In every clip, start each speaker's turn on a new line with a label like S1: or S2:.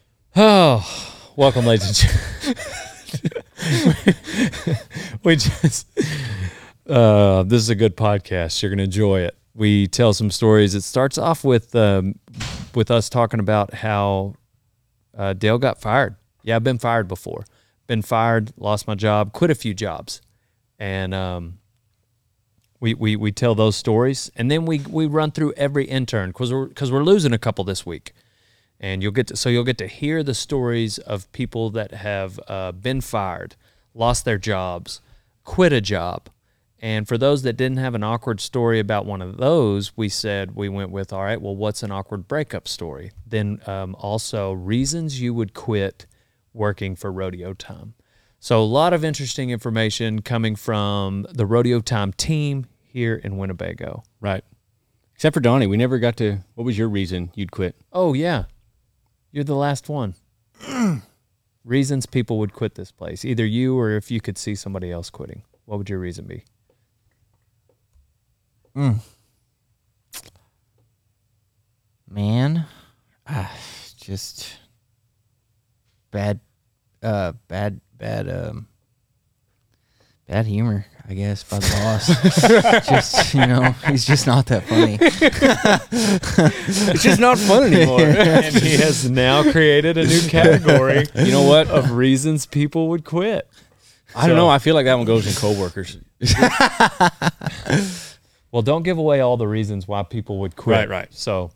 S1: Oh, welcome, ladies and gentlemen. we just, uh, this is a good podcast. You're going to enjoy it. We tell some stories. It starts off with um, with us talking about how uh, Dale got fired. Yeah, I've been fired before. Been fired, lost my job, quit a few jobs, and um, we, we we tell those stories, and then we we run through every intern because we're because we're losing a couple this week and you'll get to, so you'll get to hear the stories of people that have uh, been fired, lost their jobs, quit a job, and for those that didn't have an awkward story about one of those, we said we went with all right. Well, what's an awkward breakup story? Then um, also reasons you would quit working for Rodeo Time. So a lot of interesting information coming from the Rodeo Time team here in Winnebago.
S2: Right. Except for Donnie, we never got to. What was your reason you'd quit?
S1: Oh yeah. You're the last one. Reasons people would quit this place. Either you or if you could see somebody else quitting. What would your reason be?
S3: man ah, just bad uh bad bad um bad humor i guess by the boss just you know he's just not that funny
S2: It's just not fun anymore.
S1: and he has now created a new category
S2: you know what?
S1: of reasons people would quit.
S2: I don't know. I feel like that one goes in coworkers.
S1: Well, don't give away all the reasons why people would quit.
S2: Right, right.
S1: So,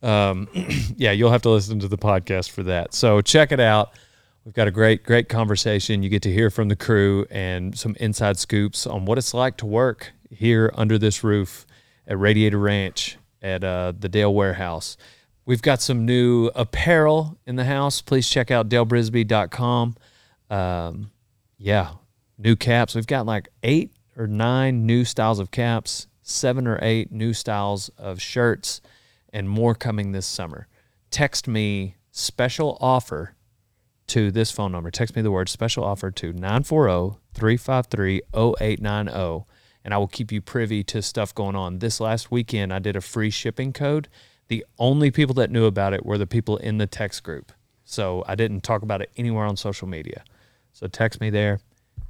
S1: um, yeah, you'll have to listen to the podcast for that. So check it out. We've got a great, great conversation. You get to hear from the crew and some inside scoops on what it's like to work here under this roof at Radiator Ranch at uh, the Dale Warehouse. We've got some new apparel in the house. Please check out dalebrisby.com. Um, yeah, new caps. We've got like eight or nine new styles of caps, seven or eight new styles of shirts, and more coming this summer. Text me special offer to this phone number. Text me the word special offer to 940 353 0890, and I will keep you privy to stuff going on. This last weekend, I did a free shipping code. The only people that knew about it were the people in the text group. So I didn't talk about it anywhere on social media. So text me there.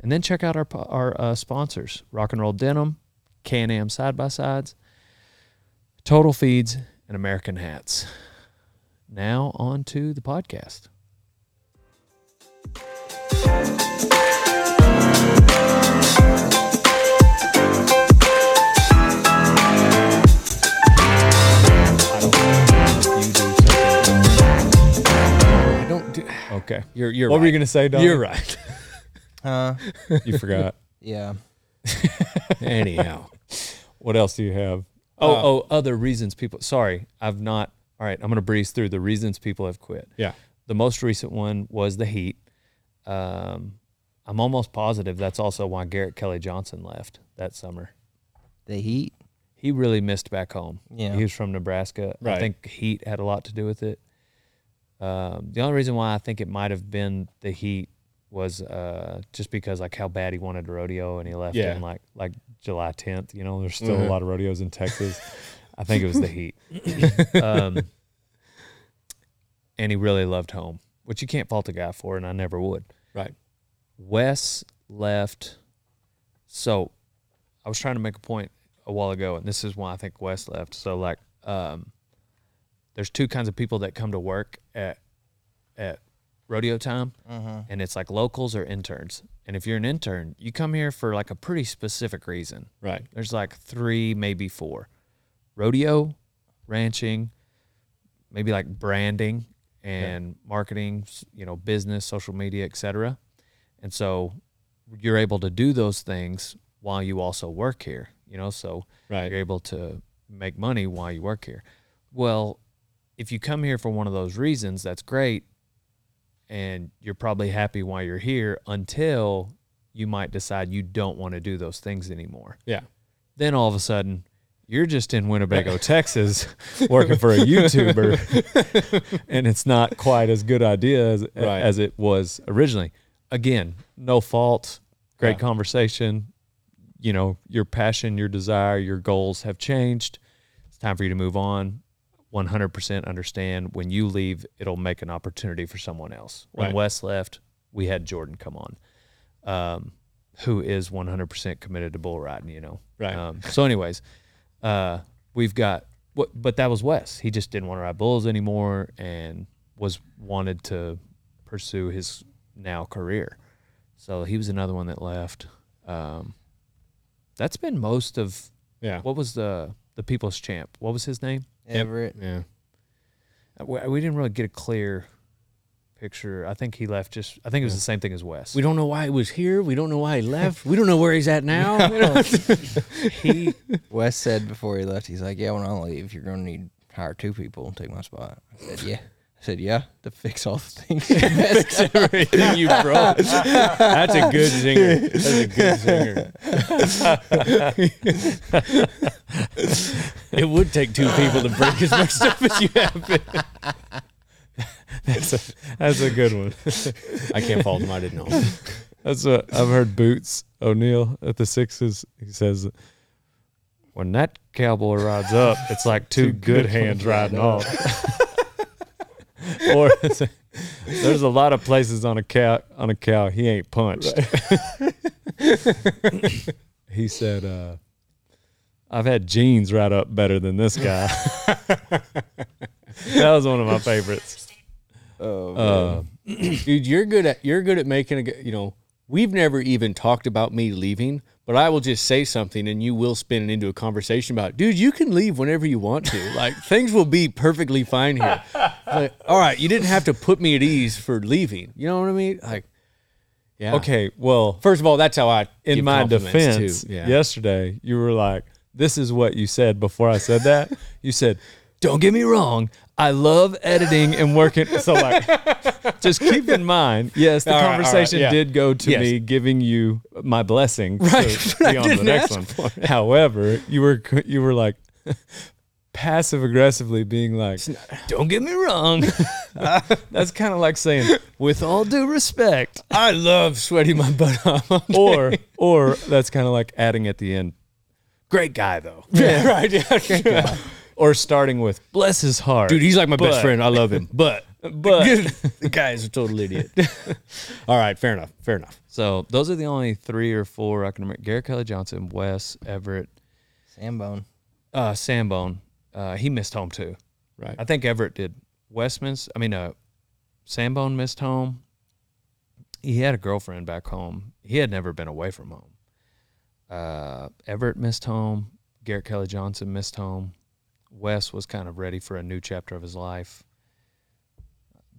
S1: And then check out our, po- our uh, sponsors Rock and Roll Denim, K and M Side by Sides, Total Feeds, and American Hats. Now on to the podcast.
S2: I don't do.
S1: Okay.
S2: You're you're.
S1: what
S2: right.
S1: were you going to say, Don?
S2: You're right.
S3: huh
S2: you forgot.
S3: yeah
S2: Anyhow,
S1: What else do you have? Oh, oh, other reasons people. Sorry, I've not. All right, I'm going to breeze through the reasons people have quit.
S2: yeah.
S1: The most recent one was the heat. Um, I'm almost positive that's also why Garrett Kelly Johnson left that summer.
S3: the heat
S1: He really missed back home.
S3: Yeah.
S1: He was from Nebraska. I
S2: Right.
S1: think heat had a lot to do with it. Um, the only reason why I think it might have been the heat was uh, just because like how bad he wanted to rodeo and he left
S2: Yeah.
S1: in like like July 10th. You know, there's still a
S2: Mhm.
S1: lot of rodeos in Texas. I think it was the heat. um, and he really loved home, which you can't fault a guy for, and I never would.
S2: Right.
S1: Wes left. So I was trying to make a point a while ago, and this is why I think Wes left. So like, um, there's two kinds of people that come to work at at rodeo time,
S2: Mm-hmm.
S1: and it's like locals or interns. And if you're an intern, you come here for like a pretty specific reason.
S2: Right.
S1: There's like three, maybe four: rodeo, ranching, maybe like branding and marketing, s- you know, business, social media, etc. And so you're able to do those things while you also work here, you know, so
S2: Right.
S1: you're able to make money while you work here. Well, if you come here for one of those reasons, that's great. And you're probably happy while you're here until you might decide you don't want to do those things anymore.
S2: Yeah.
S1: Then all of a sudden, you're just in Winnebago, Texas, working for a YouTuber, and it's not quite as good idea as,
S2: Right.
S1: as it was originally. Again, no fault, great
S2: Yeah.
S1: conversation. You know, your passion, your desire, your goals have changed. It's time for you to move on. 100% understand when you leave, it'll make an opportunity for someone else. When
S2: Right.
S1: Wes left, we had Jordan come on, um, who is 100% committed to bull riding, you know?
S2: Right.
S1: Um, so, anyways, uh, we've got, what, but that was Wes. He just didn't want to ride bulls anymore and was wanted to pursue his now career. So he was another one that left. Um, that's been most of
S2: Yeah.
S1: what was the the people's champ? What was his name?
S3: Everett.
S2: yeah.
S1: Uh, We we didn't really get a clear picture. I think he left just. I think it was the same thing as Wes.
S2: We don't know why he was here. We don't know why he left. We don't know where he's at now. We don't-
S3: He Wes said before he left, he's like, "Yeah, when I leave, you're gonna need to hire two people and take my spot." I said, "Yeah." I said, "Yeah," to fix all the things. you messed up."
S2: Everything you broke. That's a good singer. That's a good singer. it would take two people to break as much stuff as you have.
S1: that's, a, that's a good one.
S2: I can't fault him. I didn't know. Him.
S1: That's what I've heard. Boots O'Neill at the Sixes. He says, "When that cowboy rides up, it's like two, good, hands riding off." or there's a lot of places on a cow on a cow he ain't punched. he said, uh, "I've had jeans ride up better than this guy." that was one of my favorites. Uh,
S2: Dude, you're good at you're good at making a g- you know. We've never even talked about me leaving, but I will just say something and you will spin it into a conversation about, dude, you can leave whenever you want to. Like things will be perfectly fine here. Like, all right, you didn't have to put me at ease for leaving. You know what I mean? Like, yeah.
S1: okay, well,
S2: First of all, that's how I
S1: in
S2: give
S1: my
S2: compliments,
S1: defense,
S2: too. Yeah.
S1: yesterday you were like, "This is what you said before I said that." you said, "Don't get me wrong, I love editing and working." So like, just keep in mind, yes, the
S2: All right, all right,
S1: conversation
S2: yeah.
S1: did go to
S2: Yes.
S1: me giving you my blessing to
S2: but I
S1: be on the
S2: didn't
S1: next one.
S2: ask
S1: However, you were you were like. Passive aggressively being like, "Don't get me wrong." That's kind of like saying, "With all due respect,
S2: I love sweating my butt off.
S1: or or that's kind of like adding at the end great guy though
S2: Yeah, right. Yeah,
S1: or starting with bless his heart
S2: Dude, he's like my
S1: But-
S2: best friend. I love him. But
S1: but
S2: the guy is a total idiot. all right, fair enough. Fair enough.
S1: so those are the only three or four i can remember garrett kelly johnson wes everett
S3: Sambone.
S1: uh sambone uh he missed home too
S2: Right.
S1: i think everett did westman's i mean uh sambone missed home he had a girlfriend back home he had never been away from home uh everett missed home garrett kelly johnson missed home Wes was kind of ready for a new chapter of his life.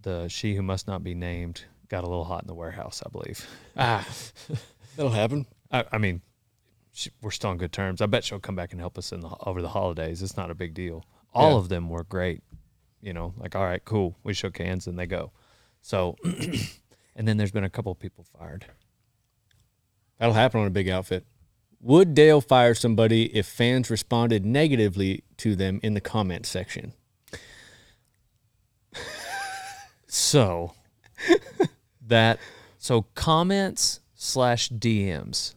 S1: The She Who Must Not Be Named got a little hot in the warehouse, I believe.
S2: Ah, that'll happen.
S1: I, I mean, she, we're still on good terms. I bet she'll come back and help us in the, over the holidays. It's not a big deal. All
S2: Yeah.
S1: of them were great. You know, like, all right, cool. We shook hands and they go. So, and then there's been a couple of people fired.
S2: That'll happen on a big outfit. Would Dale fire somebody if fans responded negatively to them in the comment section?
S1: So that, so comments slash DMs.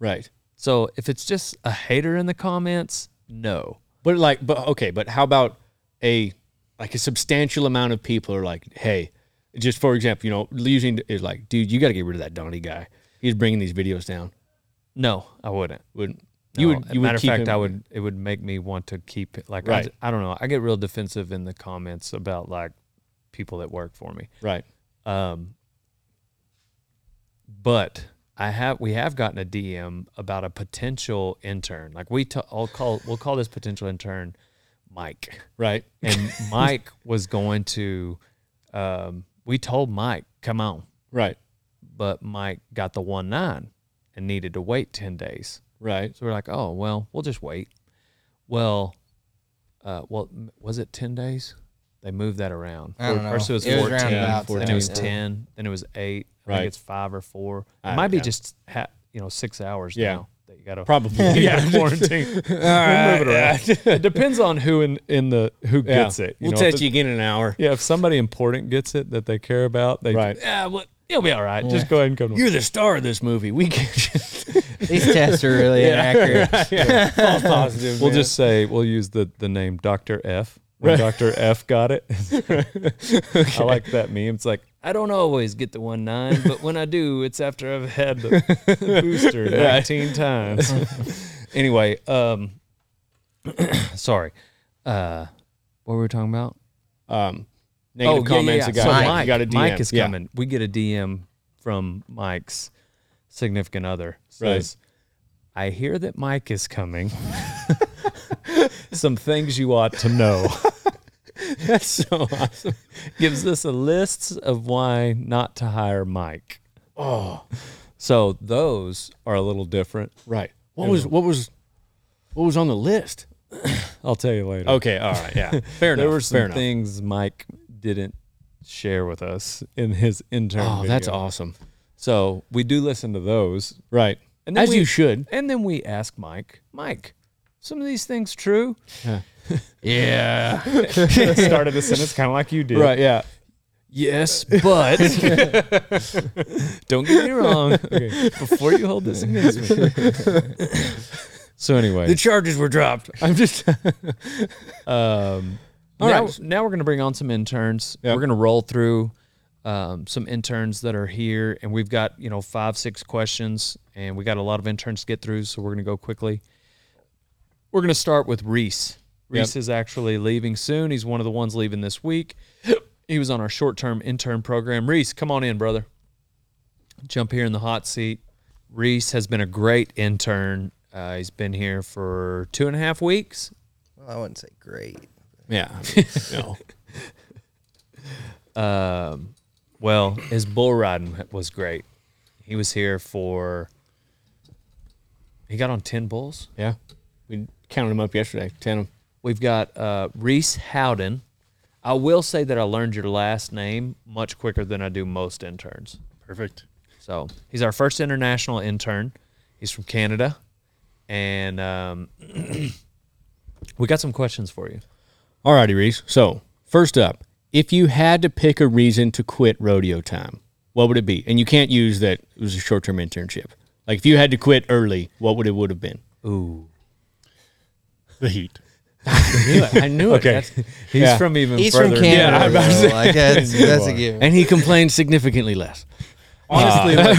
S2: Right.
S1: So if it's just a hater in the comments, no.
S2: But like, but okay, but how about a like a substantial amount of people are like, hey, just for example, you know, using is like, dude, you got to get rid of that Donnie guy. He's bringing these videos down.
S1: No, I wouldn't.
S2: Wouldn't
S1: No.
S2: you would you
S1: matter
S2: would
S1: of
S2: keep
S1: fact,
S2: him-
S1: I would. It would make me want to keep it. Like
S2: Right.
S1: I, I don't know. I get real defensive in the comments about like people that work for me.
S2: right
S1: Um, but I have we have gotten a DM about a potential intern. Like we, t- I'll call we'll call this potential intern Mike.
S2: right
S1: And Mike was going to. Um, we told Mike, come on.
S2: right
S1: but Mike got the one nine and needed to wait 10 days.
S2: right
S1: So we're like, oh, well, we'll just wait. Well, uh, well, m- was it 10 days? They moved that around.
S3: I don't know.
S1: First it was
S3: It was
S1: 14,
S3: roundabouts,
S1: then it was
S3: yeah.
S1: 10, then it was 8, I
S2: Right.
S1: think it's 5 or 4. It
S2: Ah,
S1: might be
S2: okay.
S1: just, ha- you know, six hours
S2: Yeah.
S1: now that you got to
S2: probably
S1: yeah, quarantine. We'll move it around. It depends on who in, in the who
S2: Yeah.
S1: gets it.
S2: we'll
S1: know, if
S2: text
S1: it-
S2: you again in an hour.
S1: Yeah, if somebody important gets it that they care about, they
S2: Right.
S1: yeah, well, it'll be all right. Just go ahead and come. To
S2: You're the star of this movie. We can't
S3: These tests are really inaccurate.
S2: positive.
S1: We'll just say we'll use the the name Doctor F. when Dr. F got it. I like that meme. It's like, I don't always get the one nine, but when I do, it's after I've had the booster 19 times. anyway, um, sorry. Uh, what were we talking about? Oh,
S2: Um, negative comments.
S1: So
S2: A guy,
S1: Mike,
S2: you got a DM.
S1: Mike is
S2: Yeah.
S1: coming. We get a DM from Mike's significant other.
S2: Right.
S1: Says, I hear that Mike is coming. Some things you ought to know.
S2: That's so awesome.
S1: Gives us a list of why not to hire Mike. Oh. So those are a little different.
S2: Right. What was what was what was on the list?
S1: I'll tell you later.
S2: Okay. All right. Yeah. Fair enough.
S1: There were some
S2: fair enough.
S1: things Mike didn't share with us in his intern.
S2: Oh, that's
S1: video.
S2: awesome.
S1: So we do listen to those.
S2: Right.
S1: And then
S2: As
S1: we-
S2: you should.
S1: And then we ask Mike, Mike, some of these things true?
S3: Yeah.
S1: Started the sentence kind of like you did.
S2: Right. Yeah.
S1: Yes, but don't get me wrong. Okay. Before you hold this against me. so anyway,
S2: The charges were dropped. I'm just.
S1: um,
S2: All
S1: now,
S2: right.
S1: now we're going to bring on some interns.
S2: Yep.
S1: We're going to roll through um, some interns that are here, and we've got you know five, six questions, and we got a lot of interns to get through, so we're going to go quickly. We're going to start with Reese. Reese is actually leaving soon. He's one of the ones leaving this week. He was on our short-term intern program. Reese, come on in, brother. Jump here in the hot seat. Reese has been a great intern. Uh, he's been here for two and a half weeks,
S4: Well, I wouldn't say great.
S2: Yeah. I mean, no.
S1: Um, well, his bull riding was great. He was here for. He got on ten bulls.
S2: Yeah. We counted them up yesterday. Ten of 'em.
S1: We've got uh, Reese Howden. I will say that I learned your last name much quicker than I do most interns.
S2: Perfect.
S1: So he's our first international intern. He's from Canada, and um, we got some questions for you.
S2: Alrighty, Reese. So first up, if you had to pick a reason to quit rodeo time, what would it be? And you can't use that it was a short-term internship. Like if you had to quit early, what would it would have been?
S1: Ooh,
S5: The heat.
S2: I knew it. That's-
S1: he's
S2: Yeah.
S1: from even
S4: He's
S1: further.
S4: from Canada.
S2: Yeah, I'm about to
S4: so I guess that's a given.
S2: and he complained significantly less.
S5: Honestly, like,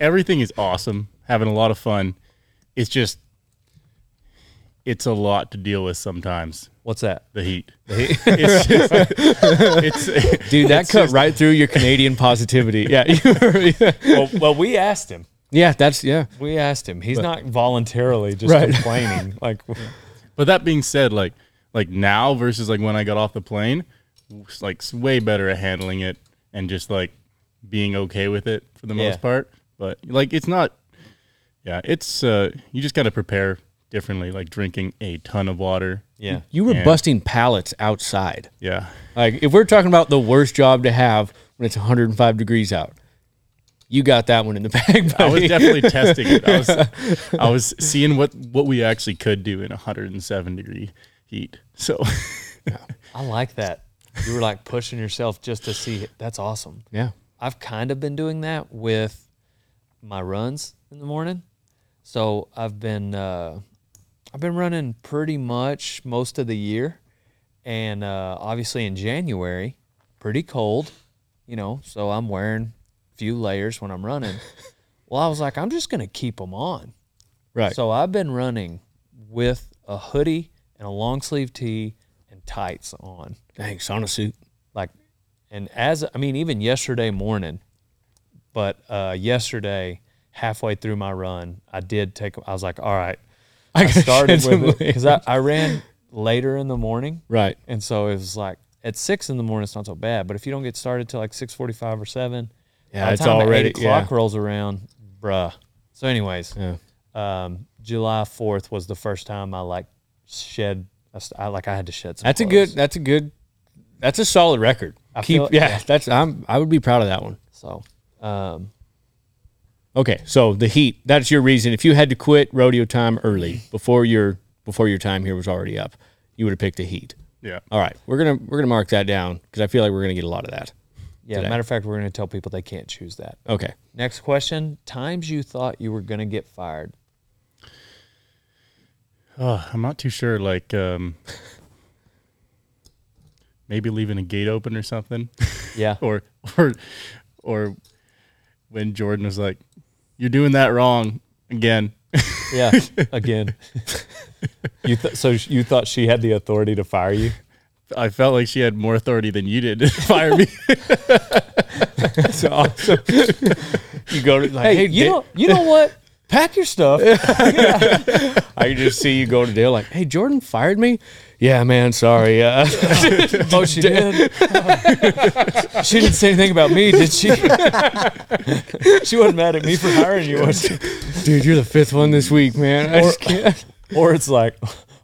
S5: everything is awesome. Having a lot of fun. It's just, it's a lot to deal with sometimes.
S1: What's that?
S5: The heat. it's just, it's,
S2: Dude, that cut right through your Canadian positivity. Yeah. you were- yeah.
S1: well, well, we asked him.
S2: yeah, that's yeah.
S1: We asked him. He's not voluntarily just
S2: Right.
S1: complaining. Like,
S5: but that being said, like, like now versus like when I got off the plane, it's, like s- way better at handling it and just like being okay with it for the
S1: Yeah.
S5: most part. But like, it's not, yeah, it's, uh, you just got to prepare differently, like drinking a ton of water.
S1: yeah,
S2: You were
S5: Yeah.
S2: busting pallets outside.
S5: Yeah.
S2: Like if we're talking about the worst job to have when it's 105 degrees out, you got that one in the bag.
S5: I was
S2: buddy.
S5: definitely testing it. I was, I was seeing what what we actually could do in 107 degree heat. So
S1: I like that. You were like pushing yourself just to see it. That's awesome.
S2: yeah.
S1: I've kind of been doing that with my runs in the morning. So I've been uh, I've been running pretty much most of the year, and uh, obviously in January, pretty cold, you know. So I'm wearing a few layers when I'm running. well, I was like, I'm just gonna keep them on.
S2: Right.
S1: So I've been running with a hoodie and a long sleeve tee and tights on
S2: Dang, sauna suit.
S1: like and as i mean even yesterday morning but uh yesterday halfway through my run i did take i was like all right i,
S2: gotta
S1: started
S2: shed some
S1: with it because I, I ran later in the morning
S2: Right.
S1: and so it was like at six in the morning it's not so bad but if you don't get started till like 6.45 or 7
S2: Yeah,
S1: by the
S2: it's
S1: time
S2: already-
S1: eight o'clock
S2: yeah.
S1: rolls around bruh so anyways
S2: Yeah.
S1: um july 4th was the first time i like shed I, st- I like i had to shed some
S2: That's a good.
S1: clothes.
S2: That's a good. That's a solid record. Keep.
S1: feel it,
S2: yeah,
S1: yeah.
S2: That's. I'm. I would be proud of that one.
S1: so um
S2: Okay. So the heat. That's your reason. If you had to quit rodeo time early before your before your time here was already up, you would have picked the heat.
S5: yeah,
S2: All right. We're gonna we're gonna mark that down because I feel like we're gonna get a lot of that.
S1: yeah
S2: today.
S1: matter of fact we're going to tell people they can't choose that
S2: Okay.
S1: Next question. Times you thought you were going to get fired.
S5: oh, I'm not too sure. Like, um, maybe leaving a gate open or something,
S1: Yeah.
S5: or or or when Jordan was like, "You're doing that wrong again."
S1: Yeah. Again. you th- so you thought she had the authority to fire you?
S5: I felt like she had more authority than you did to fire me.
S1: That's awesome.
S2: You go to like,
S1: Hey,
S2: hey,
S1: you
S2: Dale-
S1: know, you know what? Pack your stuff.
S2: I just see you go to Dale like, hey, Jordan fired me. Yeah, man, sorry. Uh,
S1: oh, she did. she didn't say anything about me, did she? she wasn't mad at me for hiring you, was she?
S2: dude, you're the fifth one this week, man. I
S1: Or-
S2: just can't.
S1: or it's like,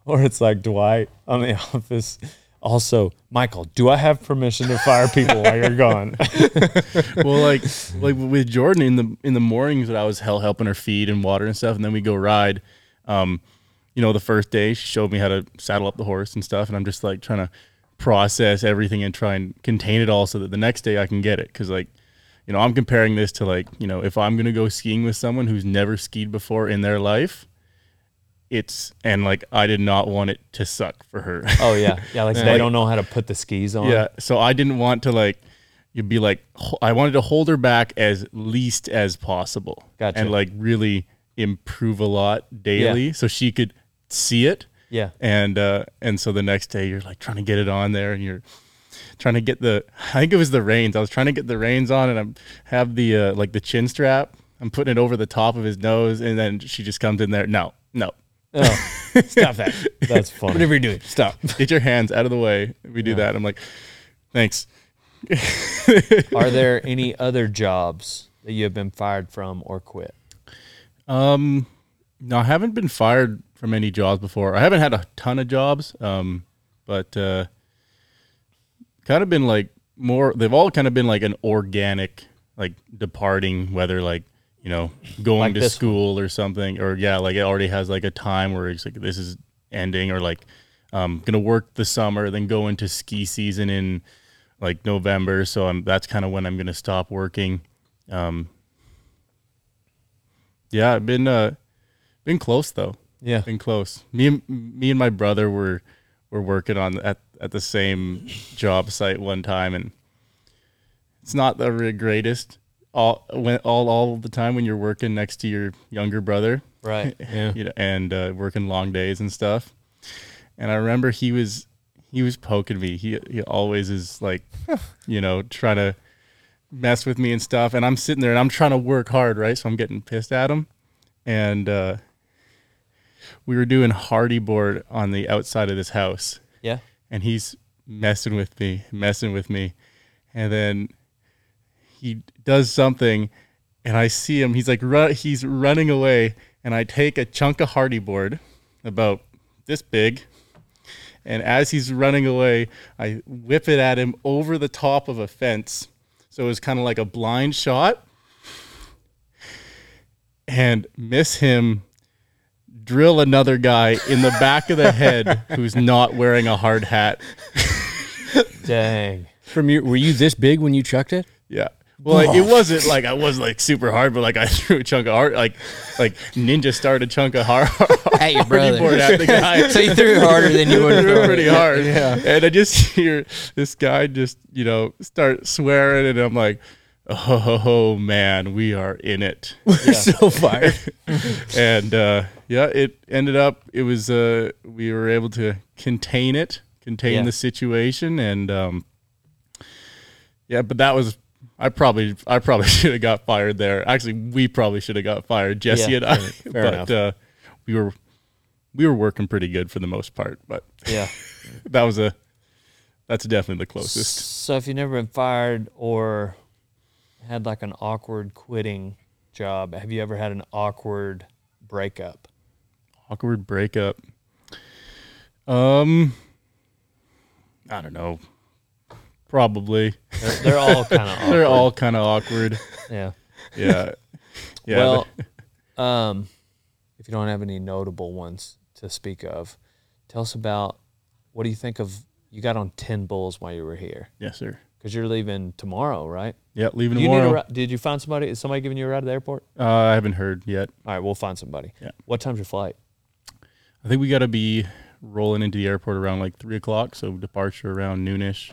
S1: or it's like Dwight on the office. Also, Michael, do I have permission to fire people while you're gone?
S5: well, like like with Jordan in the in the mornings that I was hell helping her feed and water and stuff, and then we go ride. Um, you know, the first day she showed me how to saddle up the horse and stuff, and I'm just like trying to process everything and try and contain it all so that the next day I can get it because like. You know, I'm comparing this to like, you know, if I'm going to go skiing with someone who's never skied before in their life, it's, and like, I did not want it to suck for her.
S1: Oh yeah, yeah. Like they
S5: Like-
S1: don't know how to put the skis on.
S5: Yeah. So I didn't want to like, you'd be like, ho- I wanted to hold her back as least as possible.
S1: Gotcha.
S5: And like really improve a lot daily so she could see it.
S1: yeah.
S5: And, uh, and so the next day you're like trying to get it on there and you're trying to get the, I think it was the reins. I was trying to get the reins on and I'm have the, uh, like the chin strap. I'm putting it over the top of his nose and then she just comes in there. No, no.
S1: Stop that. That's funny.
S2: Whatever you're doing, stop.
S5: Get your hands out of the way. We do that. I'm like, thanks.
S1: Are there any other jobs that you have been fired from or quit?
S5: Um, no, I haven't been fired from any jobs before. I haven't had a ton of jobs. Um, but uh, kind of been like more. They've all kind of been like an organic, like departing, whether like you know going
S1: Like
S5: to
S1: this
S5: school or something, or yeah, like it already has like a time where it's like this is ending, or like um, gonna work the summer, then go into ski season in like November. So I'm that's kind of when I'm gonna stop working. Um, yeah, I've been uh, been close though.
S1: Yeah.
S5: Been close. Me and me and my brother were were working on at at the same job site one time, and it's not the re- greatest. All when all all the time when you're working next to your younger brother,
S1: Right.
S2: Yeah.
S5: you know, and uh, working long days and stuff. And I remember he was he was poking me. He he always is like, you know, trying to mess with me and stuff. And I'm sitting there and I'm trying to work hard, right? So I'm getting pissed at him. And uh, we were doing hardy board on the outside of this house
S1: Yeah.
S5: and he's messing with me, messing with me. And then he does something and I see him. He's like, run, he's running away. And I take a chunk of hardy board about this big. And as he's running away, I whip it at him over the top of a fence. So it was kind of like a blind shot and miss him drill another guy in the back of the head who's not wearing a hard hat.
S1: Dang.
S2: From your, were you this big Oh. when you chucked it?
S5: Yeah. Well, like, it wasn't like I was like super hard, but like I threw a chunk of hard, like like ninja started a chunk of hard, hard
S3: At your
S5: board
S3: brother.
S5: at the guy.
S3: so you threw it harder than you would
S5: threw it
S3: have.
S5: pretty hard. Yeah. And I just hear this guy just you know start swearing, and I'm like, oh man, we are in it.
S2: so fired.
S5: and uh, yeah, it ended up it was uh, we were able to contain it, contain
S1: Yeah.
S5: the situation, and um, yeah, but that was I probably I probably should have got fired there. Actually, we probably should have got fired, Jesse
S1: Yeah,
S5: and I. but
S2: enough.
S5: Uh, we were we were working pretty good for the most part, but
S1: Yeah.
S5: that was a that's definitely the closest.
S1: So if you've never been fired or had like an awkward quitting job, have you ever had an awkward breakup?
S5: awkward breakup um i don't know probably
S1: They're, they're all kind of awkward.
S5: they're all kind of awkward
S1: Yeah.
S5: yeah yeah
S1: well, um, if you don't have any notable ones to speak of, tell us about what do you think of you got on 10 bulls while you were here?
S5: yes sir
S1: Because you're leaving tomorrow, right?
S5: yeah leaving
S1: You need a,
S5: tomorrow
S1: ri- did you find somebody? Is somebody giving you a ride to the airport?
S5: uh, i haven't heard yet
S1: All right, we'll find somebody.
S5: Yeah.
S1: What time's your flight?
S5: i think we gotta be rolling into the airport around like three o'clock. So departure around noonish.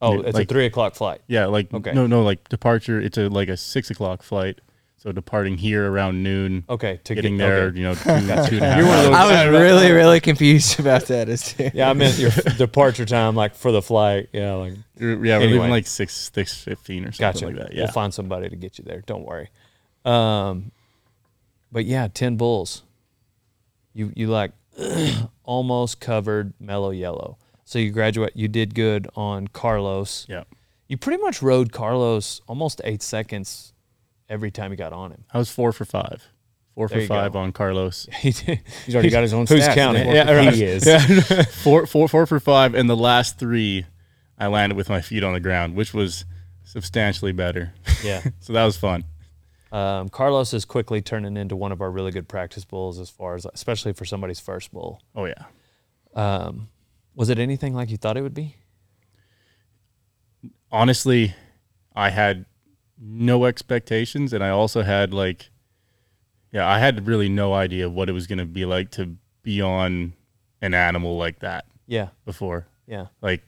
S1: Oh, it's
S5: Like-
S1: a three o'clock flight.
S5: Yeah, like
S1: Okay.
S5: no, no, like departure. It's a like a six o'clock flight. So departing here around noon,
S1: Okay, to
S5: getting
S1: get,
S5: there,
S1: okay.
S5: you know, two, two and a half
S1: You're one of
S5: hours.
S1: those-
S3: I was really, really confused about that. As to,
S1: Yeah, I meant your departure time, like for the flight. Yeah, like
S5: You're- yeah, we're
S1: Anyway.
S5: leaving like six six fifteen or something
S1: gotcha.
S5: like that. Yeah,
S1: We'll find somebody to get you there. Don't worry. Um, but yeah, ten bulls. You you like almost covered mellow yellow. So you graduate. You did good on Carlos.
S5: yeah.
S1: You pretty much rode Carlos almost eight seconds every time you got on him.
S5: I was four for five, four
S1: There
S5: for
S1: you
S5: five
S1: go.
S5: on Carlos.
S1: He did.
S2: He's already got his own
S1: Who's
S2: stats,
S1: counting?
S2: man.
S1: Yeah, right.
S2: He is.
S1: Yeah.
S5: four, four, four for five, and the last three, I landed with my feet on the ground, which was substantially better.
S1: yeah.
S5: so that was fun.
S1: Um, Carlos is quickly turning into one of our really good practice bulls, as far as especially for somebody's first bull.
S5: Oh yeah,
S1: Um, was it anything like you thought it would be?
S5: honestly, I had no expectations, and I also had like, yeah, I had really no idea what it was going to be like to be on an animal like that
S1: Yeah,
S5: before.
S1: yeah,
S5: like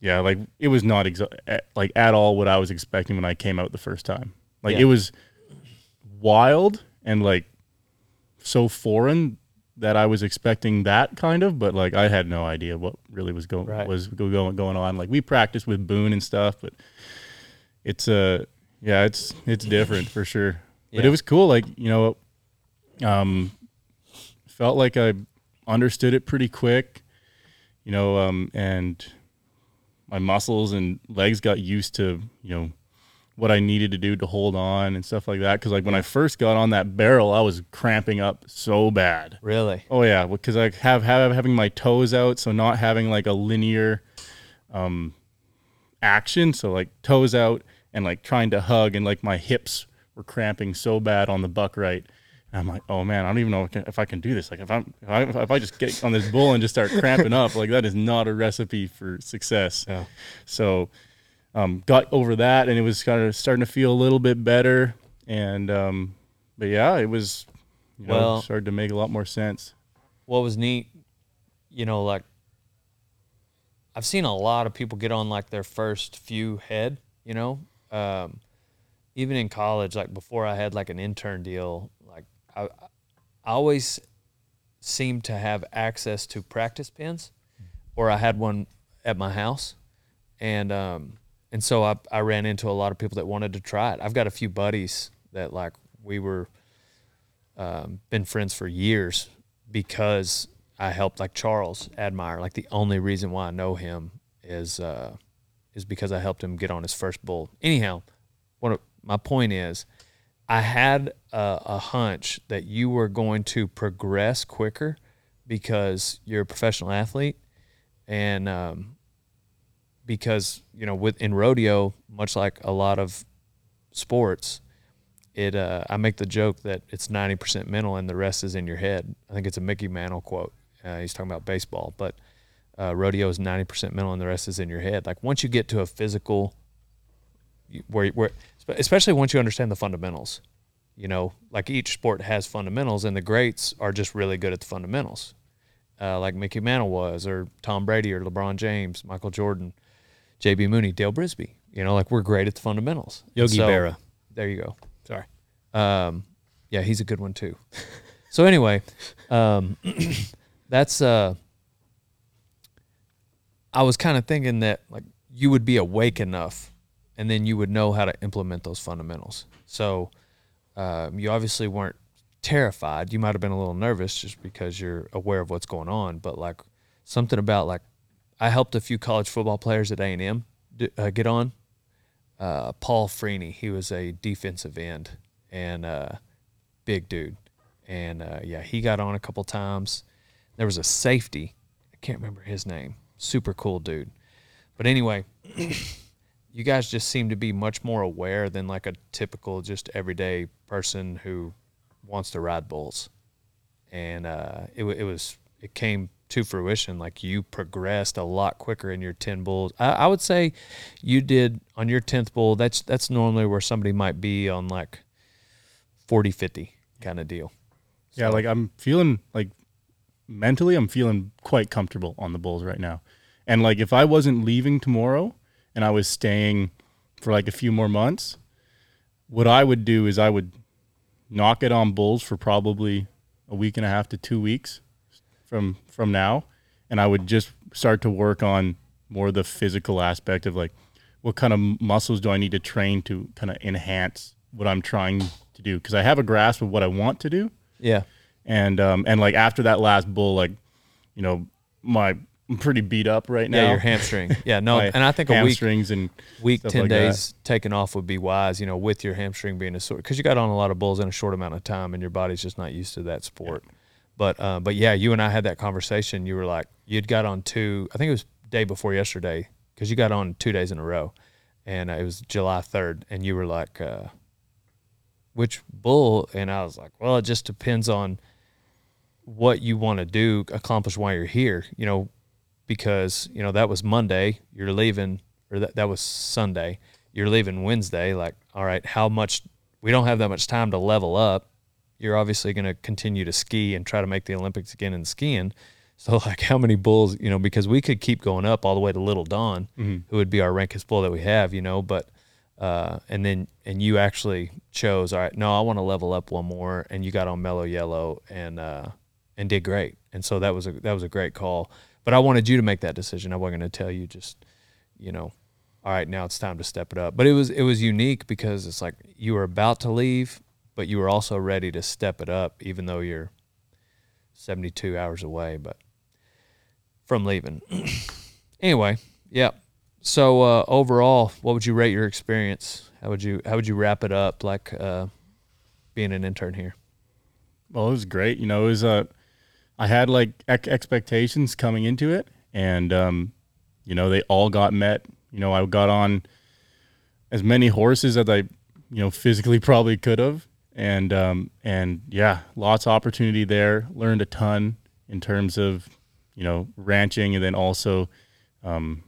S5: yeah like it was not exa- at- like at all what i was expecting when i came out the first time like
S1: Yeah.
S5: it was wild and like so foreign that i was expecting that kind of but like i had no idea what really was going
S1: Right.
S5: was go- going going on like we practiced with boone and stuff but it's uh yeah it's it's different for sure but
S1: Yeah.
S5: it was cool like you know um felt like i understood it pretty quick you know, um, and my muscles and legs got used to, you know, what I needed to do to hold on and stuff like that. Cause like when I first got on that barrel, I was cramping up so bad.
S1: really.
S5: Oh yeah, because I have have having my toes out, so not having like a linear um action, so like toes out and like trying to hug and like my hips were cramping so bad on the buck right. And I'm like, oh man, I don't even know if I can do this. Like if I'm if I, if I just get on this bull and just start cramping up, like that is not a recipe for success.
S1: Yeah.
S5: So um got over that and it was kind of starting to feel a little bit better and um but yeah, it was you know,
S1: Well-
S5: started to make a lot more sense.
S1: What was neat, you know, like I've seen a lot of people get on like their first few head, you know, um, even in college, like before I had like an intern deal, like I, I always seemed to have access to practice pins, or I had one at my house, and um, and so I I ran into a lot of people that wanted to try it. I've got a few buddies that like we were um, been friends for years because I helped like Charles Admire. Like the only reason why I know him is uh, is because I helped him get on his first bull. Anyhow, what my point is, I had a, a hunch that you were going to progress quicker because you're a professional athlete, and um, because you know, with in rodeo, much like a lot of sports, it uh, I make the joke that it's 90% mental and the rest is in your head. I think it's a Mickey Mantle quote. Uh, he's talking about baseball, but uh, rodeo is 90% mental and the rest is in your head. Like once you get to a physical, you- where where spe- especially once you understand the fundamentals, you know, like each sport has fundamentals and the greats are just really good at the fundamentals. Uh, like Mickey Mantle was, or Tom Brady, or LeBron James, Michael Jordan, J.B. Mooney, Dale Brisby. You know, like we're great at the fundamentals.
S2: Yogi
S1: So-
S2: Berra.
S1: There you go. Sorry. Um, yeah, he's a good one too. so anyway, um, that's uh, I was kind of thinking that like you would be awake enough, and then you would know how to implement those fundamentals. So um, you obviously weren't terrified. You might have been a little nervous just because you're aware of what's going on. But like something about like I helped a few college football players at A and M uh, get on uh, Paul Freeney. He was a defensive end and uh, big dude. And uh, yeah, he got on a couple times. There was a safety. I can't remember his name. Super cool dude. But anyway, you guys just seem to be much more aware than like a typical, just everyday person who wants to ride bulls. And uh, it, wa- it was, it came to fruition. Like you progressed a lot quicker in your 10 bulls. I, I would say you did on your 10th bull. That's, that's normally where somebody might be on like 40, 50 kind of deal.
S5: Yeah, like I'm feeling like mentally I'm feeling quite comfortable on the Bulls right now. And like if I wasn't leaving tomorrow and I was staying for like a few more months, what I would do is I would knock it on Bulls for probably a week and a half to 2 weeks from from now and I would just start to work on more the physical aspect of like what kind of muscles do I need to train to kind of enhance what I'm trying to do because I have a grasp of what I want to do
S1: Yeah.
S5: and um and like after that last bull like you know my I'm pretty beat up right now
S1: Yeah, your hamstring. Yeah, no,
S5: My
S1: and I think a week
S5: hamstrings and
S1: week
S5: stuff
S1: 10
S5: like that.
S1: days taken off would be wise you know with your hamstring being a sort because you got on a lot of bulls in a short amount of time and your body's just not used to that sport but uh, but yeah you and i had that conversation you were like you'd got on two i think it was day before yesterday because you got on two days in a row and uh, it was july 3rd and you were like uh, which bull and i was like well it just depends on what you want to do accomplish while you're here you know because you know that was monday you're leaving or that, that was sunday you're leaving wednesday like all right how much we don't have that much time to level up you're obviously going to continue to ski and try to make the olympics again in skiing so like how many bulls you know because we could keep going up all the way to little don who would be our rankest bull that we have you know but uh, and then and you actually chose all right no i want to level up one more and you got on mellow yellow and uh and did great and so that was a that was a great call but i wanted you to make that decision i wasn't going to tell you just you know all right now it's time to step it up but it was it was unique because it's like you were about to leave but you were also ready to step it up even though you're 72 hours away but from leaving anyway yeah so uh, overall, what would you rate your experience? How would you how would you wrap it up? Like uh, being an intern here.
S5: Well, it was great. You know, it was uh, I had like ec- expectations coming into it, and um, you know, they all got met. You know, I got on as many horses as I, you know, physically probably could have, and um, and yeah, lots of opportunity there. Learned a ton in terms of, you know, ranching, and then also, um,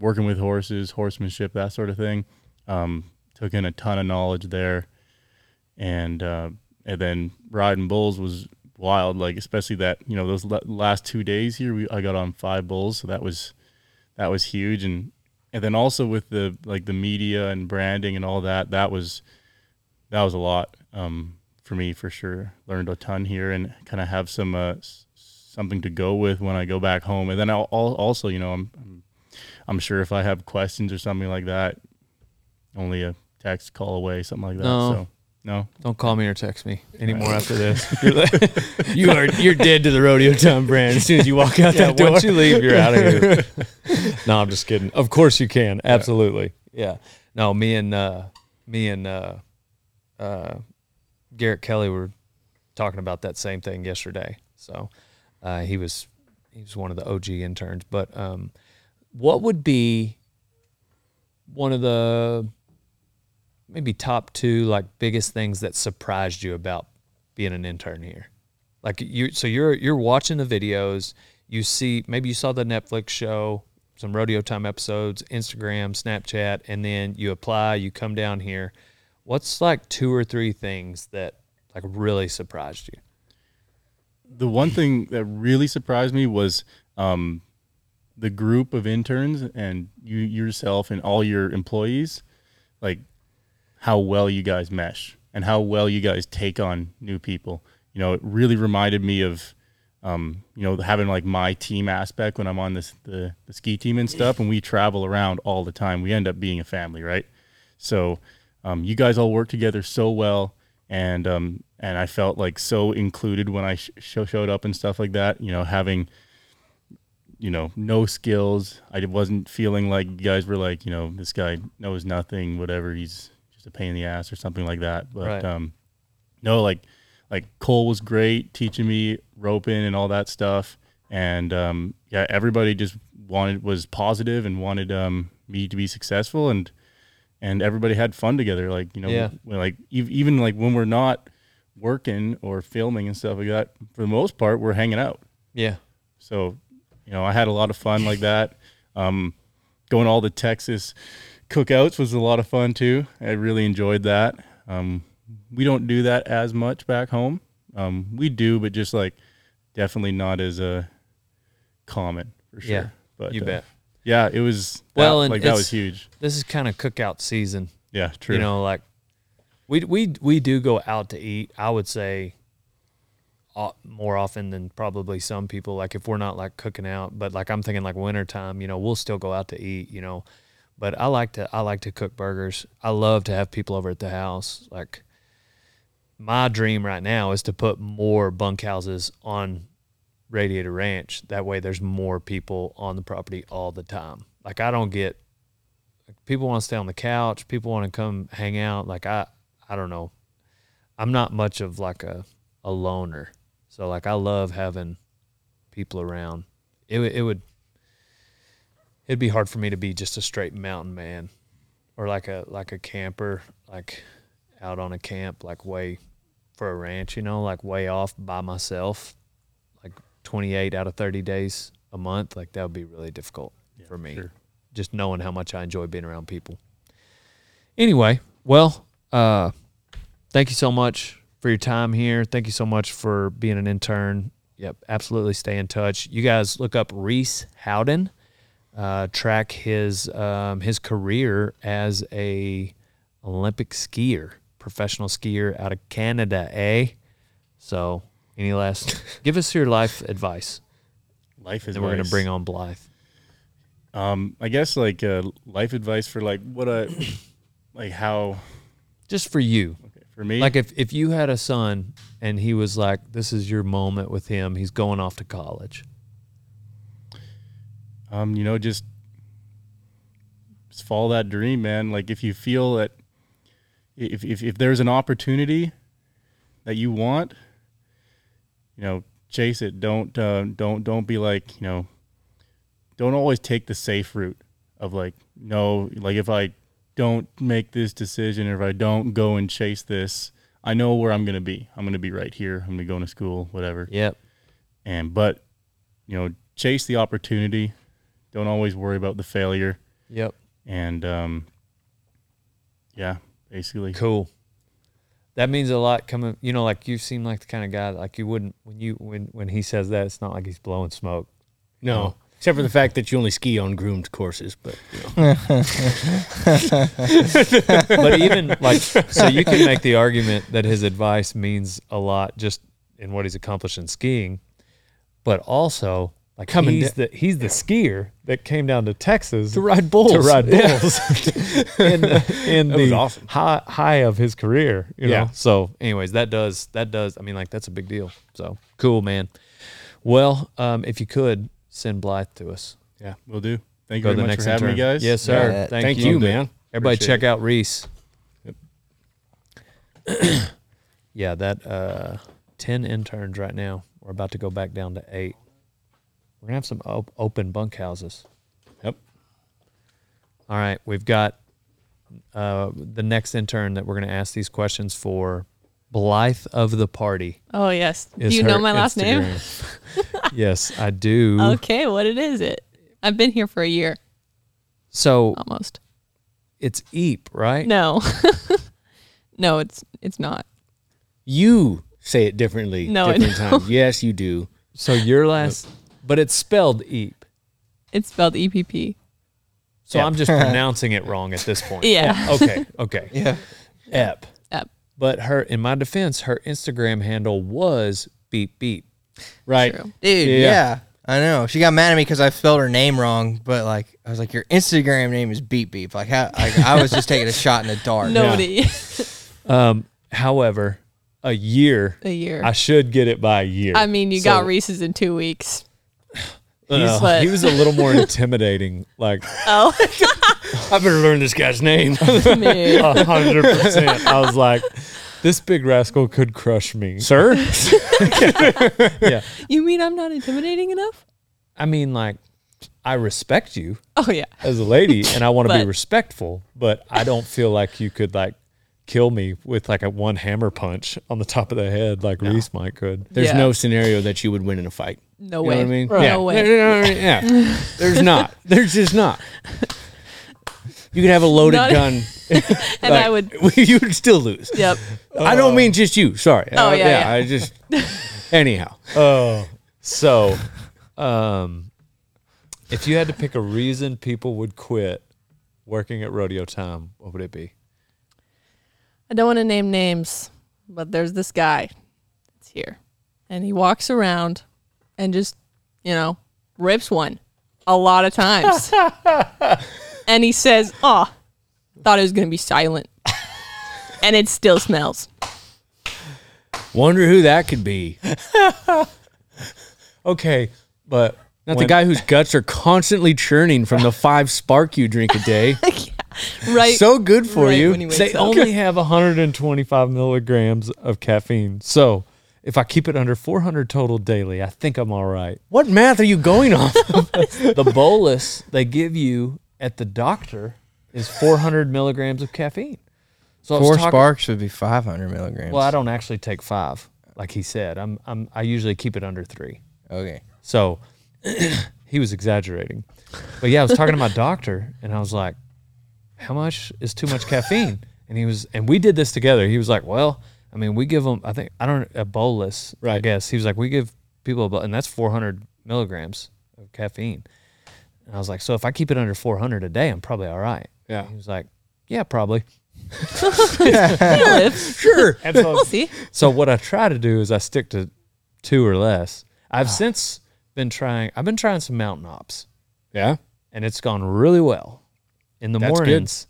S5: working with horses, horsemanship, that sort of thing. Um, took in a ton of knowledge there and uh, and then riding bulls was wild. Like especially that you know those la- last two days here, we I got on five bulls, so that was that was huge. And and then also with the like the media and branding and all that, that was that was a lot um, for me for sure. Learned a ton here and kind of have some uh, s- something to go with when I go back home. And then I'll, I'll also you know I'm, I'm I'm sure if I have questions or something like that, only a text call away, something like that.
S1: No.
S5: So no.
S1: Don't call me or text me anymore after this. You're like- you are you're dead to the rodeo time brand as soon as you walk out that door. Once you leave, you're out of here. no, I'm just kidding. Of course you can. Absolutely. Yeah. No, me and uh, me and uh, uh, Garrett Kelly were talking about that same thing yesterday. So uh, he was he was one of the OG interns. But um, what would be one of the maybe top two like biggest things that surprised you about being an intern here like you so you're you're watching the videos you see maybe you saw the netflix show some rodeo time episodes instagram snapchat and then you apply you come down here what's like two or three things that like really surprised you
S5: the one thing that really surprised me was um, the group of interns and you yourself and all your employees, like how well you guys mesh and how well you guys take on new people. You know, it really reminded me of, um, you know, having like my team aspect when I'm on this the, the ski team and stuff, and we travel around all the time. We end up being a family, right? So um, you guys all work together so well, and um, and I felt like so included when I sh- show- showed up and stuff like that. You know, having you know no skills, I wasn't feeling like you guys were like you know this guy knows nothing, whatever. He's just a pain in the ass or something like that. But
S1: Right.
S5: um, no, like like Cole was great teaching me roping and all that stuff. And um, yeah, everybody just wanted was positive and wanted um, me to be successful and and everybody had fun together. Like you know,
S1: Yeah.
S5: we- like ev- even like when we're not working or filming and stuff like that, for the most part, we're hanging out.
S1: yeah
S5: So, you know, I had a lot of fun like that. Um, going to all the Texas cookouts was a lot of fun too. I really enjoyed that. Um, we don't do that as much back home. Um, we do, but just like definitely not as uh, common for sure.
S1: Yeah,
S5: but
S1: you
S5: uh,
S1: bet.
S5: Yeah, it was.
S1: Well,
S5: that,
S1: and
S5: like that
S1: it's-
S5: was huge.
S1: This is kind of cookout season.
S5: Yeah, true.
S1: You know, like we we we do go out to eat. I would say o- more often than probably some people. Like if we're not like cooking out, but like I'm thinking like wintertime, you know, we'll still go out to eat. You know, but I like to I like to cook burgers. I love to have people over at the house. Like my dream right now is to put more bunkhouses on Radiator Ranch. That way, there's more people on the property all the time. Like I don't get people want to stay on the couch people want to come hang out like i i don't know i'm not much of like a, a loner so like i love having people around it, would- it would it'd be hard for me to be just a straight mountain man or like a like a camper like out on a camp like way for a ranch you know like way off by myself like 28 out of 30 days a month like that would be really difficult for me
S5: sure.
S1: just knowing how much i enjoy being around people anyway well uh thank you so much for your time here thank you so much for being an intern yep absolutely stay in touch you guys look up reese howden uh, track his um, his career as a Olympic skier, professional skier out of Canada, eh? So, any last? give us your life advice,
S5: life is.
S1: and then we're gonna
S5: nice.
S1: bring on Blythe.
S5: Um, I guess like uh, life advice for like what I, like how
S1: Just for you,
S5: for me.
S1: like if if you had a son and he was like, "This is your moment with him. He's going off to college."
S5: um, you know, just, just follow that dream, man. Like if you feel that if, if if there's an opportunity that you want, you know, chase it. Don't uh, don't don't be like you know, don't always take the safe route of like no, like if I don't make this decision or if I don't go and chase this, I know where I'm gonna be. I'm gonna be right here. I'm gonna go to school, whatever.
S1: Yep.
S5: and but you know chase the opportunity don't always worry about the failure
S1: Yep.
S5: and um yeah basically
S1: Cool. That means a lot coming, you know, like you seem like the kind of guy that, like you wouldn't when you when when he says that, it's not like he's blowing smoke.
S2: No, except for the fact that you only ski on groomed courses. But
S1: but even like so you can make the argument that his advice means a lot just in what he's accomplished in skiing but also like
S2: Coming
S1: he's
S2: da-
S1: the he's the skier that came down to Texas to
S2: ride bulls.
S1: to ride bulls in the, in
S2: was
S1: the
S2: awesome.
S1: high high of his career you
S2: Yeah.
S1: know so anyways that does that does I mean like that's a big deal so cool man well um, if you could send Blythe to us
S5: we'll do thank
S1: go
S5: you very
S1: to the
S5: much
S1: next
S5: for having me
S1: intern.
S5: guys
S1: yes sir
S4: Yeah,
S1: thank,
S2: thank
S1: you,
S2: you, man.
S1: Everybody
S5: Appreciate
S1: check out Reese. yeah, that uh, 10 interns right now. We're about to go back down to eight. We're going to have some op- open bunkhouses.
S2: Yep.
S1: All right. We've got uh, the next intern that we're going to ask these questions for. Blythe of the party.
S6: Oh yes. Do
S1: is
S6: you
S1: her
S6: know my last name? Oh,
S1: Instagram. yes, I do.
S6: Okay, what it is it? I've been here for a year
S1: So
S6: almost.
S1: it's e, Eep, right?
S6: No. no, it's it's not.
S2: you say it differently.
S6: No, I
S2: different times. Yes, you do.
S1: So your last, but it's spelled
S2: E.
S1: Eep.
S6: It's spelled E EPP.
S1: So I'm just pronouncing it wrong at this point.
S6: Yeah.
S1: Okay. Okay.
S4: Yeah.
S1: Ep.
S6: Ep.
S1: But her, in my defense, her Instagram handle was beep beep.
S2: Right.
S6: True.
S4: Dude,
S2: Yeah.
S4: yeah. I know. She got mad at me because I spelled her name wrong, but like I was like, your Instagram name is Beep Beep. Like, how, like I was just taking a shot in the dark.
S6: Nobody.
S1: Um, however, a year.
S6: a year.
S1: I should get it by a year.
S6: I mean, you
S1: So
S6: got Reese's in two weeks.
S1: he's-
S6: but-
S1: Uh, he was a little more intimidating. Like
S6: Oh,
S2: I better learn this guy's name.
S6: man.
S1: hundred percent. I was like, this big rascal could crush me, sir. yeah.
S6: you mean I'm not intimidating enough?
S1: I mean, like, I respect you.
S6: Oh yeah.
S1: as a lady and I want to be
S6: But-
S1: respectful, but I don't feel like you could like kill me with like a one hammer punch on the top of the head like Reese might could.
S2: There's
S6: Yeah.
S2: no scenario that you would win in a fight.
S6: No
S2: You
S6: way.
S2: know what I mean?
S6: No
S2: yeah.
S6: way.
S2: No, no, no, no, yeah. There's not. There's just not. You could have a loaded
S6: Not-
S2: gun.
S6: And
S2: like,
S6: I would.
S2: you would still lose.
S6: Yep.
S2: I don't mean just you. Sorry.
S6: Oh,
S2: Uh,
S6: yeah, yeah.
S2: I just. Anyhow.
S1: Oh. So, um, if you had to pick a reason people would quit working at rodeo time, what would it be?
S6: I don't want to name names, but there's this guy that's here. And he walks around and just, you know, rips one a lot of times. and he says, Oh, thought it was going to be silent. and it still smells.
S2: Wonder who that could be.
S1: Okay, but
S2: Not
S1: When-
S2: the guy whose guts are constantly churning from the five spark you drink a day.
S6: Right.
S2: so good for
S6: Right
S2: you.
S6: when he wakes
S1: they
S6: up.
S1: only have 125 milligrams of caffeine. So, if I keep it under 400 total daily, I think I'm all right.
S2: What math are you going off?
S1: The bolus they give you at the doctor is 400 milligrams of caffeine. So I was
S4: Four
S1: talking-
S4: sparks would be 500 milligrams.
S1: Well, I don't actually take five, like he said. I'm, I'm I usually keep it under three.
S4: okay.
S1: So he was exaggerating. But yeah, I was talking to my doctor and I was like, how much is too much caffeine? And he was, and we did this together. He was like, well, I mean, we give them, I think, I don't, a bolus, I
S2: Right.
S1: guess. He was like, we give people a bol- and that's 400 milligrams of caffeine. And I was like, so if I keep it under 400 a day, I'm probably all right.
S2: Yeah.
S1: He was like, yeah, probably.
S6: He lives.
S2: sure.
S1: And so
S6: We'll see.
S1: so what I try to do is I stick to two or less. I've since been trying. I've been trying some mountain ops,
S2: Yeah.
S1: and it's gone really well. In the
S2: That's good.
S1: mornings,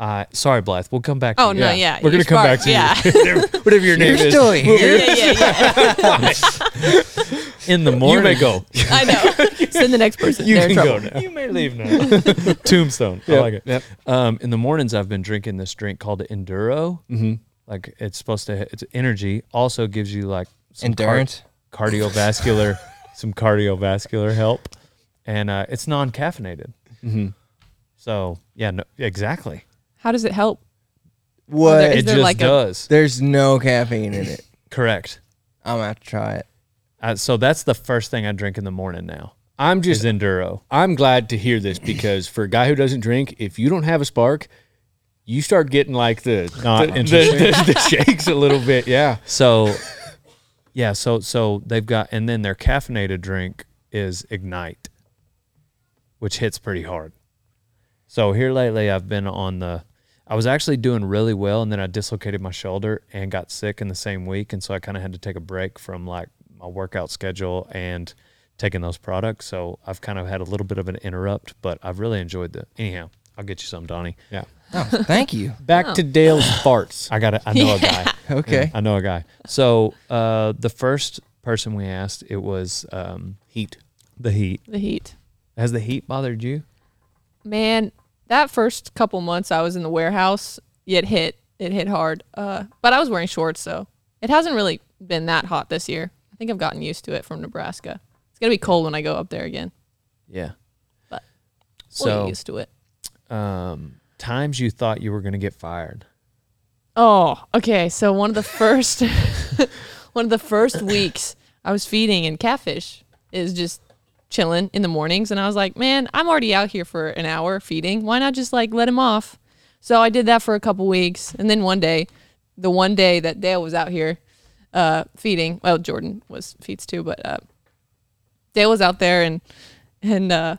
S1: I sorry, Blythe. We'll come back.
S6: Oh,
S1: to
S6: no,
S1: You.
S6: yeah.
S2: We're gonna
S6: you
S2: come back
S6: spark-
S2: to you.
S6: yeah.
S2: Whatever your name
S4: You're
S2: is.
S4: still here.
S6: yeah, yeah, yeah.
S1: In the morning,
S2: may go.
S6: I know. Send the next person. They're in trouble.
S1: now. You may leave now. Tombstone. I like it.
S2: Yep.
S1: Um, in the mornings, I've been drinking this drink called Enduro. Mm-hmm. Like it's supposed to. It's energy. Also gives you like some car-
S4: Endurance.
S1: cardiovascular, some cardiovascular help, and uh, it's non-caffeinated.
S4: Mm-hmm.
S1: So yeah, no, exactly.
S6: How does it help?
S4: What?
S6: Is
S1: it
S6: there
S1: just
S6: like a-
S1: does.
S4: There's no caffeine in it.
S1: Correct.
S4: I'm gonna have to try it.
S1: Uh, so that's the first thing I drink in the morning now.
S2: I'm
S1: Is
S2: just
S1: enduro.
S2: I'm glad to hear this because for a guy who doesn't drink, if you don't have a spark, you start getting like the
S1: Not
S2: the, the-
S1: interesting.
S2: the- the shakes a little bit. Yeah.
S1: So yeah, so so they've got and then their caffeinated drink is Ignite, which hits pretty hard. So here lately I've been on the I was actually doing really well and then I dislocated my shoulder and got sick in the same week and so I kind of had to take a break from like my workout schedule and taking those products. So I've kind of had a little bit of an interrupt, but I've really enjoyed the anyhow. I'll get you some, Donnie.
S2: Yeah.
S4: Oh, thank you.
S2: Back to Dale's farts.
S1: I got it. I know a guy.
S4: Okay.
S1: I know a guy. So uh, the first person we asked, it was um, heat. The heat
S6: The heat.
S1: has the heat bothered you?
S6: man that first couple months i was in the warehouse it hit it hit hard uh but i was wearing shorts so it hasn't really been that hot this year i think i've gotten used to it from nebraska it's gonna be cold when i go up there again
S1: Yeah.
S6: But we'll get
S1: so
S6: used to it
S1: um, times you thought you were going to get fired.
S6: Oh, okay. So one of the first one of the first weeks I was feeding and catfish is just chilling in the mornings and I was like, "Man, I'm already out here for an hour feeding. Why not just like let him off?" So I did that for a couple weeks and then one day, the one day that Dale was out here uh feeding, well Jordan was feeds too, but uh Dale was out there and and uh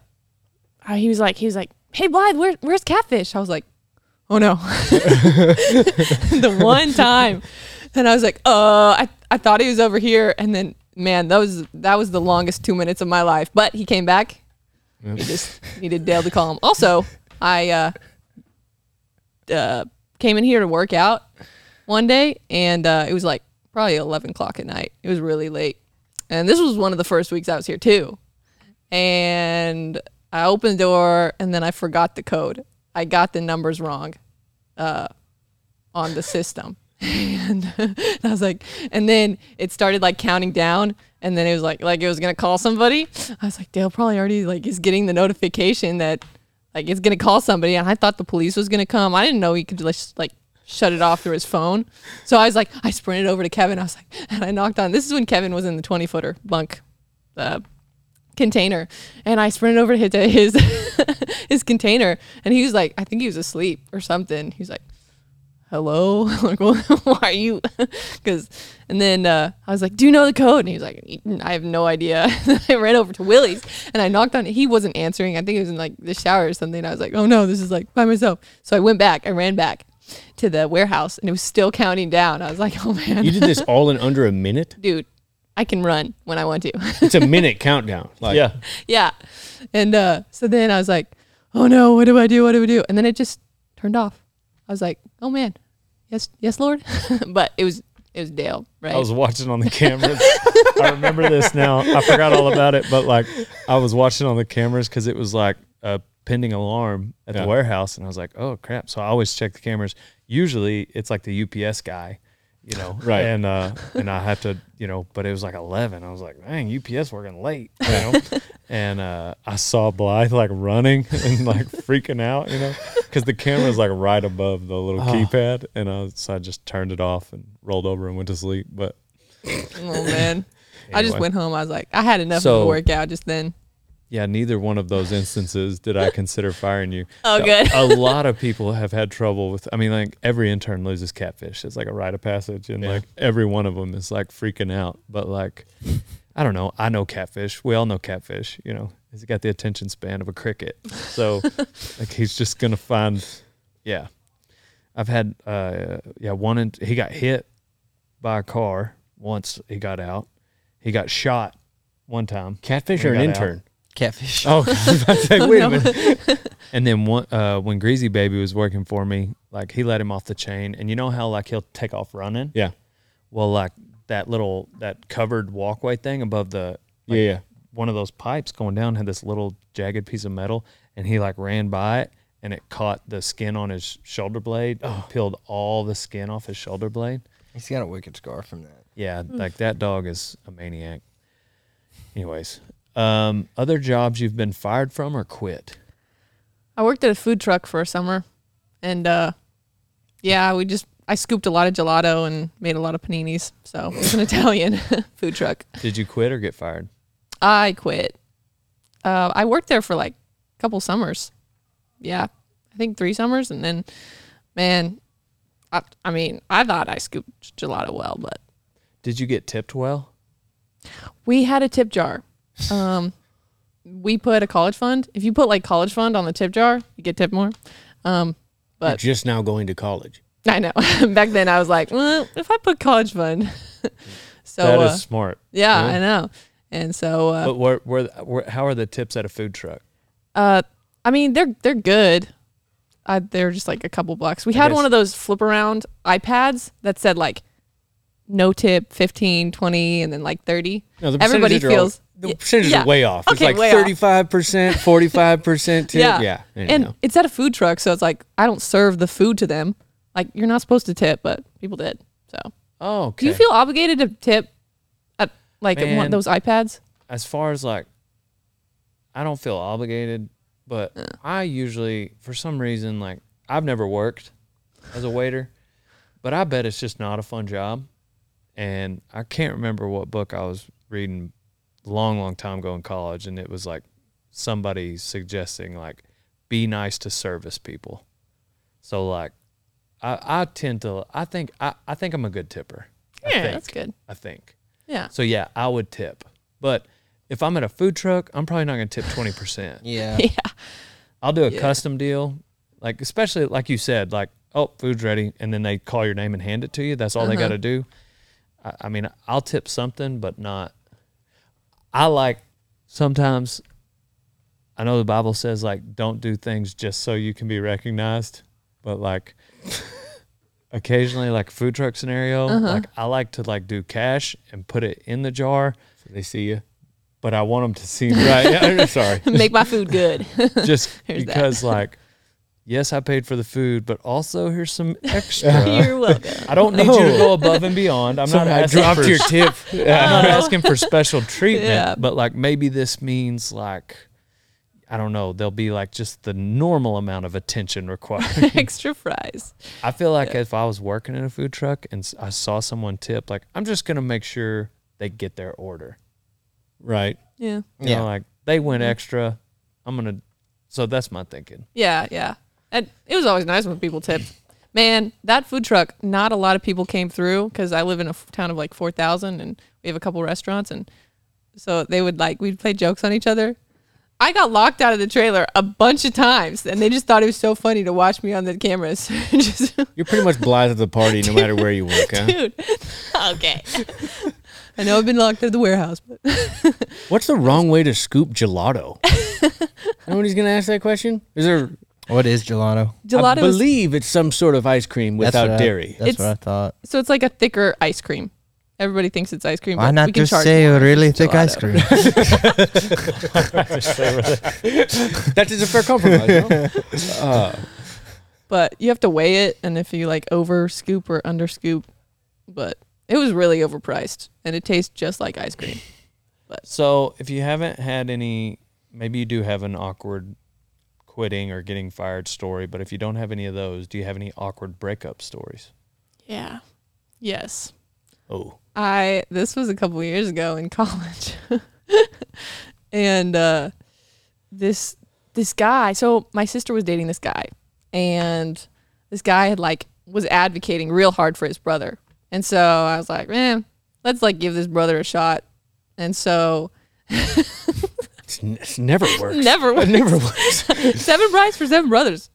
S6: I- he was like he was like, "Hey Blythe, where, where's catfish?" I was like, "Oh no." the one time. And I was like, uh, I, I thought he was over here. And then, man, that was, that was the longest two minutes of my life. But he came back. He just needed Dale to call him. Also, I uh, uh, came in here to work out one day, and uh, it was like probably 11 o'clock at night. It was really late. And this was one of the first weeks I was here, too. And I opened the door, and then I forgot the code. I got the numbers wrong uh, on the system. and I was like, and then it started like counting down, and then it was like, like it was gonna call somebody. I was like, Dale probably already like is getting the notification that like it's gonna call somebody, and I thought the police was gonna come. I didn't know he could just like shut it off through his phone. So I was like, I sprinted over to Kevin. I was like, and I knocked on. This is when Kevin was in the twenty footer bunk. Uh, container and I sprinted over to his to his, his container and he was like I think he was asleep or something. He was like hello like well, why are you because and then uh, i was like do you know the code and he was like "Mm, i have no idea i ran over to willie's and i knocked on he wasn't answering i think he was in like the shower or something i was like oh no this is like by myself so i went back i ran back to the warehouse and it was still counting down i was like oh man
S2: You did this all in under a minute.
S6: dude i can run when i want to
S2: It's a minute countdown. Like,
S1: yeah.
S6: yeah. And uh, so then I was like, oh no, what do I do? What do I do? And then it just turned off. I was like, oh man, yes, yes, Lord. but it was it was Dale, right?
S1: I was watching on the cameras. I remember this now. I forgot all about it, but like I was watching on the cameras because it was like a pending alarm at
S2: Yeah.
S1: the warehouse, and I was like, "Oh crap!" So I always check the cameras. Usually, it's like the UPS guy, you know,
S2: Right.
S1: And uh, and I have to, you know, but it was like eleven. I was like, "Dang, UPS working late," you know. and uh, I saw Blythe like running and like freaking out, you know, because the camera's like right above the little keypad, and I, so I just turned it off and rolled over and went to sleep, but.
S6: oh man. I just
S1: Anyway.
S6: went home. I was like, I had enough of
S1: So-
S6: a workout just then.
S1: Yeah, neither one of those instances did I consider firing you.
S6: Oh,
S1: A-
S6: good.
S1: a lot of people have had trouble with. I mean, like every intern loses catfish. It's like a rite of passage, and like every one of them is like freaking out. But like, I don't know. I know catfish. We all know catfish. You know, he's got the attention span of a cricket. So like, he's just gonna find. Yeah, I've had. uh Yeah, one. In, he got hit by a car once. He got out. He got shot one time.
S2: Catfish
S1: We
S2: or an
S1: got out.
S2: intern?
S4: Catfish.
S1: Oh, I was about to say, wait a minute. And then one, uh, when Greasy Baby was working for me, like he let him off the chain, and you know how like he'll take off running.
S2: Yeah.
S1: Well, like that little that covered walkway thing above the
S2: Yeah. Yeah.
S1: one of those pipes going down had this little jagged piece of metal, and he like ran by it, and it caught the skin on his shoulder blade,
S4: Oh.
S1: and peeled all the skin off his shoulder blade.
S4: He's got a wicked scar from that.
S1: Yeah,
S6: Mm.
S1: like that dog is a maniac. Anyways, um, other jobs you've been fired from or quit?
S6: I worked at a food truck for a summer, and uh, yeah, we just I scooped a lot of gelato and made a lot of paninis. So it's an Italian food truck.
S1: Did you quit or get fired?
S6: I quit. Uh, I worked there for like a couple summers. Yeah, I think three summers, and then, man, I, I mean, I thought I scooped gelato well, but
S1: Did you get tipped well?
S6: we had a tip jar. Um, we put a college fund. If you put like college fund on the tip jar, you get tipped more. Um,
S2: You're just now going to college.
S6: I know. Back then, I was like, well, if I put college fund, so
S1: That is
S6: uh,
S1: smart.
S6: yeah,
S1: good.
S6: I know. And so, uh,
S1: But where, where, where, how are the tips at a food truck?
S6: Uh, I mean, they're they're good. Uh, they're just like a couple bucks. We had
S1: guess-
S6: one of those flip around iPads that said like no tip 15 20 and then like 30
S2: No, the
S6: everybody
S2: percentages are all-
S6: feels
S2: the
S6: y-
S2: percentages
S6: yeah.
S2: are way off.
S6: Okay,
S2: it's
S6: way
S2: like
S6: off.
S2: thirty-five percent, forty-five percent.
S6: yeah
S2: Yeah.
S6: and it's at a food truck so it's like i don't serve the food to them like you're not supposed to tip but people did so
S1: Oh,
S6: do
S1: okay.
S6: you feel obligated to tip at like at one
S1: Man.
S6: of those ipads
S1: as far as like, I don't feel obligated, but I usually, for some reason, like I've never worked as a waiter, but I bet it's just not a fun job. And I can't remember what book I was reading a long, long time ago in college, and it was like somebody suggesting like be nice to service people. So like, I, I tend to I think I, I think I'm a good tipper. I
S6: yeah
S1: think.
S6: that's good
S1: I think.
S6: yeah
S1: So yeah, I would tip. But if I'm at a food truck, I'm probably not going to tip 20%.
S4: Yeah.
S1: I'll do a custom deal. Like especially like you said, like, "Oh, food's ready." And then they call your name and hand it to you. That's all they got to do. I, I mean, I'll tip something, but not I like sometimes I know the Bible says like don't do things just so you can be recognized, but like occasionally like food truck scenario,
S6: Uh-huh.
S1: like I like to like do cash and put it in the jar
S2: they see you.
S1: but I want them to see me
S2: Right. Yeah, I'm sorry.
S6: make my food good
S1: just
S6: Here's that.
S1: because, like, yes, I paid for the food, but also here's some extra.
S6: you're welcome
S1: I don't need you to go above and beyond. I'm not
S2: Sorry, Oh. I
S1: asking
S2: dropped
S1: for,
S2: your tip. Uh-huh.
S1: I'm not asking for special treatment,
S6: Yeah.
S1: but like maybe this means like. I don't know. There'll be like just the normal amount of attention required.
S6: extra fries
S1: I feel like if I was working in a food truck and s- I saw someone tip, like I'm just gonna make sure they get their order.
S2: Right.
S6: yeah
S1: You
S4: Yeah.
S1: know, like they went extra. I'm gonna. So that's my thinking.
S6: Yeah, yeah. And it was always nice when people tipped. Man, that food truck, not a lot of people came through because I live in a f- town of like 4,000 and we have a couple restaurants. And so they would like, we'd play jokes on each other. I got locked out of the trailer a bunch of times and they just thought it was so funny to watch me on the cameras. just,
S2: You're pretty much blithe at the party no matter where you work, huh?
S6: dude, okay. I know I've been locked at the warehouse, but
S2: What's the wrong way to scoop gelato? Nobody's gonna ask that question. Is there?
S4: What is
S2: I
S4: gelato?
S6: gelato is,
S2: believe it's some sort of ice cream
S4: That's
S2: without
S4: what I-
S2: dairy.
S4: that's
S6: It's-
S4: what I thought.
S6: so it's like a thicker ice cream. Everybody thinks it's ice cream.
S4: Why
S6: but
S4: not
S6: we can
S4: just
S6: charge
S4: say
S6: more.
S4: a really
S6: It's
S4: thick ice
S6: gelato.
S4: cream?
S2: That is a fair compromise. no? Uh,
S6: but you have to weigh it and if you like over scoop or under scoop but it was really overpriced and it tastes just like ice cream
S1: So if you haven't had any, maybe you do have an awkward quitting or getting fired story, but if you don't have any of those, do you have any awkward breakup stories?
S6: yeah yes
S1: Oh,
S6: i this was a couple years ago in college and uh this this guy so my sister was dating this guy and this guy had like was advocating real hard for his brother and so i was like man let's like give this brother a shot and so
S2: It's, n- it's never works.
S6: never
S2: It
S6: went
S2: never works.
S6: seven brides for seven brothers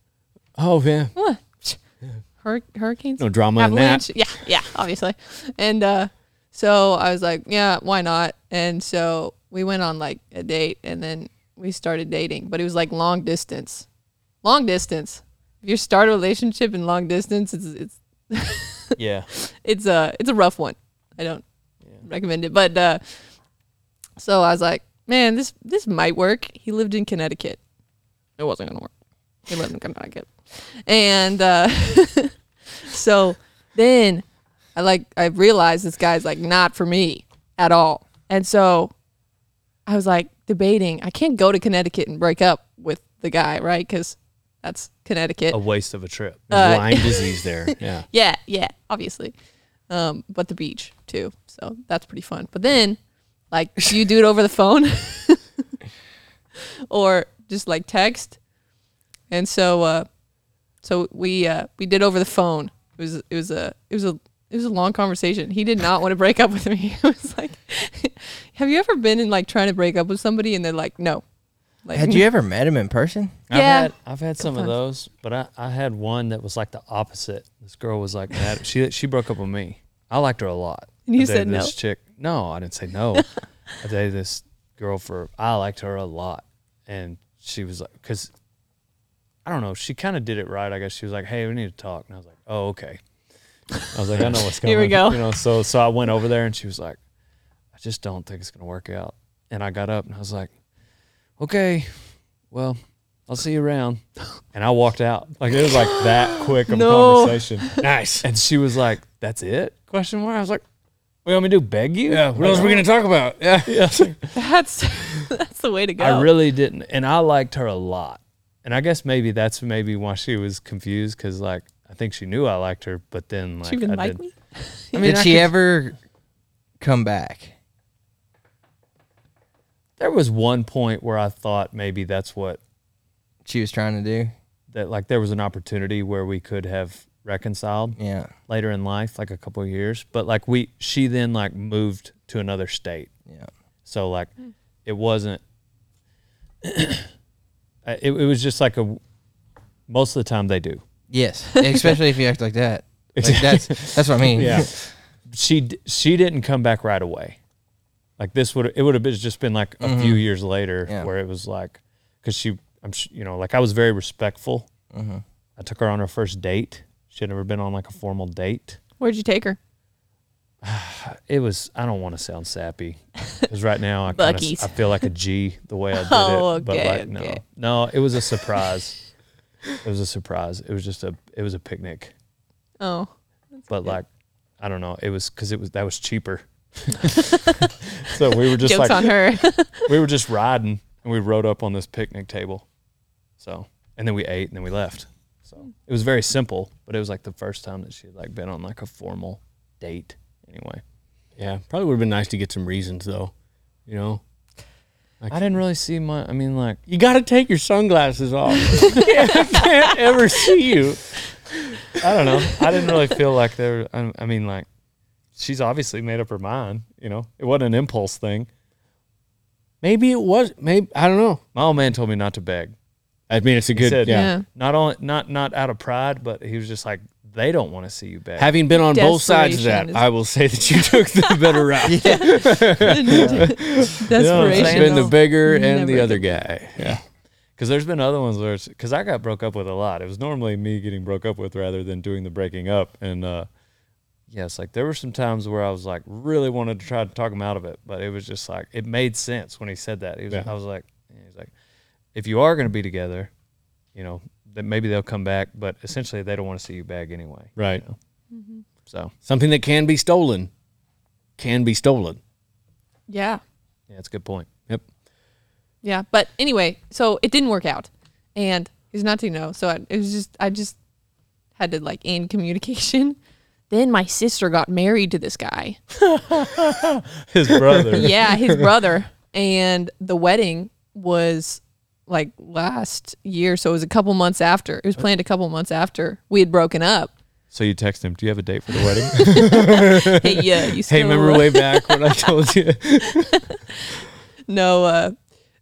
S2: Oh yeah.
S6: What? Hur- hurricanes?
S2: No drama in that.
S6: Avalanche? Yeah, yeah, obviously. And uh, so I was like, yeah, why not? And so we went on like a date and then we started dating, but it was like long distance. Long distance. If you start a relationship in long distance, it's it's
S1: yeah.
S6: it's a it's a rough one. I don't recommend it. But uh, so I was like, man, this this might work. He lived in Connecticut. It wasn't gonna work. He lived in Connecticut, and uh, so then I like I realized this guy's like not for me at all, and so I was like debating. I can't go to Connecticut and break up with the guy, right? Because that's Connecticut.
S1: A waste of a trip.
S6: Uh,
S2: Lyme disease there. Yeah.
S6: Yeah, yeah, obviously. Um, but the beach too. So that's pretty fun. But then, like, do you do it over the phone or just like text? And so, uh, so we uh, we did over the phone. It was it was a it was a it was a long conversation. He did not want to break up with me. I was like, "Have you ever been in like trying to break up with somebody and they're like, no." Like,
S4: Had you ever met him in person?
S1: I've
S6: Yeah.
S1: had, I've had some of those, but I, I had one that was like the opposite. This girl was like mad. she she broke up with me. I liked her a lot.
S6: And you
S1: I dated
S6: said no.
S1: This chick, no, I didn't say no. I dated this girl for I liked her a lot, and she was like, because I don't know, she kind of did it right. I guess she was like, hey, we need to talk, and I was like, oh okay. I was like, I know what's coming.
S6: Here we go.
S1: You know, so so I went over there, and she was like, I just don't think it's gonna work out. And I got up, and I was like, okay, well. I'll see you around. And I walked out. Like it was like that quick of a
S6: No.
S1: conversation. Nice. And she was like, That's it? Question mark. I was like, What you want me to do? Beg you?
S2: Yeah. What else are we gonna talk about? Yeah.
S6: that's that's the way to go.
S1: I really didn't. And I liked her a lot. And I guess maybe that's maybe why she was confused because like I think she knew I liked her, but then like
S6: she even
S1: I
S6: like
S1: did-
S6: me.
S1: I mean,
S4: Did
S1: I
S4: she
S1: could-
S4: ever come back?
S1: there was one point where I thought maybe that's what
S4: She was trying to do.
S1: that like there was an opportunity where we could have reconciled.
S4: Yeah.
S1: later in life, like a couple of years. But like we, she then like moved to another state.
S4: Yeah.
S1: So like,
S6: Hmm.
S1: it wasn't. uh, it, it was just like a. Most of the time they do.
S4: Yes. Especially if you act like that. Like that's that's what I mean.
S1: Yeah. she d- she didn't come back right away. Like this would it would have been just been like a few years later
S4: Mm-hmm. Yeah.
S1: where it was like because she I'm sh- you know like I was very respectful.
S4: Mm-hmm.
S1: I took her on her first date. She had never been on like a formal date.
S6: Where'd you take her?
S1: it was I don't want to sound sappy because right now I kind of
S6: Buc-ee's.
S1: I feel like a G the way I did
S6: Oh,
S1: it. But
S6: okay,
S1: like
S6: okay.
S1: no, no, it was a surprise. it was a surprise. It was just a it was a picnic,
S6: Oh,
S1: but like I don't know. It was because it was that was cheaper. so we were just
S6: jokes
S1: like
S6: on her.
S1: we were just riding and we rode up on this picnic table, so and then we ate and then we left. So it was very simple, but it was like the first time that she had like been on like a formal date. Anyway,
S2: Yeah. Probably would have been nice to get some reasons though. You know.
S1: I didn't really see my. I mean, like
S2: You got to take your sunglasses off. I can't ever see you.
S1: I don't know. I didn't really feel like there. I, I mean, like she's obviously made up her mind. You know, it wasn't an impulse thing.
S2: Maybe it was. Maybe I don't know.
S1: My old man told me not to beg.
S2: I mean, it's a
S1: He
S2: good.
S1: said,
S2: yeah.
S6: Yeah.
S1: Not on, not not out of pride, but he was just like, they don't want to see you beg.
S2: Having been on both sides of
S6: Desperation
S2: that,
S6: is-
S2: I will say that you took the better route.
S1: I'm
S2: It's
S1: saying?
S6: Desperation.
S2: been the bigger
S6: Never
S2: and the
S6: did.
S2: other guy. Yeah.
S1: Because there's been other ones where it's because I got broke up with a lot. It was normally me getting broke up with rather than doing the breaking up. And uh, yes, like there were some times where I was like really wanted to try to talk him out of it, but it was just like it made sense when he said that. He was, I was like, he's like, if you are going to be together, you know, that maybe they'll come back, but essentially they don't want to see you back anyway.
S2: Right.
S6: Mm-hmm.
S1: So
S2: Something that can be stolen can be stolen.
S6: yeah.
S1: yeah, it's a good point.
S2: Yep.
S6: Yeah, but anyway, so it didn't work out, and he's not to know. So I, it was just I just had to like end communication. Then my sister got married to this guy.
S1: His brother.
S6: Yeah, his brother, and the wedding was like last year, so it was a couple months after. It was planned a couple months after we had broken up.
S1: So you text him, do you have a date for the wedding?
S6: Hey, yeah, you still,
S2: Hey, remember way back when I told you?
S6: no uh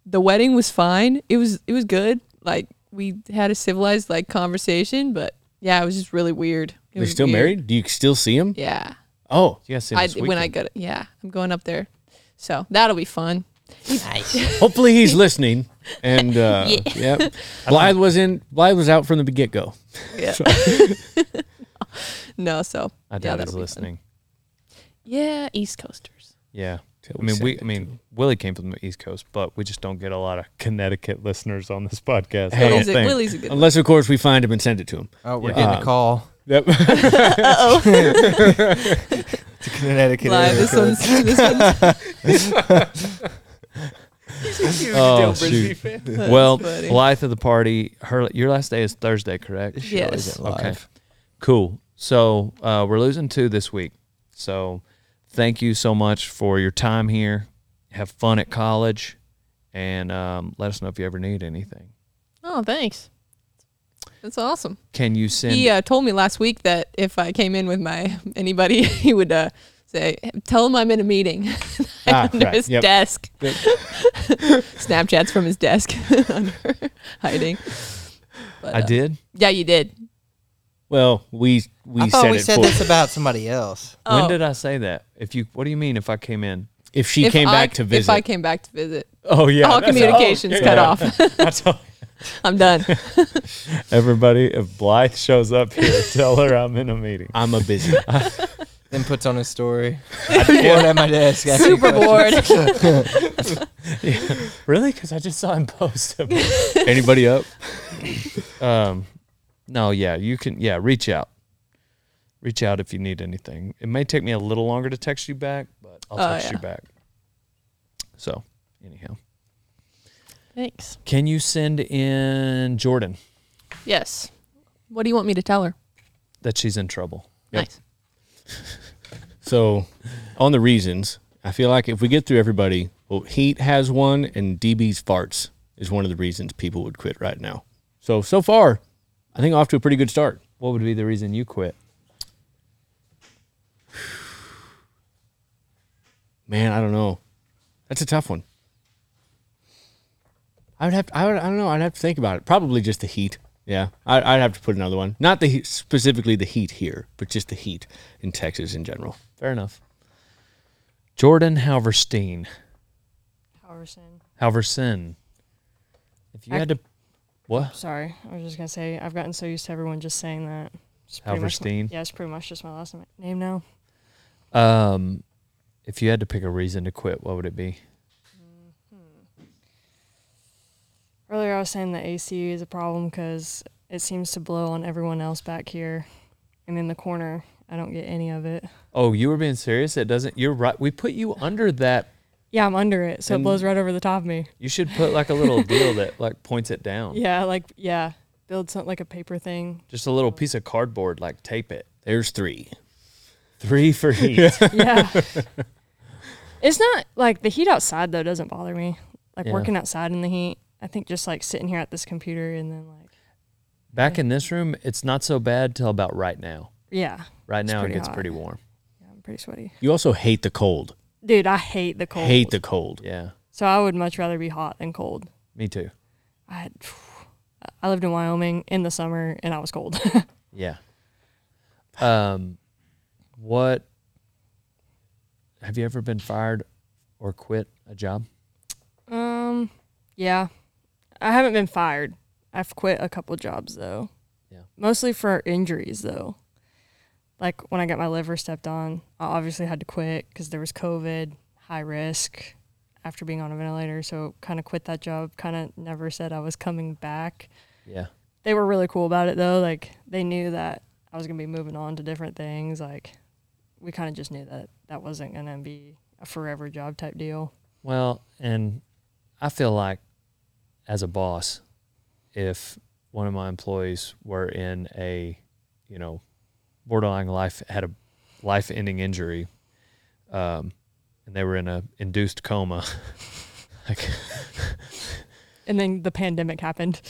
S6: the wedding was fine it was it was good like we had a civilized like conversation but yeah it was just really weird It
S2: They're
S6: was
S2: still
S6: weird.
S2: married? Do you still see him?
S6: yeah
S2: Oh,
S1: yes,
S6: I, when i go to, yeah i'm going up there so that'll be fun
S2: hopefully he's listening. And uh, yep. Blythe was in. Blythe was out from the get go.
S6: yeah no so
S1: I
S6: yeah, that'll
S1: doubt he's
S6: be fun.
S1: listening.
S6: yeah east coasters
S1: Yeah. I
S2: we
S1: mean,
S2: said
S1: we.
S2: that
S1: I mean, Willie came from the East Coast, but we just don't get a lot of Connecticut listeners on this podcast. I don't
S6: willie's a,
S1: think.
S6: willie's a good
S2: Unless, of course, we find him and send it to him. Um,
S4: Oh, we're
S1: Yeah.
S4: getting a call.
S2: Yep.
S4: To Connecticut.
S6: Live. This one's, this one's
S1: Oh, shoot. well,
S6: funny.
S1: Blythe of the party. Her, your last day is Thursday, correct?
S6: yes
S1: Okay. Cool. So uh, we're losing two this week. So thank you so much for your time here. Have fun at college, and um, let us know if you ever need anything.
S6: oh thanks that's awesome
S1: Can you send?
S6: he uh, told me last week that if I came in with my anybody, he would uh, say, "Tell him I'm in a meeting."
S2: Ah,
S6: under
S2: right.
S6: his
S2: Yep.
S6: desk. Snapchats from his desk under hiding. But,
S1: I
S6: uh,
S1: did.
S6: Yeah, you did.
S2: Well, we we
S4: I
S2: said
S4: thought
S2: it
S4: we said
S2: for.
S4: this about somebody else.
S6: Oh.
S1: When did I say that? If you, what do you mean? If I came in?
S2: If she
S6: If
S2: came
S6: I-
S2: back to
S6: If I
S2: visit,
S6: came back to visit,
S1: Oh yeah.
S6: all
S1: that's-
S6: communications cut off.
S1: that's all-
S6: I'm done.
S1: Everybody, if Blythe shows up here, tell her I'm in a meeting.
S2: I'm a busy.
S4: Then puts on his story. Bored at my desk. asking
S6: Super
S4: questions.
S6: bored.
S1: Really? Because I just saw him post.
S2: Anybody up?
S1: um, no, yeah, you can. Yeah, reach out. Reach out if you need anything. It may take me a little longer to text you back, but I'll
S6: Oh,
S1: text
S6: yeah.
S1: you back. So, anyhow,
S6: Thanks.
S1: can you send in Jordan
S6: Yes. What do you want me to tell her?
S1: that she's in trouble?
S6: Nice.
S2: So, on the reasons, I feel like if we get through everybody, well, Heat has one, and DB's farts is one of the reasons people would quit right now. So, so far, I think off to a pretty good start.
S1: What would be the reason you quit?
S2: Man, I don't know. That's a tough one. I would have to, I, would, I don't know. I'd have to think about it. Probably just the heat. Yeah, I, I'd have to put another one. Not the heat, specifically the heat here, but just the heat in Texas in general.
S1: Fair enough. Jordan Halverstein.
S7: Howerson.
S1: Halverson. If you
S7: I-
S1: had to, what?
S7: Sorry, I was just gonna say I've gotten so used to everyone just saying that. It's pretty much my-
S1: Halverstein.
S7: yeah, it's pretty much just my last na- name now.
S1: Um, if you had to pick a reason to quit, what would it be?
S7: Earlier, I was saying the AC is a problem because it seems to blow on everyone else back here, and in the corner, I don't get any of it.
S1: Oh, you were being serious. It doesn't. You're right. We put you under that.
S7: Yeah, I'm under it, so it blows right over the top of me.
S1: You should put like a little deal that like points it down.
S7: Yeah, like yeah, build something like a paper thing.
S1: Just a little piece of cardboard, like tape it.
S2: There's three.
S1: Three for heat.
S7: Yeah. it's not like the heat outside though doesn't bother me. Like
S1: Yeah.
S7: working outside in the heat, I think just like sitting here at this computer and then like
S1: Back in this room, it's not so bad till about right now.
S7: Yeah,
S1: Right now, it
S7: pretty
S1: gets
S7: hot.
S1: pretty warm.
S7: yeah I'm pretty sweaty.
S5: You also hate the cold.
S7: Dude, I hate the cold.
S5: Hate the cold.
S1: Yeah,
S7: So I would much rather be hot than cold.
S1: me too.
S7: I had, I lived in Wyoming in the summer and I was cold.
S1: Yeah. Um, what have you ever been fired or quit a job?
S7: um, yeah, I haven't been fired. I've quit a couple jobs though.
S1: Yeah.
S7: Mostly for injuries though. Like when I got my liver stepped on, I obviously had to quit because there was COVID, high risk after being on a ventilator. So kind of quit that job. Kind of never said I was coming back.
S1: Yeah.
S7: they were really cool about it though. Like they knew that I was gonna be moving on to different things. Like we kind of just knew that that wasn't gonna be a forever job type deal.
S1: Well, and I feel like as a boss, if one of my employees were in a, you know, borderline life had a life ending injury, um, and they were in a induced coma, like
S7: And then the pandemic happened.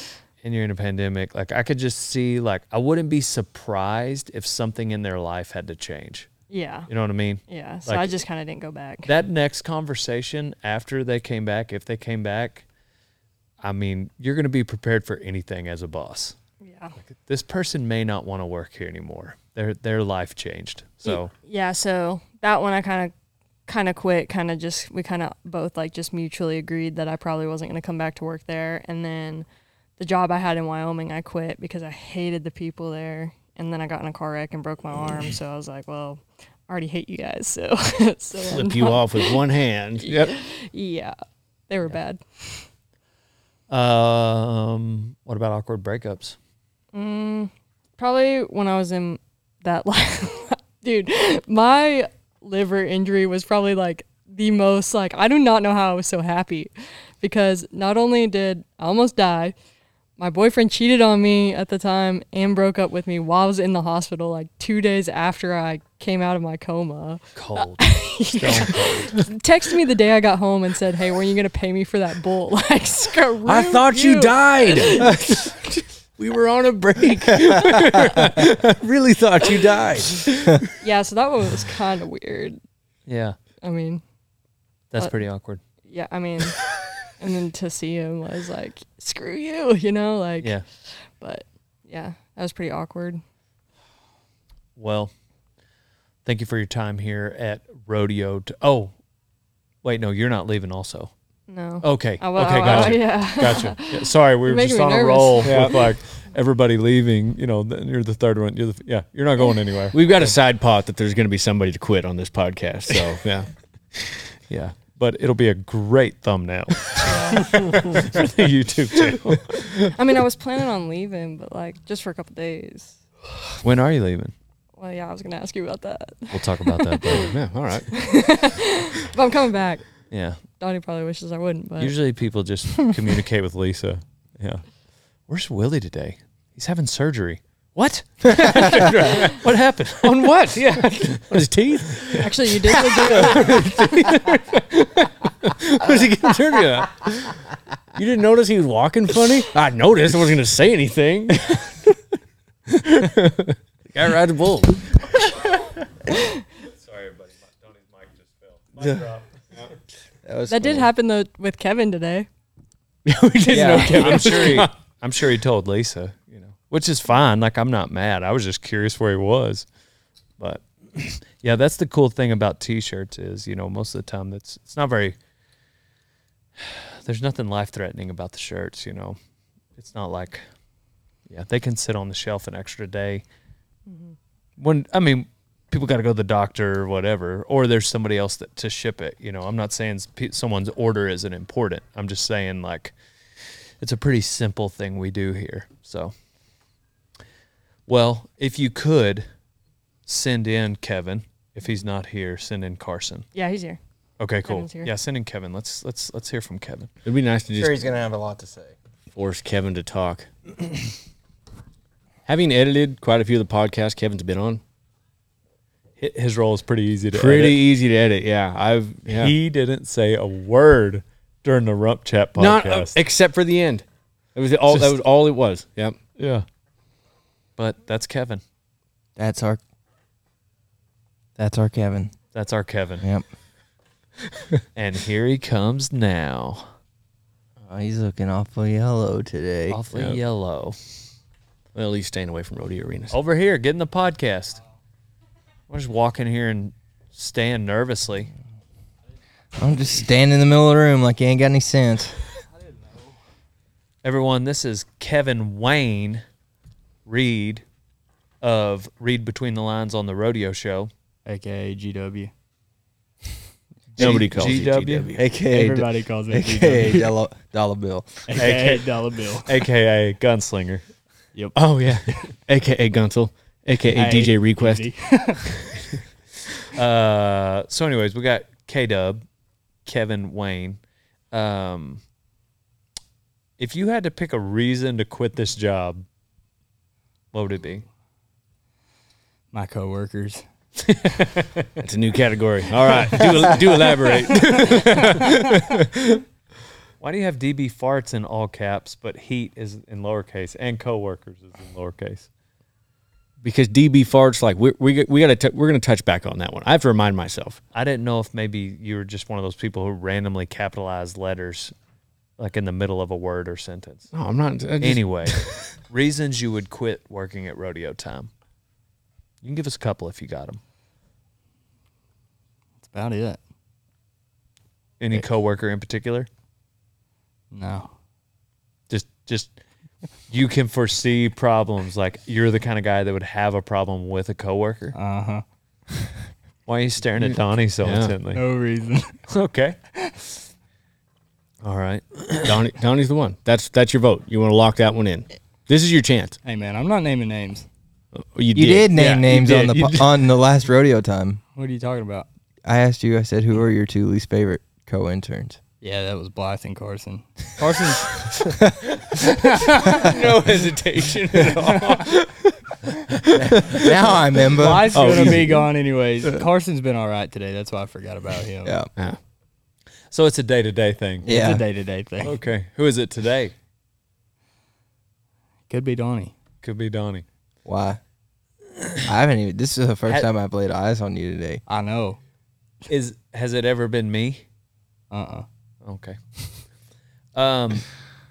S1: and you're in a pandemic, like I could just see like I wouldn't be surprised if something in their life had to change.
S7: Yeah,
S1: You know what I mean?
S7: yeah. So
S1: Like-
S7: I just kind of didn't go back.
S1: That next conversation after they came back, if they came back, I mean, you're going to be prepared for anything as a boss.
S7: yeah.
S1: This person may not want to work here anymore. Their their life changed. So
S7: Yeah. So that one I kind of kind of quit. Kind of just we kind of both like just mutually agreed that I probably wasn't gonna come back to work there. And then the job I had in Wyoming, I quit because I hated the people there. And then I got in a car wreck and broke my arm. So I was like, well, I already hate you guys. So, so I'm
S2: Flip you
S7: not-
S2: off with one hand.
S1: yep.
S7: Yeah. They were bad.
S1: Um, what about awkward breakups?
S7: Mm, probably when I was in that la- dude, my liver injury was probably like the most like I do not know how I was so happy because not only did I almost die, my boyfriend cheated on me at the time and broke up with me while I was in the hospital like 2 days after I came out of my coma.
S1: Cold. Stone cold.
S7: Texted me the day I got home and said, "Hey, when are you going to pay me for that bull?" Like screw
S2: I thought you,
S7: you
S2: died. we were on a break. I really thought you died.
S7: Yeah, so that one was kind of weird.
S1: Yeah.
S7: I mean,
S1: That's
S7: Uh,
S1: pretty awkward.
S7: yeah, I mean, and then to see him was like, screw you, you know, like,
S1: Yeah.
S7: but yeah, that was pretty awkward.
S1: Well, thank you for your time here at Rodeo. T- oh, wait, no, you're not leaving also.
S7: No.
S1: Okay.
S2: Oh,
S7: I wa-
S1: okay,
S7: I wa-
S1: gotcha.
S7: yeah.
S1: Gotcha. Yeah, sorry, we
S7: You're
S1: were just
S7: making
S1: on
S7: me
S1: a
S7: nervous.
S1: roll with like everybody leaving. You know, then you're the third one. You're the yeah. You're not going anywhere.
S2: We've got a side pot that there's going to be somebody to quit on this podcast. So yeah,
S1: yeah, but it'll be a great thumbnail for the YouTube channel.
S7: I mean, I was planning on leaving, but like just for a couple days.
S1: When are you leaving?
S7: Well, yeah, I was gonna ask you about that,
S1: We'll talk about that later.
S2: yeah. All right.
S7: but I'm coming back.
S1: Yeah.
S7: Donnie probably wishes I wouldn't, but
S1: Usually people just communicate with Lisa. Yeah. Where's Willie today? He's having surgery. What? what happened?
S2: on what? Yeah, on his teeth.
S7: actually, you did. legit-
S2: What is he getting surgery on? You didn't notice he was walking funny. I noticed. I wasn't going to say anything. Guy rides a bull.
S1: Sorry, everybody. Tony's mic just fell. Mic drop.
S7: that did happen though with Kevin today.
S2: we didn't
S1: Yeah,
S2: know Kevin.
S1: I'm sure. He, I'm sure he told Lisa. You know, which is fine. Like I'm not mad. I was just curious where he was. But yeah, that's the cool thing about t-shirts is you know most of the time that's it's not very. There's nothing life threatening about the shirts. You know, it's not like, yeah, they can sit on the shelf an extra day. When I mean. People got to go to the doctor or whatever, or there's somebody else that to ship it. You know, I'm not saying s- pe- someone's order isn't important. I'm just saying like it's a pretty simple thing we do here. So, well, if you could send in Kevin, if he's not here, send in Carson.
S7: Yeah, he's here.
S1: Okay, cool.
S7: Kevin's here.
S1: Yeah, send in Kevin. Let's let's let's hear from Kevin.
S2: It'd be nice to
S4: sure
S2: just
S4: he's gonna have a lot to say.
S2: force Kevin to talk. Having edited quite a few of the podcasts Kevin's been on,
S1: Hi- His role is pretty easy to
S2: pretty
S1: edit.
S2: easy to edit. Yeah, I've yeah.
S1: He didn't say a word during the Rump Chat
S2: not uh,
S1: podcast.
S2: except for the end. It was all that
S1: Just-
S2: was all it was. Yep.
S1: yeah, But that's Kevin.
S3: That's our. That's our Kevin.
S1: That's our Kevin.
S3: Yep.
S1: And here he comes now.
S3: Oh, he's looking awfully yellow today.
S1: Awfully yellow.
S2: Well, at least staying away from rodeo arenas.
S1: Over here, get in the podcast. I'll just walk in here and stand nervously.
S3: I'm just standing in the middle of the room like you ain't got any sense.
S1: Everyone, this is Kevin Wayne Reed of Read Between the Lines on the Rodeo Show.
S8: aka GW.
S2: Nobody calls you
S1: GW.
S2: GW.
S3: AKA.
S8: Everybody calls me
S3: AKA
S8: GW.
S3: dollar, dollar bill.
S8: AKA Dollar Bill.
S1: AKA Gunslinger.
S8: Yep.
S2: Oh yeah, aka Gunsel, aka DJ Request.
S8: Easy.
S1: Uh, so, anyways, we got K Dub, Kevin Wayne. Um, if you had to pick a reason to quit this job, what would it be?
S8: My coworkers.
S2: That's a new category. All right, do, do elaborate.
S1: Why do you have DB farts in all caps, but heat is in lowercase and coworkers is in lowercase?
S2: because DB farts like we we we got to we're gonna touch back on that one. I have to remind myself.
S1: I didn't know if maybe you were just one of those people who randomly capitalize letters like in the middle of a word or sentence.
S2: No, I'm not. I just-
S1: Anyway, reasons you would quit working at rodeo time. You can give us a couple if you got them.
S8: That's about it.
S1: Any coworker in particular?
S8: Eh. No.
S1: Just just you can foresee problems like you're the kind of guy that would have a problem with a coworker.
S8: Uh huh.
S1: Why are you staring at Donnie so
S2: Yeah.
S1: intently?
S8: No reason.
S1: Okay. All right.
S2: Donnie, Donnie's the one. That's that's your vote. You want to lock that one in. This is your chance.
S8: hey man, I'm not naming names.
S2: Oh, You,
S3: You did name
S2: Yeah, you
S3: names
S2: did.
S3: on the
S2: You
S3: po-
S2: did.
S3: on the last rodeo time.
S8: What are you talking about?
S3: I asked you. I said, "Who are your two least favorite co-interns?"
S8: Yeah, that was Blythe and Carson.
S3: Parsons.
S2: no hesitation.
S3: now I remember.
S8: Blythe's
S2: Oh,
S8: gonna
S2: easy.
S8: be gone anyways. Carson's been all right today. That's why I forgot about him.
S3: Yeah.
S2: Yeah.
S1: So it's a day-to-day thing.
S8: It's
S3: Yeah.
S8: a day to day thing.
S1: Okay. Who is it today?
S8: Could be Donnie.
S1: Could be Donnie.
S3: Why? I haven't even. This is the first
S1: Had-
S3: time I've laid eyes on you today.
S8: I know.
S1: Is has it ever been me?
S8: Uh uh
S1: Okay. Um,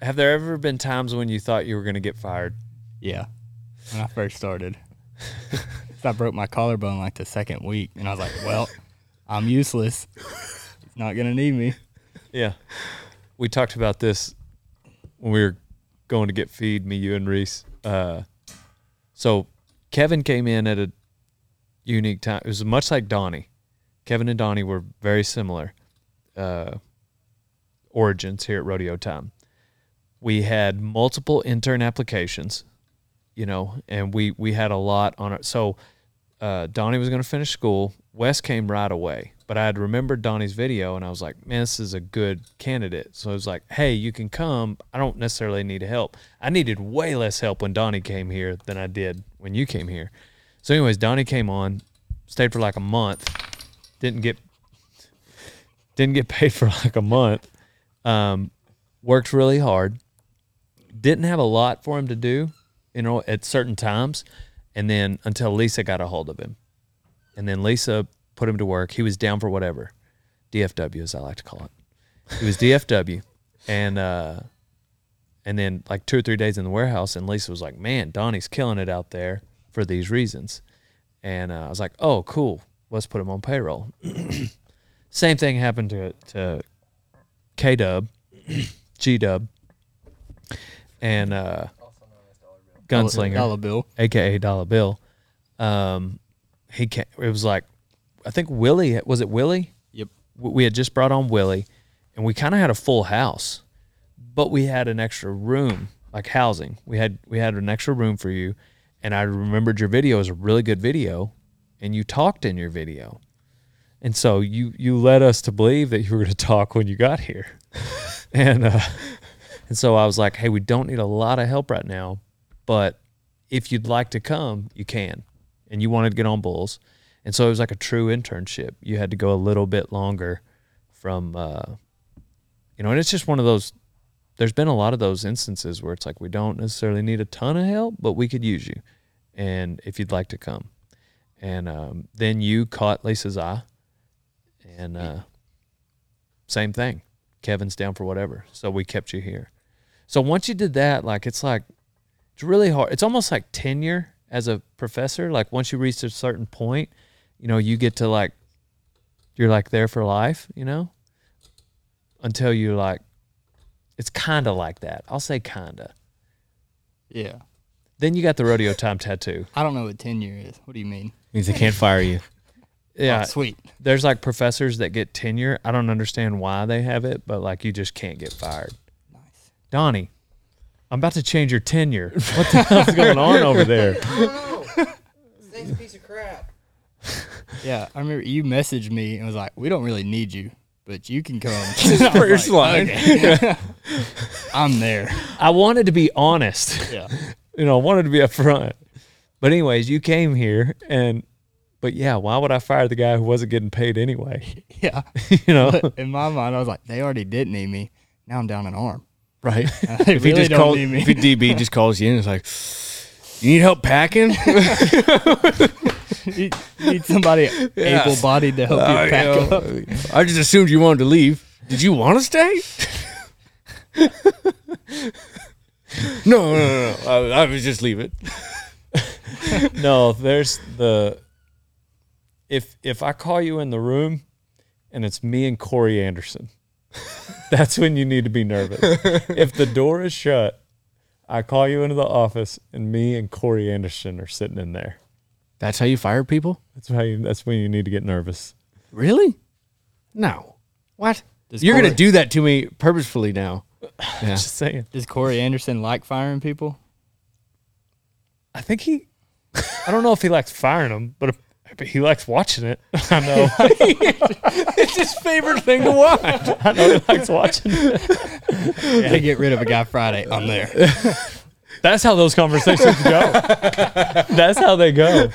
S1: have there ever been times when you thought you were going to get fired?
S8: Yeah. When I first started. 'Cause I broke my collarbone like the second week and I was like, Well, I'm useless. He's not gonna need me.
S1: Yeah. We talked about this when we were going to get feed, me, you, and Reese. Uh, so Kevin came in at a unique time. It was much like Donnie. Kevin and Donnie were very similar uh, origins here at Rodeo Time. We had multiple intern applications, you know, and we we had a lot on our So uh, Donnie was going to finish school. Wes came right away, but I had remembered Donnie's video and I was like, man, this is a good candidate. So I was like, hey, you can come. I don't necessarily need help. I needed way less help when Donnie came here than I did when you came here. So, anyways, Donnie came on, stayed for like a month, didn't get didn't get paid for like a month. Um, worked really hard. Didn't have a lot for him to do, you know, at certain times. And then until Lisa got a hold of him. And then Lisa put him to work. He was down for whatever. DFW, as I like to call it. He was DFW. And uh, and then like two or three days in the warehouse, and Lisa was like, Man, Donnie's killing it out there for these reasons. And uh, I was like, Oh, cool. Let's put him on payroll. Same thing happened to to K Dub, G Dub, and uh, Gunslinger,
S8: Dollar bill.
S1: aka Dollar Bill. Um, he ca it was like, I think Willie was it Willie?
S8: Yep.
S1: W- We had just brought on Willie, and we kind of had a full house, but we had an extra room, like housing. We had we had an extra room for you, and I remembered your video was a really good video, and you talked in your video. And so you you led us to believe that you were going to talk when you got here, and uh, and so I was like, hey, we don't need a lot of help right now, but if you'd like to come, you can, and you wanted to get on bulls, and so it was like a true internship. You had to go a little bit longer from, uh, you know, and it's just one of those. There's been a lot of those instances where it's like we don't necessarily need a ton of help, but we could use you, and if you'd like to come. And um, then you caught Lisa's eye, and uh, same thing. Kevin's down for whatever, so we kept you here. So once you did that, like it's like it's really hard. It's almost like tenure as a professor. Like once you reach a certain point, you know, you get to like you're like there for life, you know, until you like it's kind of like that. I'll say kind of.
S8: Yeah.
S1: Then you got the rodeo time tattoo.
S8: I don't know what tenure is. What do you mean?
S2: Means they can't fire you.
S1: Yeah,
S8: Oh, sweet.
S1: there's like professors that get tenure. I don't understand why they have it, but like you just can't get fired.
S8: Nice.
S1: Donnie, I'm about to change your tenure. What the hell's going on over there?
S4: This thing's a piece of crap.
S8: Yeah. I remember you messaged me and was like, "We don't really need you, but you can come." And I was
S2: First line.
S8: "Okay." I'm there.
S1: I wanted to be honest.
S8: Yeah.
S1: you know, I wanted to be up front. But anyways, you came here and but yeah, why would I fire the guy who wasn't getting paid anyway?
S8: Yeah.
S1: you know,
S8: But in my mind, I was like, "They already did need me. Now I'm down an arm.
S2: Right.
S8: They
S2: If
S8: really
S2: he just
S8: don't
S2: calls,
S8: need me."
S2: if a DB just calls you in, it's like, you need help packing?
S8: you need somebody able-bodied to help
S2: Uh,
S8: you pack
S2: you know,
S8: up.
S2: I just assumed you wanted to leave. Did you want to stay? no, no, no, no. I, I was just leave it.
S1: no, there's the if if I call you in the room and it's me and Corey Anderson, that's when you need to be nervous. if the door is shut, I call you into the office and me and Corey Anderson are sitting in there.
S2: That's how you fire people?
S1: That's how you, that's when you need to get nervous.
S2: Really? No. What?
S8: Does
S2: You're going to
S8: Corey-
S2: do that to me purposefully now.
S1: Just saying.
S8: Does Corey Anderson like firing people?
S1: I think he. I don't know if he likes firing them, but, but he likes watching it. I know. it's his favorite thing to watch. I know he likes watching. It.
S8: Yeah. They get rid of a guy Friday. I'm there.
S1: That's how those conversations go. That's how they go.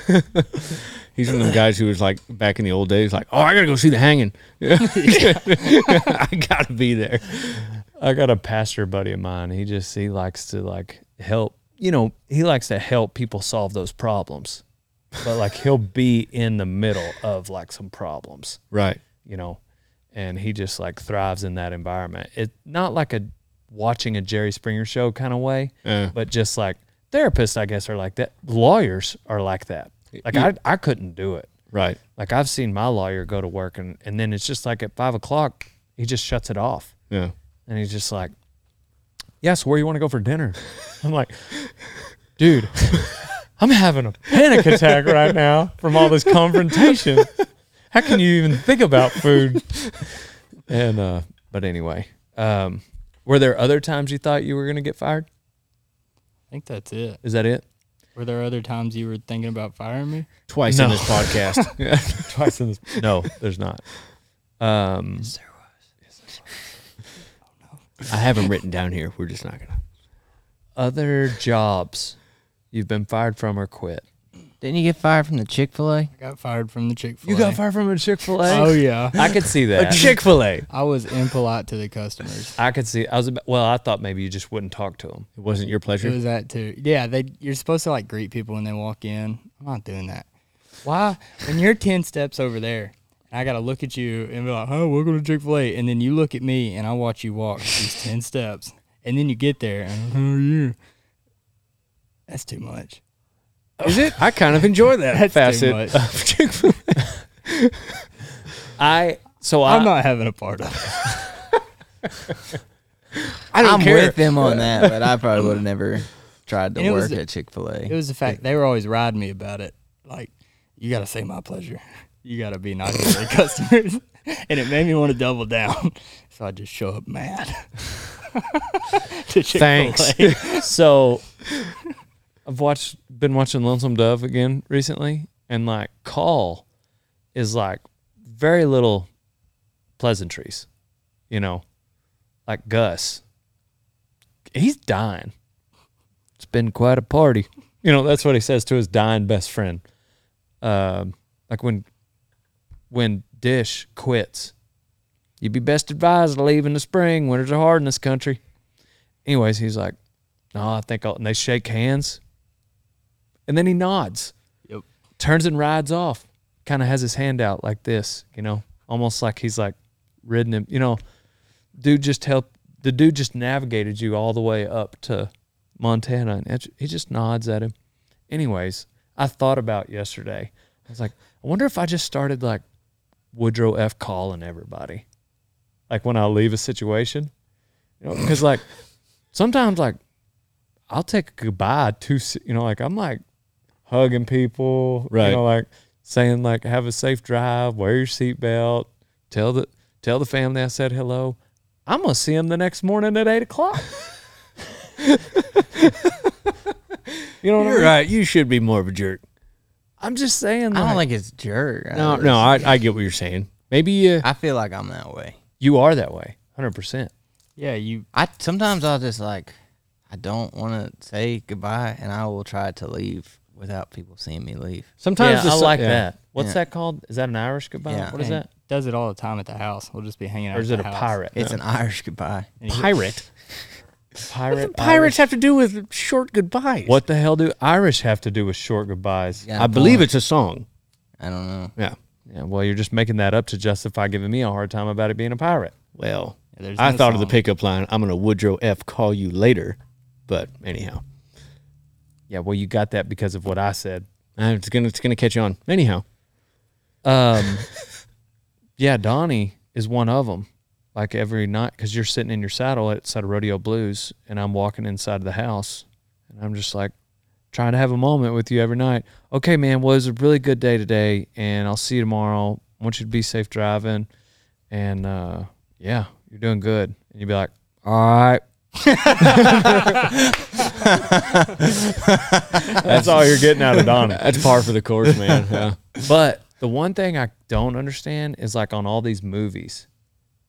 S2: He's one of the guys who was like, back in the old days, like, oh, I got to go see the hanging. I got to be there.
S1: I got a pastor buddy of mine. He just he likes to like help. You know, he likes to help people solve those problems, but like he'll be in the middle of like some problems.
S2: Right.
S1: you know, and he just like thrives in that environment. It not like a watching a Jerry Springer show kind of way,
S2: Yeah.
S1: but just like therapists, I guess, are like that. Lawyers are like that. Like I, I couldn't do it.
S2: Right.
S1: Like I've seen my lawyer go to work and and then it's just like at five o'clock he just shuts it off
S2: Yeah.
S1: and he's just like, "Yeah, so where you want to go for dinner?" I'm like, "Dude, I'm having a panic attack right now from all this confrontation. How can you even think about food?" And uh, but anyway, um, were there other times you thought you were gonna get fired?
S8: I think that's it.
S1: Is that it?
S8: Were there other times you were thinking about firing me?
S2: Twice in
S1: No.
S2: this podcast.
S1: Twice in this? No, there's not. Um,
S2: I have them written down here. We're just not going to.
S1: other jobs you've been fired from or quit.
S3: Didn't you get fired from the Chick Fil A?
S8: I got fired from the Chick Fil A.
S1: fired from a Chick Fil
S8: Oh yeah,
S1: I could see that.
S2: Fil A. It
S8: I was impolite to the customers.
S1: I could see. I was about, well. I thought maybe you just wouldn't talk to him.
S2: wasn't your
S8: It
S2: pleasure.
S8: was that too. Yeah, they you're supposed to like greet people when they walk in. I'm not doing that. Why? When you're ten steps over there, and I gotta look at you and be like, "Oh, welcome to Chick Fil A," and then you look at me and I watch you walk these ten steps, and then you get there and how are you? That's too much.
S2: Is it? I kind of enjoy that
S8: That's
S2: facet
S8: too much.
S2: of Chick Fil A.
S1: I so I
S8: I'm not having a part of it.
S2: I don't
S3: I'm
S2: care.
S3: with them on that, but I probably would have never tried to
S8: And it was
S3: work
S8: the-
S3: at Chick Fil
S8: It
S3: A.
S8: was the fact they were always riding me about it. Like, you gotta say my pleasure. You gotta be nice to the customers, and it made me want to double down. So I just show up mad. to Chick-fil-A.
S1: Thanks. so I've watched been watching Lonesome Dove again recently, and like call is like very little pleasantries, you know, like Gus. He's dying. It's been quite a party. You know, that's what he says to his dying best friend. Um, like when when Dish quits, you'd be best advised to leave in the spring. Winters are hard in this country anyways, he's like, "No, I think I'll." And they shake hands, And then he nods.
S8: Yep.
S1: Turns and rides off. Kind of has his hand out like this, you know, almost like he's like ridden him. You know, dude just helped. The dude just navigated you all the way up to Montana, and it's- he just nods at him. Anyways, I thought about yesterday. I was like, I wonder if I just started like Woodrow F. calling everybody, like when I leave a situation, you know, because like sometimes like I'll take a goodbye too, se- you know, like I'm like hugging people,
S5: Right.
S1: You know, like saying like have a safe drive, wear your seatbelt, tell the tell the family I said hello. I'm gonna see them the next morning at eight o'clock. you know what I
S2: You're
S1: mean?
S2: right. You should be more of a jerk.
S1: I'm just saying.
S3: I don't
S1: like,
S3: think it's jerk. I
S2: No,
S3: was-
S2: no, I, I get what you're saying. Maybe uh,
S3: I feel like I'm that way.
S1: you are that way, hundred percent.
S8: Yeah, you.
S3: I sometimes I'll just like I don't want to say goodbye, and I will try to leave without people seeing me leave.
S1: Yeah,
S2: sometimes the
S1: I
S2: sun-
S1: like
S2: yeah.
S1: that. What's
S3: Yeah.
S1: that called? Is that an Irish goodbye?
S3: Yeah.
S1: What is
S8: and
S1: that?
S8: Does it all the time at the house. We'll just be hanging out.
S1: Or is
S8: at
S1: it a
S8: the house.
S1: pirate?
S3: It's an Irish goodbye.
S2: Pirate.
S1: Pirate.
S2: Pirates have to do with short goodbyes.
S1: Irish. What the hell do Irish have to do with short goodbyes?
S3: Yeah,
S2: I believe
S3: point.
S2: it's a song.
S3: I don't know.
S2: Yeah.
S1: Yeah, well, you're just making that up to justify giving me a hard time about it being a pirate.
S2: Well,
S8: Yeah, there's
S2: I
S8: no
S2: thought of the
S8: song.
S2: pickup line. I'm gonna Woodrow F. Call you later, but anyhow,
S1: Yeah, well, you got that because of what I said.
S2: Uh, it's gonna it's gonna catch on. Anyhow,
S1: Um, yeah, Donnie is one of them. Like every night, because you're sitting in your saddle outside of Rodeo Blues, and I'm walking inside the house, and I'm just like trying to have a moment with you every night. Okay, man, well, it was a really good day today, and I'll see you tomorrow. I want you to be safe driving, and uh, yeah, you're doing good. And you'd be like, all right. That's all you're getting out of Donnie.
S2: that's par for the course, man. Yeah.
S1: But the one thing I don't understand is like on all these movies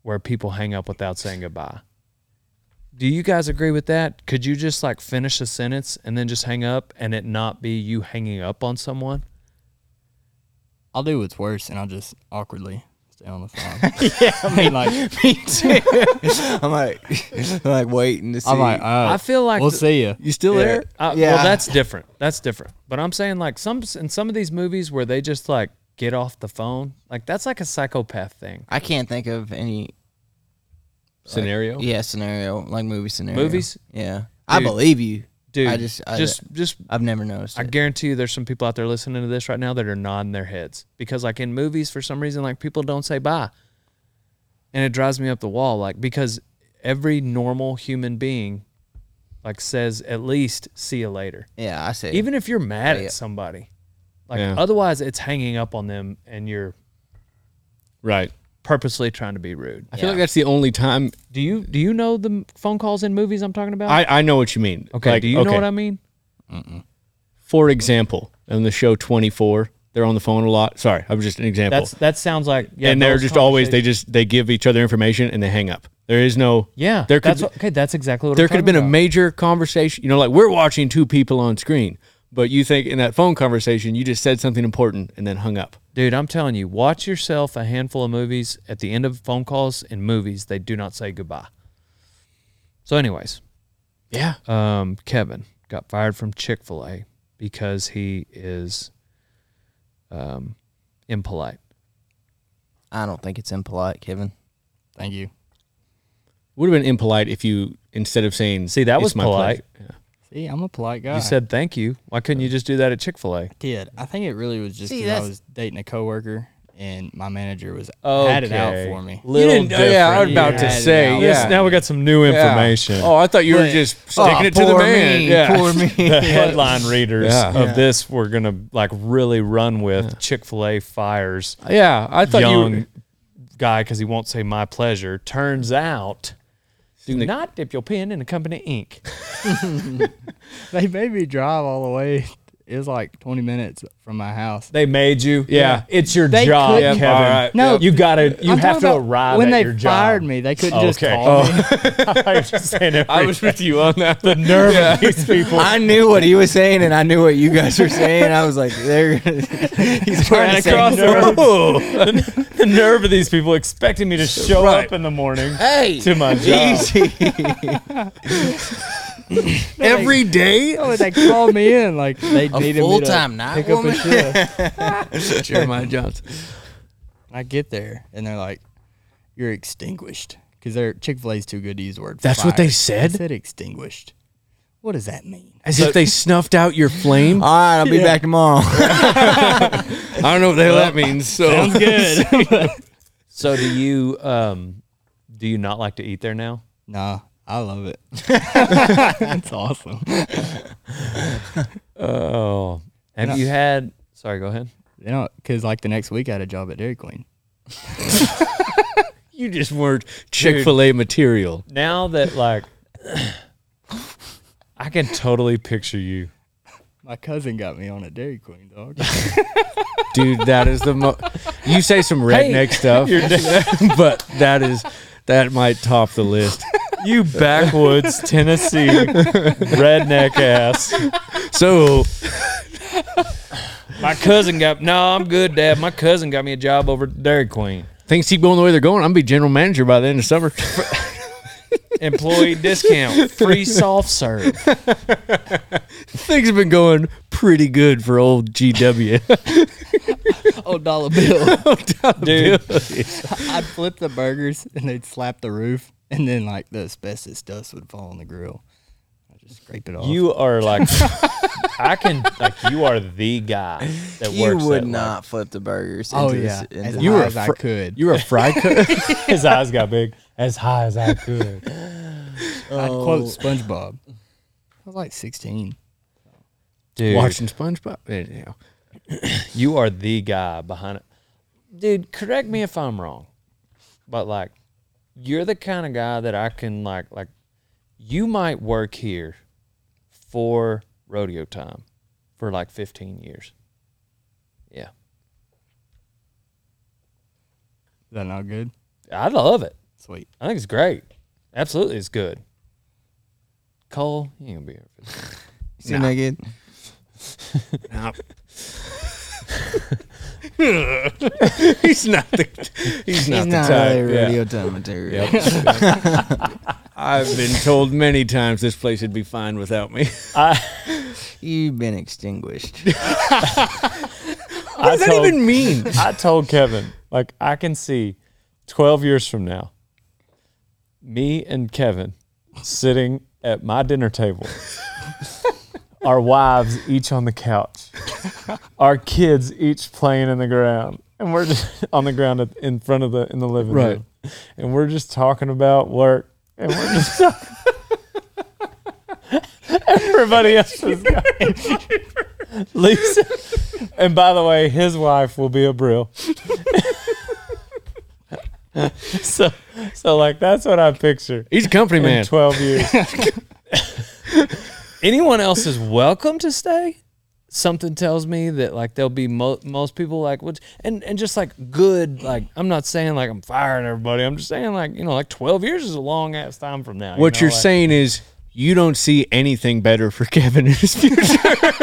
S1: where people hang up without saying goodbye. Do you guys agree with that? Could you just like finish a sentence and then just hang up and it not be you hanging up on someone?
S8: I'll do what's worse, and I'll just awkwardly stay on the phone. yeah, I mean, like
S3: I'm like, I'm like waiting to see.
S8: I'm like, uh,
S1: I feel like
S8: we'll
S1: th-
S8: see you.
S2: You still there?
S1: Uh, Well,
S3: Yeah.
S1: that's different. That's different. But I'm saying like some in some of these movies where they just like get off the phone, like that's like a psychopath thing.
S3: I can't think of any
S2: Scenario.
S3: yeah scenario like movie scenario.
S1: Movies?
S3: Yeah, I
S1: Dude.
S3: believe you.
S1: Dude,
S3: I just- I-
S1: just just
S3: I've never noticed.
S1: I
S3: it.
S1: guarantee you there's some people out there listening to this right now that are nodding their heads because like in movies for some reason like people don't say bye. And it drives me up the wall like because every normal human being like says at least see you later.
S3: yeah, I say
S1: Even if you're mad
S3: Yeah.
S1: at somebody. Like
S2: Yeah.
S1: otherwise it's hanging up on them and you're
S2: Right.
S1: purposely trying to be rude.
S2: I feel like that's the only time
S1: Do you do you know the m- phone calls in movies I'm talking about?
S2: I, I know what you mean.
S1: okay,
S2: Like,
S1: do you know what I mean?
S2: For example, on the show 24, they're on the phone a lot. Sorry, I was just an example.
S1: That's that sounds like yeah,
S2: and they're
S1: those
S2: just always they
S1: conversations-
S2: just they give each other information and they hang up. There is no
S1: yeah.
S2: There could
S1: that's, okay, that's exactly what
S2: there
S1: I'm
S2: could have
S1: talking
S2: been a
S1: about.
S2: major conversation. You know, like we're watching two people on screen, but you think in that phone conversation you just said something important and then hung up.
S1: Dude, I'm telling you, watch yourself a handful of movies. At the end of phone calls and movies, they do not say goodbye. So, anyways,
S2: Yeah.
S1: um, Kevin got fired from Chick Fil A because he is um, impolite.
S3: I don't think it's impolite, Kevin.
S8: Thank you.
S2: Would have been impolite if you instead of saying
S1: See, that
S2: "It's
S1: was
S2: my pleasure."
S1: polite.
S8: See, I'm a polite guy.
S1: You said thank you. Why couldn't you just do that at Chick Fil A?
S8: did. I think it really was just
S3: See,
S8: because I
S3: that's-
S8: was dating a coworker and my manager was had it out for me.
S1: Little
S2: didn't- oh, yeah, I was
S1: different.
S2: about to
S1: Yeah.
S8: Had it
S2: say,
S8: out.
S2: yeah.
S1: Yes, now we got some new information.
S2: Oh, I thought you were just sticking it to the
S3: poor
S2: man.
S3: me,
S2: yeah.
S3: poor me.
S1: the headline readers
S2: Yeah.
S1: of this we're gonna like really run with Chick Fil A fires
S2: Yeah, I thought
S1: young
S2: you.
S1: guy because he won't say my pleasure. Turns out, do
S2: Snick.
S1: not dip your pen in the company ink.
S8: They made me drive all the way. It was like 20 minutes from my house.
S1: They made you.
S2: Yeah.
S1: it's your job,
S8: could-
S1: Kevin.
S2: All right.
S8: No,
S1: you gotta. You
S8: I'm
S1: have
S8: talking
S1: to
S8: about
S1: arrive
S8: when
S1: at
S8: they
S1: your job.
S8: fired me. They couldn't just
S1: Okay. Oh.
S8: call me.
S1: I was just saying every-
S2: I was with you on that.
S1: the nerve of these people.
S3: I knew what he was saying, and I knew what you guys were saying. I was like, "They're he's trying to say
S1: across
S3: no.
S1: the, road. the nerve of these people expecting me to show up in the morning
S3: Hey,
S1: to my job.
S3: easy."
S2: every day.
S8: Oh, they called me in like they needed
S3: A
S8: me to
S3: full-time night
S8: pick up a
S3: woman?
S8: shift.
S2: Jeremiah Johnson.
S8: I get there and they're like, "You're extinguished," because they're Chick Fil A's too good to use the word.
S2: That's what they
S8: fired.
S2: said?
S8: They said extinguished. What does that mean?
S2: As if they snuffed out your flame.
S4: All right, I'll be back tomorrow.
S2: I don't know what the hell that means. So
S8: Good.
S1: So do you um do you not like to eat there now?
S8: nah, I love it. That's awesome.
S1: Oh, have
S8: No.
S1: you had? Sorry, go ahead.
S8: You know, because like the next week I had a job at Dairy Queen.
S2: you just weren't Chick Fil A material.
S1: Now that like, I can totally picture you.
S8: My cousin got me on a Dairy Queen dog.
S2: dude. That is the mo- you say some redneck stuff, but that is that might top the list.
S1: You backwoods Tennessee redneck ass.
S2: So
S1: My cousin got no. I'm good, Dad. My cousin got me a job over at Dairy Queen.
S2: things keep going the way they're going. I'm gonna be general manager by the end of summer.
S1: Employee discount, free soft serve.
S2: things have been going pretty good for old GW.
S8: oh, dollar bill.
S1: Dude,
S8: I'd flip the burgers and they'd slap the roof, and then like the asbestos dust would fall on the grill. I just scrape it off.
S1: you are like, I can like you are the guy that
S3: You
S1: works.
S3: would
S1: that, like-
S3: not flip the burgers.
S8: oh
S3: into
S8: yeah,
S3: This, into
S8: as
S3: the-
S8: you
S2: were
S8: high as I
S2: fr-
S8: could.
S2: You're a fry cook.
S1: His eyes got big, as
S4: Ah,
S1: high as I could. Oh.
S8: I'd quote SpongeBob. I was like 16.
S1: Dude,
S2: watching SpongeBob. Anyhow.
S1: you are the guy behind it. Dude, correct me if I'm wrong, but like, you're the kind of guy that I can like, like, you might work here for rodeo time for like 15 years. Yeah,
S8: Is that not good?
S1: I love it.
S8: Sweet.
S1: I think it's great. Absolutely, it's good. Cole, you ain't gonna be here. For this.
S4: See you naked.
S2: he's not the he's not the
S4: He's not
S2: type.
S4: really
S2: yeah.
S4: radio time material.
S2: I've been told many times this place would be fine without me.
S4: You've been extinguished.
S1: I
S2: What does that even mean?
S1: I told Kevin, like, I can see 12 years from now, me and Kevin sitting at my dinner table, our wives each on the couch, our kids each playing in the ground, and we're just on the ground at- in front of the in the living
S2: Right.
S1: room, and we're just talking about work, and we're just talking. Everybody else is going. Lisa, and by the way, his wife will be a Brill. so, so like that's what I picture
S2: He's a company
S1: in
S2: man.
S1: twelve years. Anyone else is welcome to stay. Something tells me that like there'll be mo- most people like which and and just like good like I'm not saying like I'm firing everybody. I'm just saying like you know like twelve years is a long ass time from now. you
S2: What
S1: know,
S2: you're
S1: like-
S2: saying is you don't see anything better for Kevin in his future.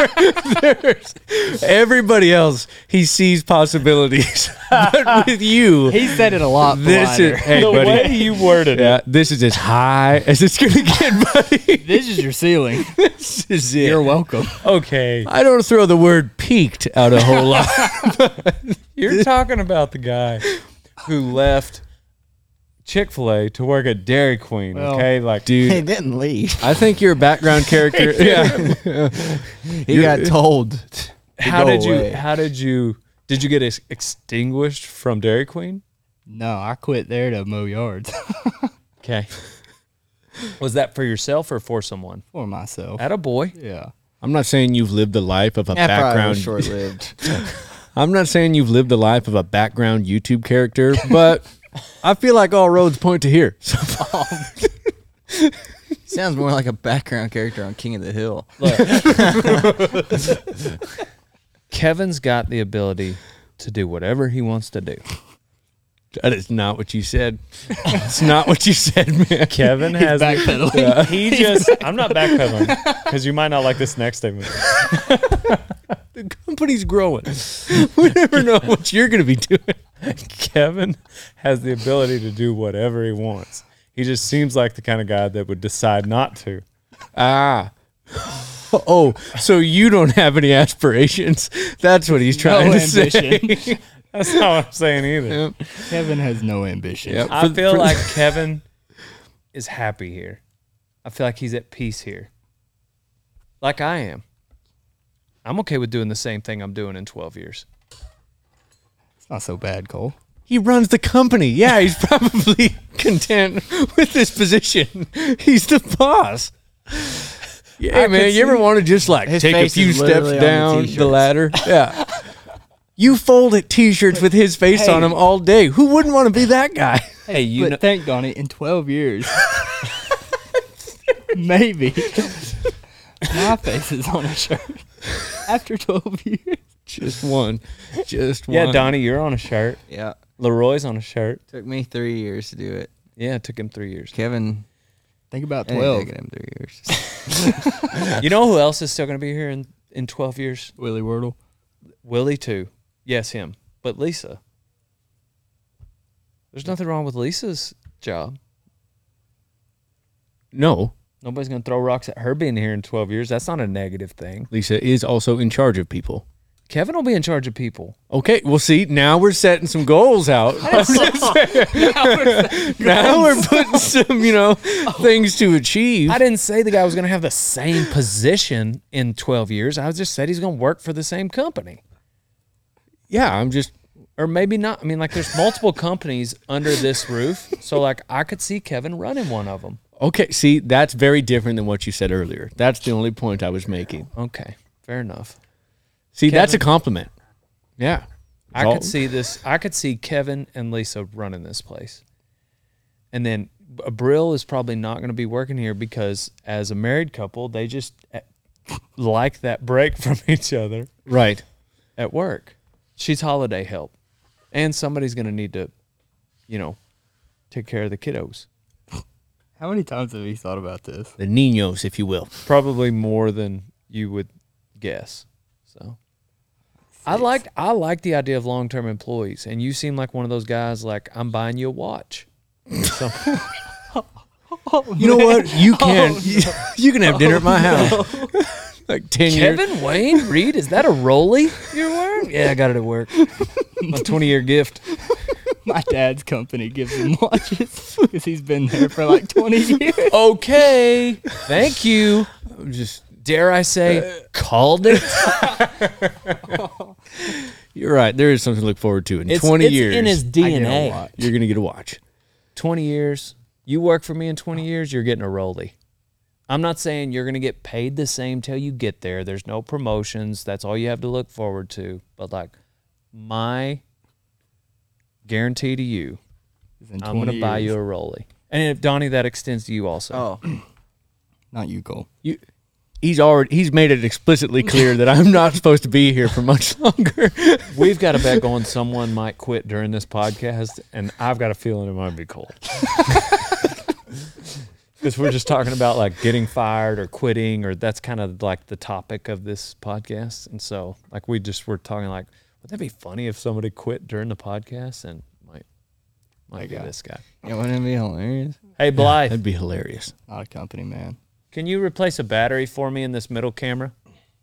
S2: There's everybody else, he sees possibilities. but with you,
S8: He said it a lot.
S2: this is hey,
S1: the
S2: buddy.
S1: way you worded it.
S2: Yeah, this is as high as it's gonna get, buddy.
S8: this is your ceiling.
S2: This is it.
S8: You're welcome.
S1: Okay,
S2: I don't throw the word peaked out a whole lot.
S1: You're talking about the guy who left Chick Fil A to work at Dairy Queen.
S8: Well,
S1: okay, like
S2: Dude,
S4: He didn't leave.
S2: I think you're a background character. yeah.
S4: He got told. to
S1: how
S4: go
S1: did you?
S4: away.
S1: How did you? Did you get ex- extinguished from Dairy Queen?
S8: No, I quit there to mow yards
S1: Okay. Was that for yourself or for someone?
S8: for myself.
S1: At a boy.
S8: Yeah.
S2: I'm not saying you've lived the life of a
S4: That probably
S2: background
S4: was short lived.
S2: I'm not saying you've lived the life of a background YouTube character, but I feel like all roads point to here. So
S4: Sounds more like a background character on King of the Hill.
S1: Kevin's got the ability to do whatever he wants to do.
S2: that is not what you said. It's not what you said, man.
S1: Kevin has
S8: Backpedaling.
S1: he just I'm not backpedaling because you might not like this next statement.
S2: The company's growing. We never know what you're going to be doing.
S1: Kevin has the ability to do whatever he wants. He just seems like the kind of guy that would decide not to.
S2: Ah. Oh, so you don't have any aspirations? That's what he's trying
S8: No
S2: to say.
S8: ambition.
S1: That's not what I'm saying either.
S8: Kevin has no ambition.
S2: Yep.
S1: I
S2: For-
S1: feel
S2: for-
S1: like Kevin is happy here. I feel like he's at peace here. Like I am. I'm okay with doing the same thing I'm doing in 12 years.
S8: It's not so bad, Cole.
S2: He runs the company. Yeah, he's probably content with this position. He's the boss. Yeah,
S8: I
S2: man.
S8: could
S2: You ever
S8: see-
S2: want to just like
S3: His
S2: take a
S3: face
S2: few
S3: is
S2: steps
S3: literally on the
S2: down the,
S3: t-shirts.
S2: ladder? Yeah. you fold at t-shirts with his face on them all day. Who wouldn't want to be that guy?
S1: Hey, you
S8: but
S1: know,
S8: thank Donnie, in 12 years, maybe my face is on a shirt after 12 years.
S2: Just one. Just one.
S1: yeah, Donnie, you're on a shirt.
S3: Yeah.
S1: Leroy's on a shirt.
S3: Took me three years to do it.
S1: Yeah, it took him three years.
S3: Kevin,
S8: Think about
S3: it ain't
S8: 12.
S3: taking him three years.
S1: You know who else is still going to be here in, in 12 years?
S8: Willie Wordle.
S1: Willie, too. Yes, him. But Lisa. There's nothing wrong with Lisa's job.
S2: No,
S1: Nobody's going to throw rocks at her being here in 12 years. That's not a negative thing.
S2: Lisa is also in charge of people.
S1: Kevin will be in charge of people.
S2: Okay, well, see, now we're setting some goals out. now we're putting some, you know, things to achieve.
S1: I didn't say the guy was going to have the same position in 12 years. I just said he's going to work for the same company.
S2: Yeah, I'm just
S1: Or maybe not. I mean, like, there's multiple companies under this roof. So, like, I could see Kevin running one of them.
S2: okay. See, that's very different than what you said earlier. That's the only point I was making.
S1: Okay, fair enough.
S2: See, that's a compliment. Yeah,
S1: I
S2: Dalton?
S1: could see this. I could see Kevin and Lisa running this place. And then Abril is probably not going to be working here because, as a married couple, they just eh, like that break from each other.
S2: right.
S1: at work. She's holiday help. And somebody's going to need to, you know, take care of the kiddos.
S8: How many times have you thought about this?
S2: The ninos, if you will.
S1: Probably more than you would guess. So I like I like the idea of long-term employees and you seem like one of those guys like I'm buying you a watch. So
S2: You know what? You can you, can have dinner at my house. like ten years.
S1: Kevin Wayne Reed, is that a Rolly you're wearing? Yeah, I got it at work. My 20-year gift.
S8: My dad's company gives him watches because he's been there for like 20 years.
S1: Okay. Thank you.
S2: I'm just
S1: Dare I say called it?
S2: you're right. There is something to look forward to in
S1: It's-
S2: twenty
S1: it's
S2: years.
S1: in his DNA.
S2: you're gonna get a watch.
S1: 20 years, you work for me in 20 years, you're getting a rollie. I'm not saying you're going to get paid the same till you get there. There's no promotions. That's all you have to look forward to. But like my guarantee to you,
S8: In
S1: I'm going
S8: 20
S1: to buy
S8: years.
S1: you a rollie. And if Donnie, that extends to you also.
S3: Oh,
S8: Not you, Cole.
S2: You, he's already he's made it explicitly clear that I'm not supposed to be here for much longer.
S1: We've got a bet going someone might quit during this podcast, and I've got a feeling it might be Cole. Because we're just talking about like getting fired or quitting, or that's kind of like the topic of this podcast. And so, like, we just were talking like, would that be funny if somebody quit during the podcast? And might might be this guy.
S3: it wouldn't be hilarious.
S1: Hey, Blythe,
S2: That'd be hilarious.
S8: Not a company man.
S1: can you replace a battery for me in this middle camera?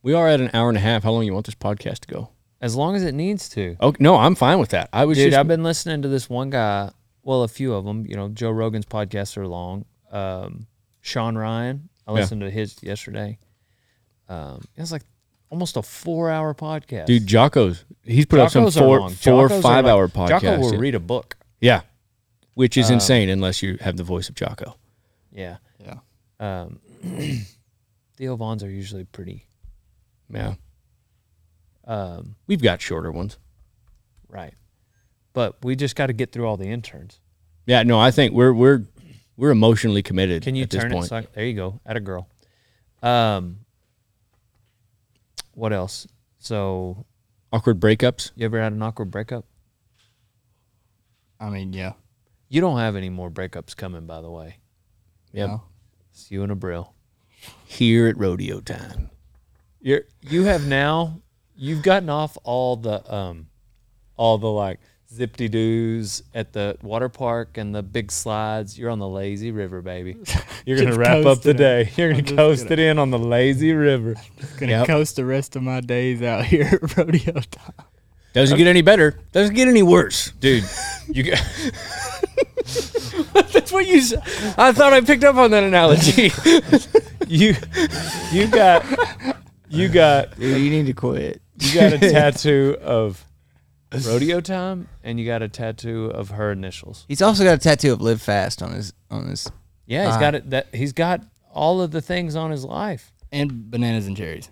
S2: We are at an hour and a half. How long you want this podcast to go?
S1: As long as it needs to.
S2: Oh no, I'm fine with that. I was
S1: Dude,
S2: just
S1: I've been listening to this one guy. Well, a few of them. You know, Joe Rogan's podcasts are long. Um, Sean Ryan, I
S2: Yeah.
S1: listened to his yesterday. Um, it was like almost a four-hour podcast.
S2: dude Jocko's. He's put up
S1: Jocko's
S2: some
S1: are
S2: four,
S1: long.
S2: four,
S1: Jocko's are
S2: five
S1: like-
S2: hour podcasts.
S1: Jocko will
S2: yeah.
S1: read a book. Um,
S2: Yeah. which is insane unless you have the voice of Jocko.
S1: Yeah.
S8: Yeah.
S1: Um, Theo Vaughns are usually pretty.
S2: Yeah,
S1: Um,
S2: we've got shorter ones.
S1: right. But we just got to get through all the interns.
S2: Yeah, no, I think we're we're we're emotionally committed.
S1: Can you
S2: at this
S1: turn it?
S2: point?
S1: so I- there you go. At a girl. Um. What else? So
S2: Awkward breakups.
S1: You ever had an awkward breakup?
S8: I mean, yeah.
S1: You don't have any more breakups coming, by the way.
S2: Yeah,
S8: No.
S1: It's you and Abril.
S2: here at rodeo time.
S1: You're you have now you've gotten off all the um all the like zippity doos at the water park and the big slides. You're on the lazy river, baby. You're gonna
S8: Just
S1: wrap up the
S8: coasting it.
S1: day. You're
S8: I'm
S1: gonna
S8: just
S1: coast
S8: gonna-
S1: it in on the lazy river.
S8: Gonna
S2: Yep.
S8: coast the rest of my days out here at rodeo time.
S2: Doesn't get any better. Doesn't get any worse.
S1: Dude, you g-
S2: That's what you. Said. I thought I picked up on that analogy.
S1: you you got you got
S3: Dude, you need to quit.
S1: you got a tattoo of rodeo time and you got a tattoo of her initials.
S3: He's also got a tattoo of "Live Fast" on his on his.
S1: Yeah, he's
S3: Ah.
S1: got it that he's got all of the things on his life.
S8: And bananas and cherries.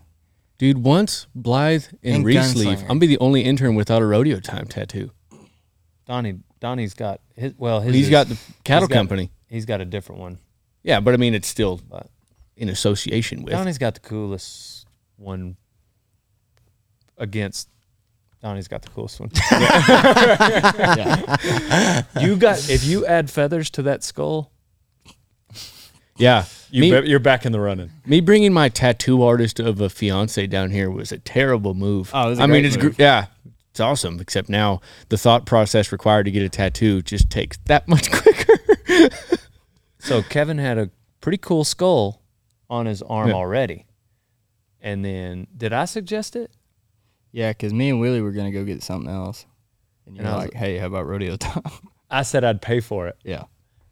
S2: Dude, once Blythe and,
S3: And
S2: Reese leave,
S3: Gunslinger.
S2: I'm gonna be the only intern without a rodeo time tattoo.
S1: Donnie Donnie's got his well his
S2: He's
S1: is-
S2: got the cattle
S1: got-
S2: company.
S1: he's got a different one.
S2: Yeah, but I mean, it's still uh, in association with.
S1: Donnie's got the coolest one against Donnie's got the coolest one. you got if you add feathers to that skull,
S2: Yeah,
S1: you
S2: me,
S1: be- you're back in the running.
S2: me bringing my tattoo artist of a fiance down here was a terrible move.
S8: Oh, it was a
S2: I mean,
S8: great
S2: it's
S8: move.
S2: gr- yeah, it's awesome. Except now the thought process required to get a tattoo just takes that much quicker.
S1: So Kevin had a pretty cool skull on his arm
S2: Yeah.
S1: already. And then did I suggest it?
S8: Yeah, because me and Willie were gonna go get something else. And you're
S1: And I was-
S8: like, hey, how about rodeo time?
S1: I said I'd pay for it.
S8: yeah.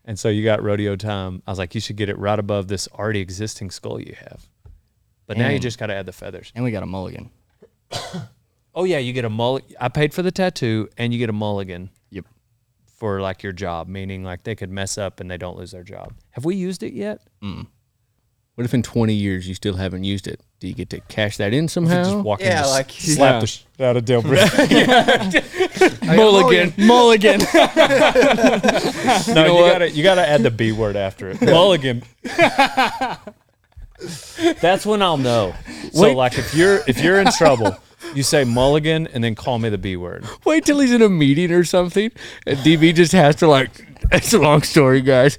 S1: And so you got rodeo time. I was like, you should get it right above this already existing skull you have. But now you
S8: And-
S1: just got to add the feathers.
S8: And we got a mulligan.
S1: Oh yeah, you get a mulligan. I paid for the tattoo, and you get a mulligan.
S8: Yep.
S1: For like your job, meaning like they could mess up and they don't lose their job. Have we used it yet?
S2: Hmm. what if in 20 years you still haven't used it? Do you get to cash that in somehow?
S1: Just walk in,
S4: Yeah,
S1: just
S4: like-
S1: slap
S2: Yeah.
S1: the shit out of Dilbert.
S8: oh,
S2: Mulligan, mulligan.
S1: no, you, gotta you gotta add the B word after it. Mulligan. That's when I'll know. So like if you're if you're in trouble, you say mulligan and then call me the B word.
S2: Wait till he's in a meeting or something. And DB just has to like. It's a long story, guys.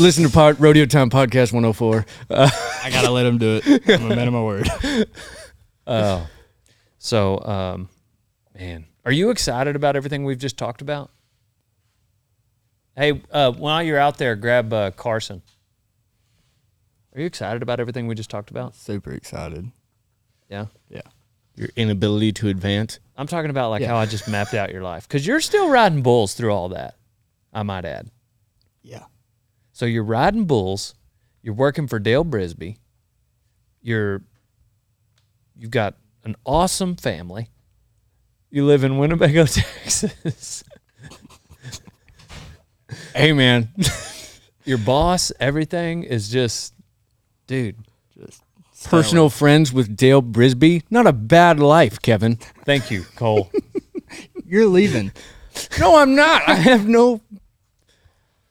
S2: Listen to pod, Rodeo Time Podcast 104.
S8: I gotta let him do it. I'm a man of my word.
S1: Oh. So um man, are you excited about everything we've just talked about? Hey, uh, while you're out there, grab uh, Carson. Are you excited about everything we just talked about?
S8: Super excited.
S1: Yeah.
S8: Yeah.
S2: Your inability to advance.
S1: I'm talking about like
S8: Yeah.
S1: how I just mapped out your life because you're still riding bulls through all that. I might add.
S8: Yeah.
S1: So you're riding bulls, you're working for Dale Brisby, you're you've got an awesome family. You live in Winnebago, Texas.
S2: Hey, man.
S1: Your boss, everything is just dude.
S2: Personal friends with Dale Brisby. Not a bad life, Kevin.
S1: Thank you, Cole.
S8: You're leaving.
S2: No, I'm not. I have no.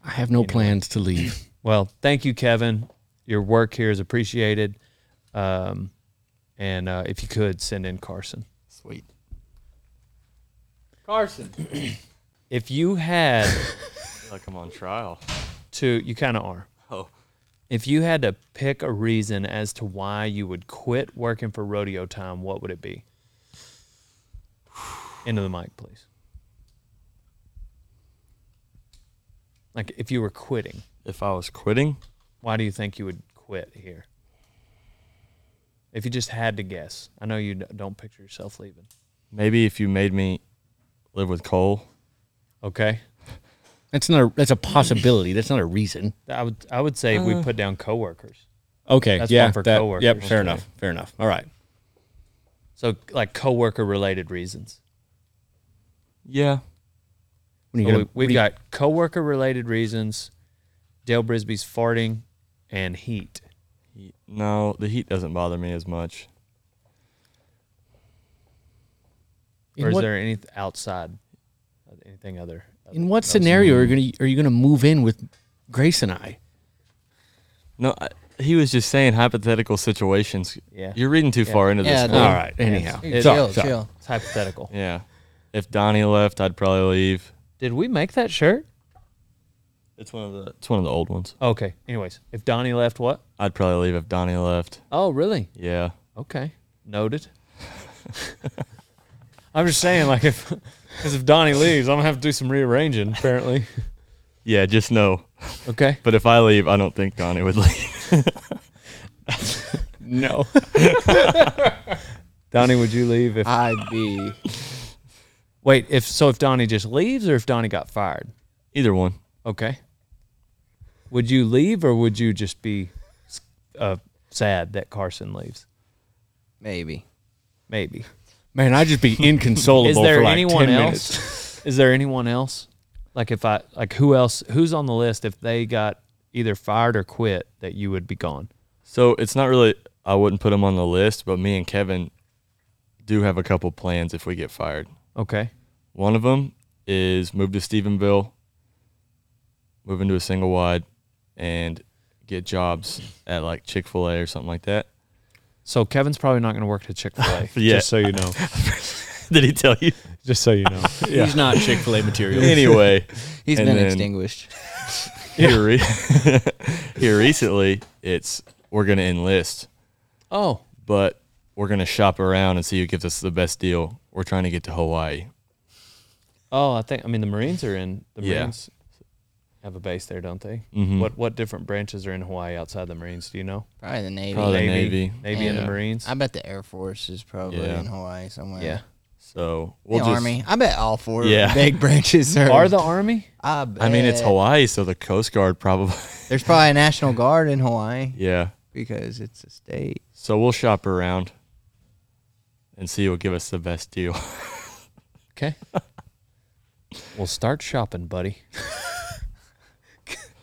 S2: I have no plans to leave.
S1: well, thank you, Kevin. Your work here is appreciated. Um, and uh, if you could send in Carson.
S8: Sweet.
S1: If you had
S9: Like I'm on trial.
S1: to you kind of are.
S9: Oh.
S1: If you had to pick a reason as to why you would quit working for rodeo time, what would it be? Into the mic, please. Like if you were quitting,
S9: If I was quitting,
S1: why do you think you would quit here? If you just had to guess. I know you d- don't picture yourself leaving.
S9: maybe if you made me live with Cole,
S1: Okay?
S2: That's not. A, that's a possibility. That's not a reason.
S1: I would I would say
S9: Uh.
S1: we put down coworkers.
S2: Okay.
S1: That's
S2: yeah.
S1: one for
S2: that-
S1: coworkers.
S2: Yep. Fair
S1: Okay.
S2: enough. Fair enough. All right.
S1: So like coworker related reasons.
S9: yeah,
S2: When
S1: So
S2: you
S1: we, we've got coworker related reasons, Dale Brisby's farting, and heat.
S9: he- no, the heat doesn't bother me as much.
S1: or is
S2: what,
S1: there any outside anything other?
S2: in what scenario are you gonna are you gonna move in with Grace and I?
S9: No, I, he was just saying hypothetical situations.
S1: Yeah.
S9: You're reading too far into
S4: Yeah,
S9: this.
S4: dude.
S9: one.
S2: All right. Anyhow.
S4: Dude,
S1: Sorry,
S4: chill,
S2: sorry.
S4: chill.
S1: It's hypothetical.
S9: Yeah. If Donnie left, I'd probably leave.
S1: Did we make that shirt?
S9: It's one of the it's one of the old ones.
S1: Okay. Anyways, if Donnie left, what?
S9: I'd probably leave if Donnie left.
S1: Oh, really?
S9: Yeah.
S1: Okay. Noted. I'm just saying, like, if because if Donnie leaves, I'm gonna have to do some rearranging. Apparently.
S9: Yeah, just no.
S1: Okay.
S9: But if I leave, I don't think Donnie would leave.
S1: No. Donnie, would you leave if?
S3: I'd be.
S1: Wait, if so, if Donnie just leaves, or if Donnie got fired?
S9: Either one.
S1: Okay. Would you leave, or would you just be uh, sad that Carson leaves?
S3: Maybe.
S1: Maybe.
S2: Man, I'd just be inconsolable.
S1: Is there
S2: for like
S1: anyone
S2: 10
S1: else?
S2: minutes.
S1: Is there anyone else? Like if I like who else? Who's on the list if they got either fired or quit that you would be gone?
S9: So it's not really. I wouldn't put him on the list, but me and Kevin do have a couple plans if we get fired.
S1: Okay.
S9: One of them is move to Stephenville, move into a single wide, and get jobs at like Chick Fil A or something like that.
S1: So Kevin's probably not going to work at Chick Fil A.
S9: Yeah.
S1: Just so you know.
S9: Did he tell you?
S1: Just so you know.
S5: He's not Chick Fil A material.
S9: anyway,
S3: He's
S9: And
S3: been
S9: then-
S3: extinguished.
S9: here, re- here recently, it's we're gonna enlist,
S1: Oh.
S9: but we're gonna shop around and see who gives us the best deal. We're trying to get to Hawaii.
S1: Oh, I think I mean the Marines are in the
S9: Yeah.
S1: Marines have a base there, don't they?
S9: Mhm.
S1: What what different branches are in Hawaii outside the Marines? Do you know?
S3: Probably the Navy.
S9: Probably the Navy.
S1: Navy and the
S3: Yeah.
S1: Marines.
S3: I bet the Air Force is probably
S9: Yeah.
S3: in Hawaii somewhere.
S1: yeah.
S9: So
S3: The
S9: we'll just.
S3: Army. I bet all four
S9: Yeah.
S3: big branches Uh, are.
S1: Are the Army?
S3: I,
S9: I mean, it's
S3: bet.
S9: Hawaii, so the Coast Guard probably.
S3: There's probably a National Guard in Hawaii
S9: yeah.
S3: because it's a state.
S9: So we'll shop around and see who'll give us the best deal.
S1: Okay. well, start shopping, buddy.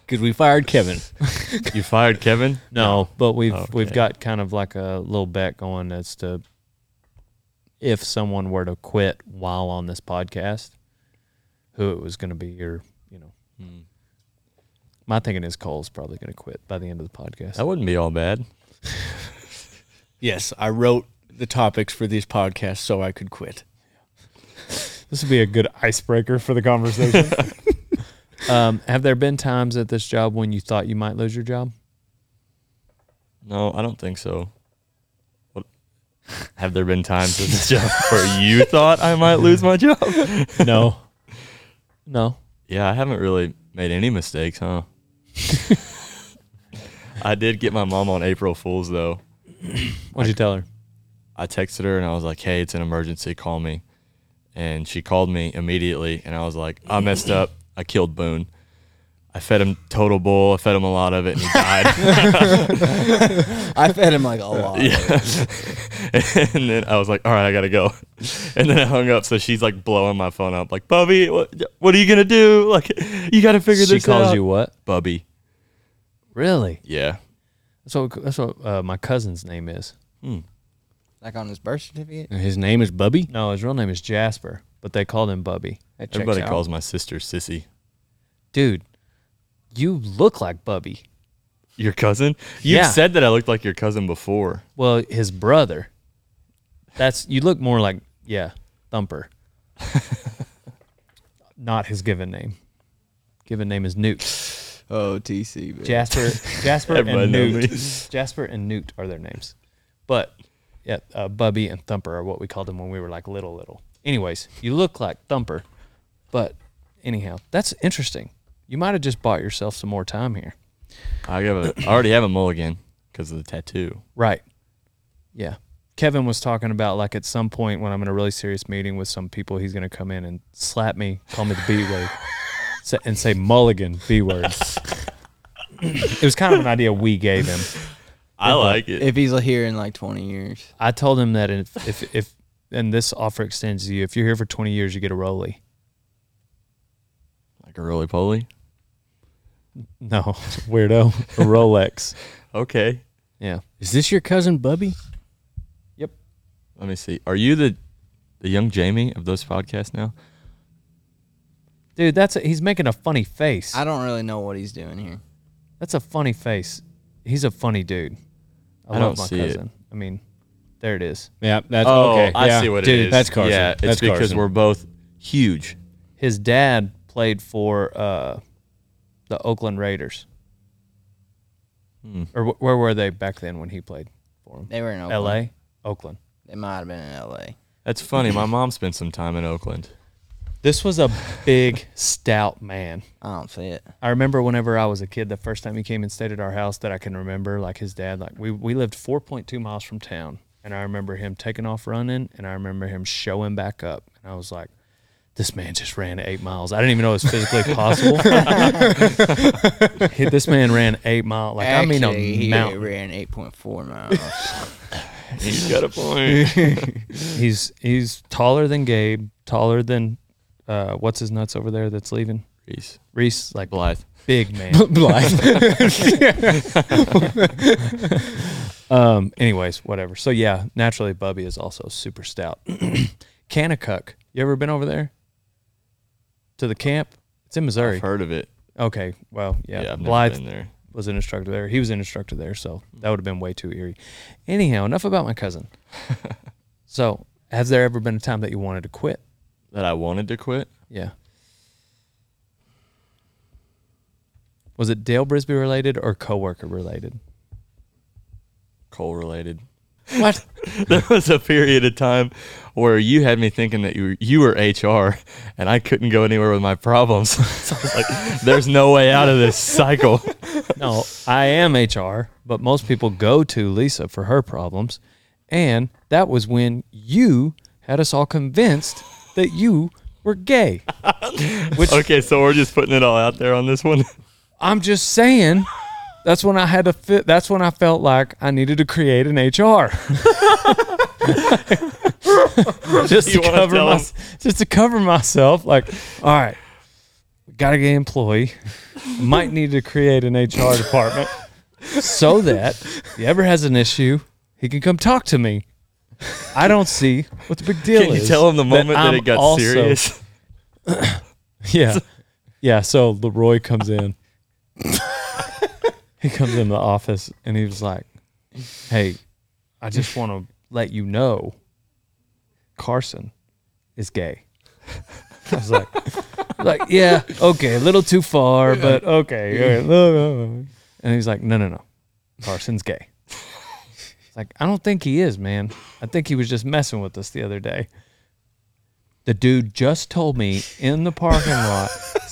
S2: Because we fired Kevin.
S9: you fired Kevin?
S1: No, but we've we've
S9: Okay.
S1: got kind of like a little bet going as to if someone were to quit while on this podcast, who it was going to be, or you know, my thinking is Cole's probably going to quit by the end of the podcast.
S9: That wouldn't be all bad.
S2: Yes, I wrote the topics for these podcasts so I could quit.
S1: This would be a good icebreaker for the conversation. um, have there been times at this job when you thought you might lose your job?
S9: No, I don't think so. What? Have there been times in this job where you thought I might lose my job?
S1: No, no.
S9: Yeah, I haven't really made any mistakes, huh? I did get my mom on April Fool's though.
S1: What'd you tell her?
S9: I texted her and I was like, "Hey, it's an emergency. Call me." And she called me immediately, and I was like, "I messed up. I killed Boone. I fed him total bull. I fed him a lot of it, and he died."
S3: I fed him like a lot.
S9: yeah. and then I was like, "All right, I gotta go." And then I hung up. So she's like blowing my phone up, like, "Bubby, what, what are you gonna do? Like, you gotta figure
S1: She
S9: this
S1: calls
S9: out."
S1: you what?
S9: Bubby.
S1: Really?
S9: Yeah.
S1: That's what that's what uh, my cousin's name is.
S3: Like on his birth certificate.
S2: And his name is Bubby.
S1: No, his real name is Jasper, but they called him Bubby.
S3: That checks
S9: Everybody
S3: out.
S9: calls my sister Sissy.
S1: Dude, you look like Bubby.
S9: Your cousin? You
S1: Yeah.
S9: have said that I looked like your cousin before.
S1: Well, his brother. That's you look more like yeah, Thumper. Not his given name. Given name is Newt.
S3: Oh, TC. man.
S1: Jasper, Jasper
S9: Everybody
S1: and
S9: know
S1: Newt. Jasper and Newt are their names, but yeah, uh, Bubby and Thumper are what we called them when we were like little, little. Anyways, you look like Thumper, but anyhow, that's interesting. You might have just bought yourself some more time here.
S9: I have a, I already have a mulligan because of the tattoo.
S1: Right. Yeah. Kevin was talking about like at some point when I'm in a really serious meeting with some people, he's going to come in and slap me, call me the B word, sa- and say mulligan B word. it was kind of an idea we gave him. uh,
S9: I like it.
S3: If he's here in like 20 years,
S1: I told him that if, if, if, and this offer extends to you, if you're here for 20 years, you get a rollie.
S9: Like a roly poly.
S1: No, weirdo. A Rolex.
S9: Okay.
S1: Yeah.
S2: Is this your cousin Bubby?
S9: Let me see. Are you the the young Jamie of those podcasts now?
S1: Dude, that's, a, he's making a funny face.
S3: I don't really know what he's doing here.
S1: That's a funny face. He's a funny dude. I,
S9: I
S1: love
S9: don't
S1: my
S9: see it.
S1: cousin. I mean, there it is.
S2: Yeah, that's okay.
S9: Oh, I
S2: yeah.
S9: see what
S2: Dude,
S9: it is.
S2: That's Carson.
S9: Yeah, it's
S2: that's
S9: because
S2: Carson.
S9: we're both huge.
S1: His dad played for uh, the Oakland Raiders.
S9: Hmm.
S1: Or wh- where were they back then when he played for them?
S3: They were in Oakland.
S1: L.A. Oakland.
S3: They might have been in LA.
S9: That's funny. My mom spent some time in Oakland.
S1: This was a big, stout man.
S3: I don't see it.
S1: I remember whenever I was a kid, the first time he came and stayed at our house that I can remember, like his dad, like we, we lived 4.2 miles from town. And I remember him taking off running and I remember him showing back up. And I was like, this man just ran eight miles. I didn't even know it was physically possible. He- this man ran eight miles. Like, I
S3: Actually,
S1: mean, a
S3: he
S1: mountain.
S3: ran 8.4 miles.
S9: He's got a point.
S1: He's, he's taller than Gabe, taller than uh, what's his nuts over there that's leaving?
S9: Reese
S1: Reese, like
S9: Blythe.
S1: big man. Um, anyways, whatever. So yeah, naturally, Bubby is also super stout. Kanakuk, you ever been over there to the camp? It's in Missouri.
S9: I've heard of it.
S1: Okay, well,
S9: Yeah,
S1: yeah.
S9: I've never
S1: Blythe
S9: been there.
S1: was an instructor there. He was an instructor there, so that would have been way too eerie. Anyhow, enough about my cousin. so, has there ever been a time that you wanted to quit?
S9: That I wanted to quit.
S1: Yeah. Was it Dale Brisby related or coworker related?
S9: Coal related. What? there was a period of time where you had me thinking that you were, you were HR, and I couldn't go anywhere with my problems. so I was like, "There's no way out of this cycle."
S1: No, I am HR, but most people go to Lisa for her problems. And that was when you had us all convinced that you were gay. Which
S9: okay, so we're just putting it all out there on this one.
S1: I'm just saying, that's when I had to fit. That's when I felt like I needed to create an HR. just
S9: You
S1: to
S9: wanna
S1: cover
S9: tell
S1: my,
S9: us?
S1: just to cover myself. Like, all right, got to get an employee. Might need to create an HR department so that if he ever has an issue, he can come talk to me. I don't see what the big deal
S9: Can
S1: is.
S9: you tell him the moment that,
S1: I'm
S9: it got
S1: also-
S9: serious?
S1: Yeah. Yeah. So Leroy comes in. he comes in the office and he was like, Hey, I just want to let you know Carson is gay. I was like, like, yeah, okay, a little too far, but okay. all right, no, no, no." And he's like, no, no, no. Carson's gay. It's like, I don't think he is, man. I think he was just messing with us the other day. The dude just told me in the parking lot,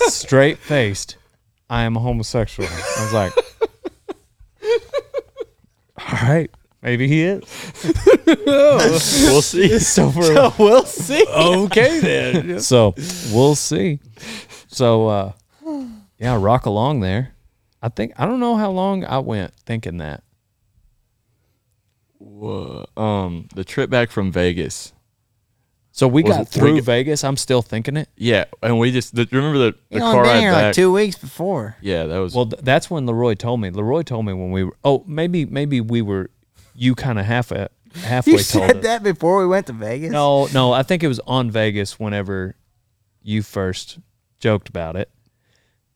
S1: straight faced, I am a homosexual. I was like, all right, maybe he is.
S9: we'll see.
S1: So for
S9: we'll see.
S1: okay then. so we'll see. So uh, yeah, rock along there. I think I don't know how long I went thinking that.
S9: Whoa. Um, the trip back from Vegas.
S1: So we
S9: Was
S1: got
S9: it-
S1: through
S9: we-
S1: Vegas. I'm still thinking it.
S9: Yeah, and we just the, remember the, the
S4: You
S9: car
S4: only been
S9: ride
S4: here
S9: back.
S4: like two weeks before.
S9: Yeah, that was
S1: Well, th- that's when Leroy told me. Leroy told me when we were. Oh, maybe maybe we were. You kind of half a halfway
S4: You
S1: told
S4: said
S1: us.
S4: that before we went to Vegas.
S1: No, no. I think it was on Vegas whenever you first joked about it.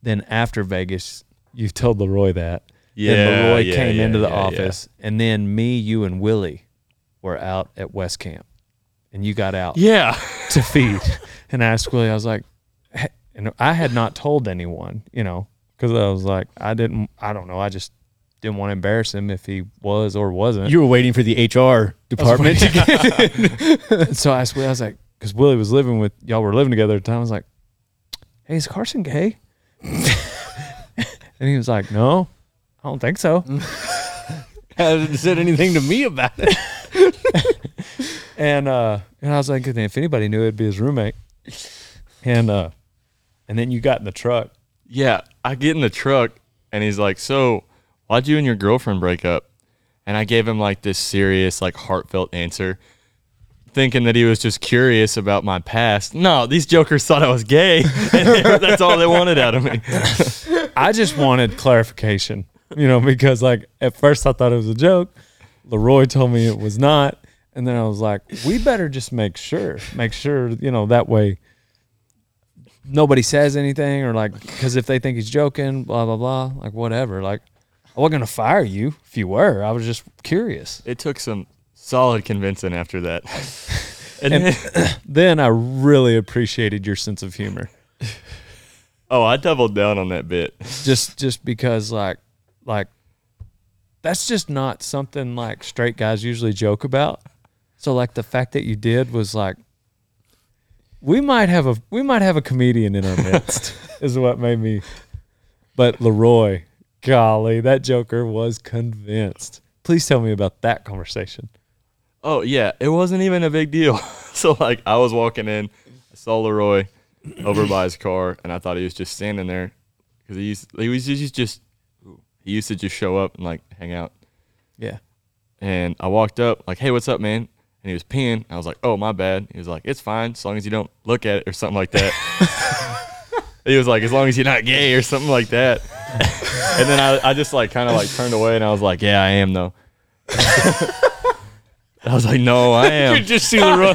S1: Then after Vegas, you told Leroy that.
S9: Yeah,
S1: Then Leroy
S9: yeah,
S1: came
S9: yeah,
S1: into the
S9: yeah, yeah.
S1: office, and then me, you, and Willie were out at West Camp, and you got out
S9: yeah.
S1: to feed. And I asked Willie, I was like, "Hey," and I had not told anyone, you know, because I was like, I didn't, I don't know, I just didn't want to embarrass him if he was or wasn't.
S2: You were waiting for the HR department to get
S1: so I swear, I was like, because Willie was living with y'all were living together at the time. I was like, hey, is Carson gay? and he was like, no, I don't think so.
S2: hasn't said anything to me about it.
S1: And uh, and I was like, if anybody knew, it'd be his roommate. And uh, and then you got in the truck.
S9: Yeah, I get in the truck and he's like, "So, why'd you and your girlfriend break up?" And I gave him like this serious, like heartfelt answer, thinking that he was just curious about my past. No, these jokers thought I was gay, and they were- that's all they wanted out of me.
S1: I just wanted clarification, you know, because like at first I thought it was a joke. Leroy told me it was not. And then I was like, we better just make sure, make sure, you know, that way nobody says anything or like, because if they think he's joking, blah, blah, blah, like whatever. Like, I wasn't going to fire you if you were. I was just curious.
S9: It took some solid convincing after that. And,
S1: And-
S9: then-
S1: Then I really appreciated your sense of humor.
S9: oh, I doubled down on that bit.
S1: just just because like like that's just not something like straight guys usually joke about So like the fact that you did was like we might have a we might have a comedian in our midst is what made me but Leroy, golly, that joker was convinced. Please tell me about that conversation.
S9: Oh yeah, it wasn't even a big deal. so like I was walking in, I saw Leroy over by his car, and I thought he was just standing there because he used he was just, just he used to just show up and like hang out.
S1: Yeah.
S9: And I walked up like, "Hey, what's up, man?" And he was peeing. I was like, "Oh, my bad." He was like, "It's fine, as long as you don't look at it or something like that." he was like, "As long as you're not gay or something like that." and then I, I just like kind of like turned away and I was like, "Yeah, I am though." I was like, "No, Oh, I am."
S1: Just see Leroy.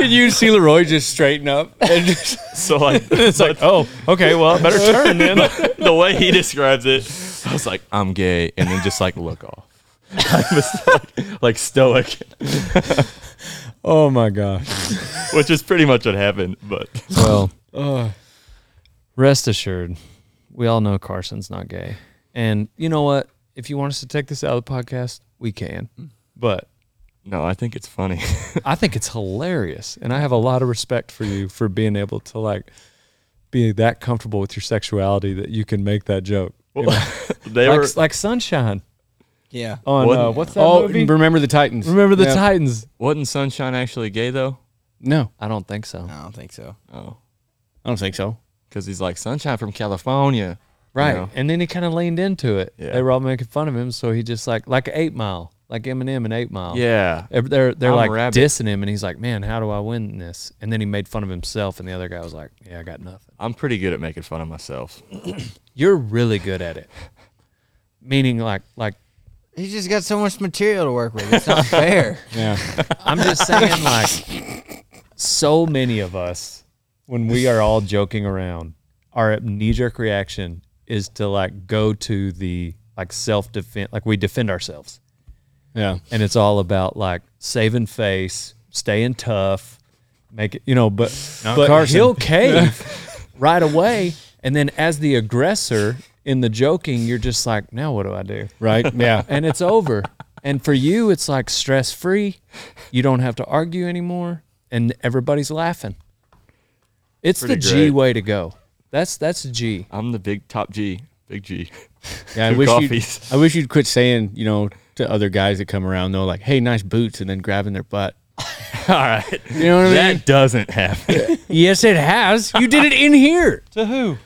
S2: Did you see Leroy just straighten up? And just,
S9: So like,
S1: It's like, oh, okay, well, I better turn then.
S9: the way he describes it, I was like, I'm gay, and then just like look off. I was like, like stoic,
S1: Oh my gosh.
S9: which is pretty much what happened. But
S1: Well, rest assured, we all know Carson's not gay. And you know what? If you want us to take this out of the podcast, we can. But
S9: no, I think it's funny.
S1: I think it's hilarious, and I have a lot of respect for you for being able to like be that comfortable with your sexuality that you can make that joke.
S9: they
S1: like
S9: were
S1: like Sunshine
S4: Yeah.
S1: on
S9: What-
S1: uh, what's that
S2: oh,
S1: movie?
S2: remember the Titans?
S1: Remember the
S2: Yeah.
S1: Titans?
S9: wasn't Sunshine actually gay though?
S2: No,
S1: I don't think so.
S4: I don't think so.
S9: Oh,
S2: I don't think so.
S9: because he's like Sunshine from California,
S1: Right,
S9: know.
S1: and then he kind of leaned into it.
S9: Yeah.
S1: They were all making fun of him, so he just like like Eight Mile, like Eminem and Eight Mile.
S9: Yeah,
S1: They're- They're they're
S9: I'm
S1: like
S9: Rabbit.
S1: dissing him, and he's like, "Man, how do I win this?" And then he made fun of himself, and the other guy was like, "Yeah, I got nothing."
S9: I'm pretty good at making fun of myself.
S1: You're really good at it, meaning like like
S4: He's just got so much material to work with. It's not fair.
S1: I'm just saying, like, so many of us, when we are all joking around, our knee jerk reaction is to like go to the like self defense, like we defend ourselves.
S2: Yeah.
S1: And it's all about like saving face, staying tough, make it, you know, but, but
S2: Carson.
S1: he'll cave right away. And then as the aggressor in the joking, you're just like, now what do I do?
S2: Right. Yeah.
S1: and it's over. And for you, it's like stress free. You don't have to argue anymore, and everybody's laughing. It's the
S9: Pretty
S1: G
S9: great.
S1: way to go. That's that's G.
S9: I'm the big top G, big G.
S2: Yeah, I
S9: Two
S2: wish
S9: coffees.
S2: you'd I wish you'd quit saying, you know, to other guys that come around though, like, "Hey, nice boots," and then grabbing their butt.
S9: All right,
S2: You know what I mean?
S9: that doesn't happen.
S2: Yes, it has. You did it in here to who?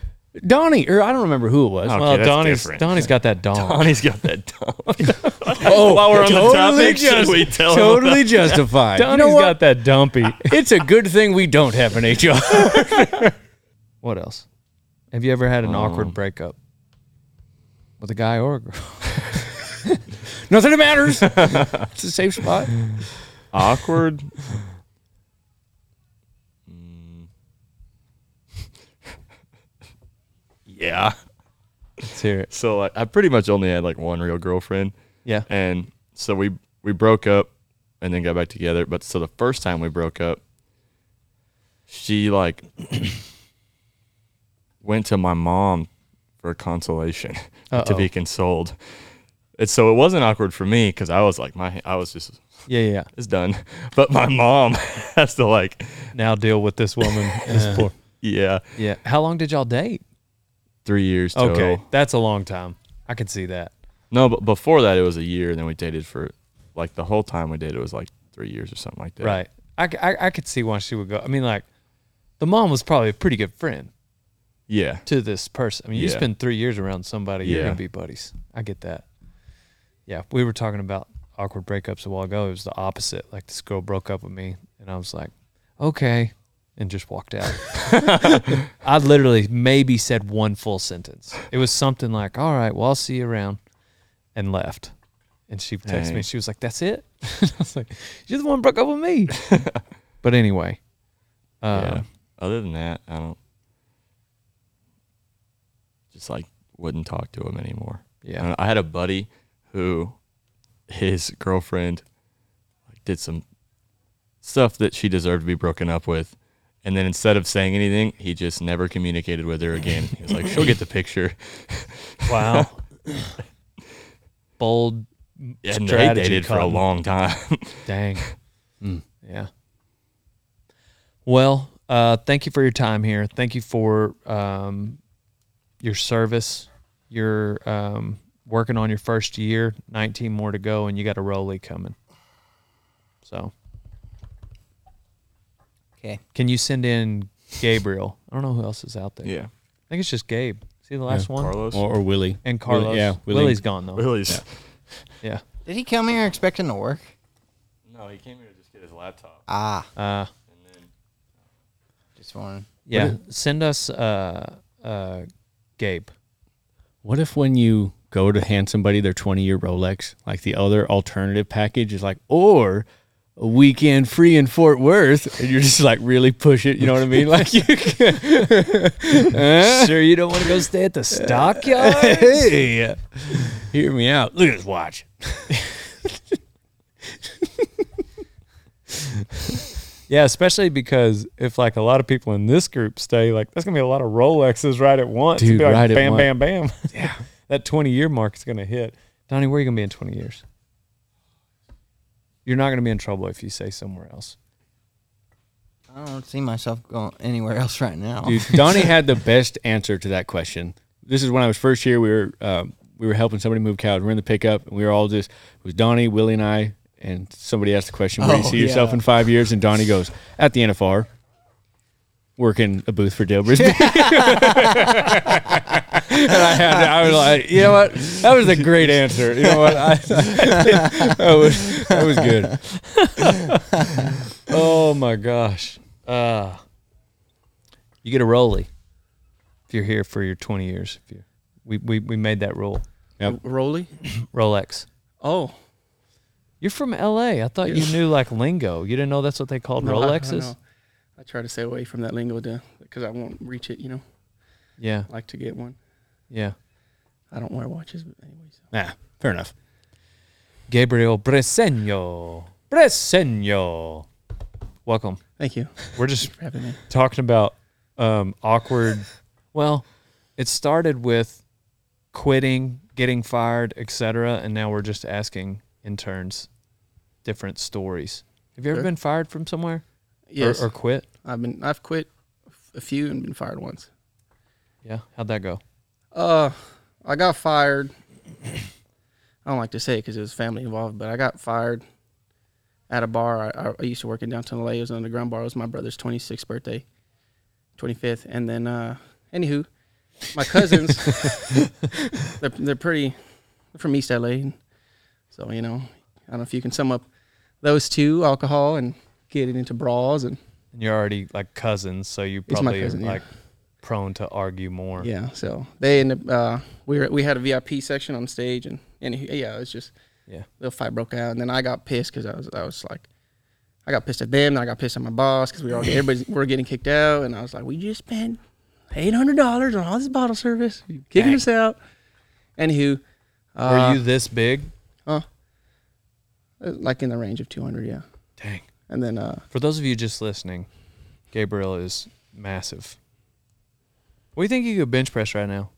S2: Donnie, or I don't remember who it was.
S9: Okay,
S1: well,
S9: that's
S1: Donnie's
S9: different.
S1: Donnie's got that dong.
S9: Bonnie's got that dumb. oh, while we're on the topic, should we tell him about-
S2: totally justified.
S1: Donnie's
S2: you know what?
S1: got that dumpy.
S2: it's a good thing we don't have an HR.
S1: what else? Have you ever had an
S2: Oh.
S1: awkward breakup with a guy or a girl?
S2: Nothing that matters. it's a safe spot.
S9: awkward. yeah.
S1: Let's hear it.
S9: So like, I pretty much only had like one real girlfriend,
S1: Yeah.
S9: and so we we broke up, and then got back together. But so the first time we broke up, she like went to my mom for consolation to be consoled. And so it wasn't awkward for me because I was like my I was just
S1: Yeah, yeah, yeah.
S9: it's done. But my mom has to like,
S1: Now deal with this woman. this poor.
S9: yeah,
S1: Yeah. How long did y'all date?
S9: three years total.
S1: Okay, that's a long time. I can see that.
S9: No, but before that it was a year, and then we dated for like the whole time we dated was like three years or something like that.
S1: Right. I, c- I- I could see why she would go. I mean, like, the mom was probably a pretty good friend
S9: Yeah.
S1: to this person. I mean, you
S9: Yeah.
S1: spend three years around somebody, you're
S9: Yeah.
S1: going to be buddies. I get that. Yeah. We were talking about awkward breakups a while ago. It was the opposite. Like, this girl broke up with me, and I was like, okay, and just walked out. I literally maybe said one full sentence. It was something like, all right, well, I'll see you around, and left. And she texted
S9: Dang.
S1: me, she was like, that's it? I was like, you're the one who broke up with me. but anyway. Um,
S9: yeah. Other than that, I don't. Just like wouldn't talk to him anymore.
S1: Yeah.
S9: And I had a buddy who, his girlfriend, like, did some stuff that she deserved to be broken up with, and then instead of saying anything, he just never communicated with her again. He was like, "She'll get the picture."
S1: Wow. Bold
S9: And they
S1: strategy.
S9: dated for a
S1: Cotton.
S9: long time.
S1: Dang. Yeah. Well, uh, thank you for your time here. Thank you for um, your service. You're um, working on your first year, 19 more to go, and you got a rollie coming. So,
S3: Okay.
S1: can you send in Gabriel? I don't know who else is out there.
S9: Yeah.
S1: I think it's just Gabe. See the last one?
S9: Carlos.
S5: Or, or Willie.
S1: And Carlos.
S5: Willie- yeah, Willie.
S1: Willie's gone, though.
S9: Willie's.
S1: Yeah.
S3: Did he come here expecting to work?
S9: No, he came here to just get his laptop.
S3: Ah,
S1: Uh,
S3: just wanted.
S1: yeah. Send us uh, uh, Gabe.
S2: What if when you go to hand somebody their 20 year Rolex, like the other alternative package is like, or a weekend free in Fort Worth, and you're just like really push it, you know what I mean? Like you can,
S1: sure, you don't want to go stay at the stockyard?
S2: hey, hear me out. Look at this watch.
S1: Yeah, especially because if like a lot of people in this group stay, like that's gonna be a lot of Rolexes right at once.
S2: Dude,
S1: It'll be like,
S2: right at
S1: bam,
S2: once.
S1: bam, bam, Yeah, that twenty year mark is gonna hit. Donnie, where are you gonna be in twenty years? You're not gonna be in trouble if you say somewhere else.
S3: I don't see myself going anywhere else right now.
S2: Dude, Donnie had the best answer to that question. This is when I was first here. We were um, we were helping somebody move cows. We're in the pickup, and we were all just it was Donnie, Willie, and I. And somebody asked the question, "Where do you
S3: Oh,
S2: see yourself
S3: yeah.
S2: in five years?" And Donnie goes, "At the NFR, working a booth for Dale Brisbane." and I had I was like, you know what? That was a great answer. You know what? I, that was that was good.
S1: Oh my gosh. Uh you get a rollie if you're here for your twenty years. If you we, we, we made that rule.
S9: Rolly.
S1: Rolex.
S9: Oh,
S1: You're from LA. I thought you knew like lingo. You didn't know that's what they called
S10: No, I- I
S1: Rolexes?
S10: know. I, try to stay away from that lingo because I won't reach it. You know,
S1: yeah.
S10: I like to get one.
S1: Yeah.
S10: I don't wear watches, but anyways.
S2: Nah, fair enough.
S1: Gabriel Breseño. Breseño. Welcome.
S10: Thank you
S1: We're just
S10: for having me.
S1: talking about um, awkward. Well, it started with quitting, getting fired, etc., and now we're just asking interns different stories. Have you ever
S10: Sure.
S1: been fired from somewhere
S10: Yes,
S1: or, or quit?
S10: I've been. I've quit a few and been fired once.
S1: Yeah, how'd that go?
S10: Uh, I got fired. I don't like to say it because it was family involved, but I got fired at a bar. I- I, I used to work in downtown LA. It was an underground bar. It was my brother's 26th birthday, 25th. And then, uh, anywho, my cousins, they're, they're pretty, they're from East LA. So, you know, I don't know if you can sum up those two alcohol and getting into brawls. And
S1: And you're already like cousins, so you
S10: It's my
S1: probably
S10: cousin,
S1: are
S10: yeah.
S1: like prone to argue more.
S10: yeah, so they ended up, uh, we, were, we had a VIP section on stage. And, anywho, yeah, it was just,
S1: Yeah.
S10: little fight broke out, and then I got pissed because I was I was like, I got pissed at them, then I got pissed at my boss because we were all everybody we were getting kicked out, and I was like, we just spent eight hundred dollars on all this bottle service, you kicking us out. Anywho, uh,
S1: Were you this big?
S10: like in the range of two hundred? Yeah.
S1: Dang.
S10: And then uh,
S1: For those of you just listening, Gabriel is massive. What do you think you could bench press right now?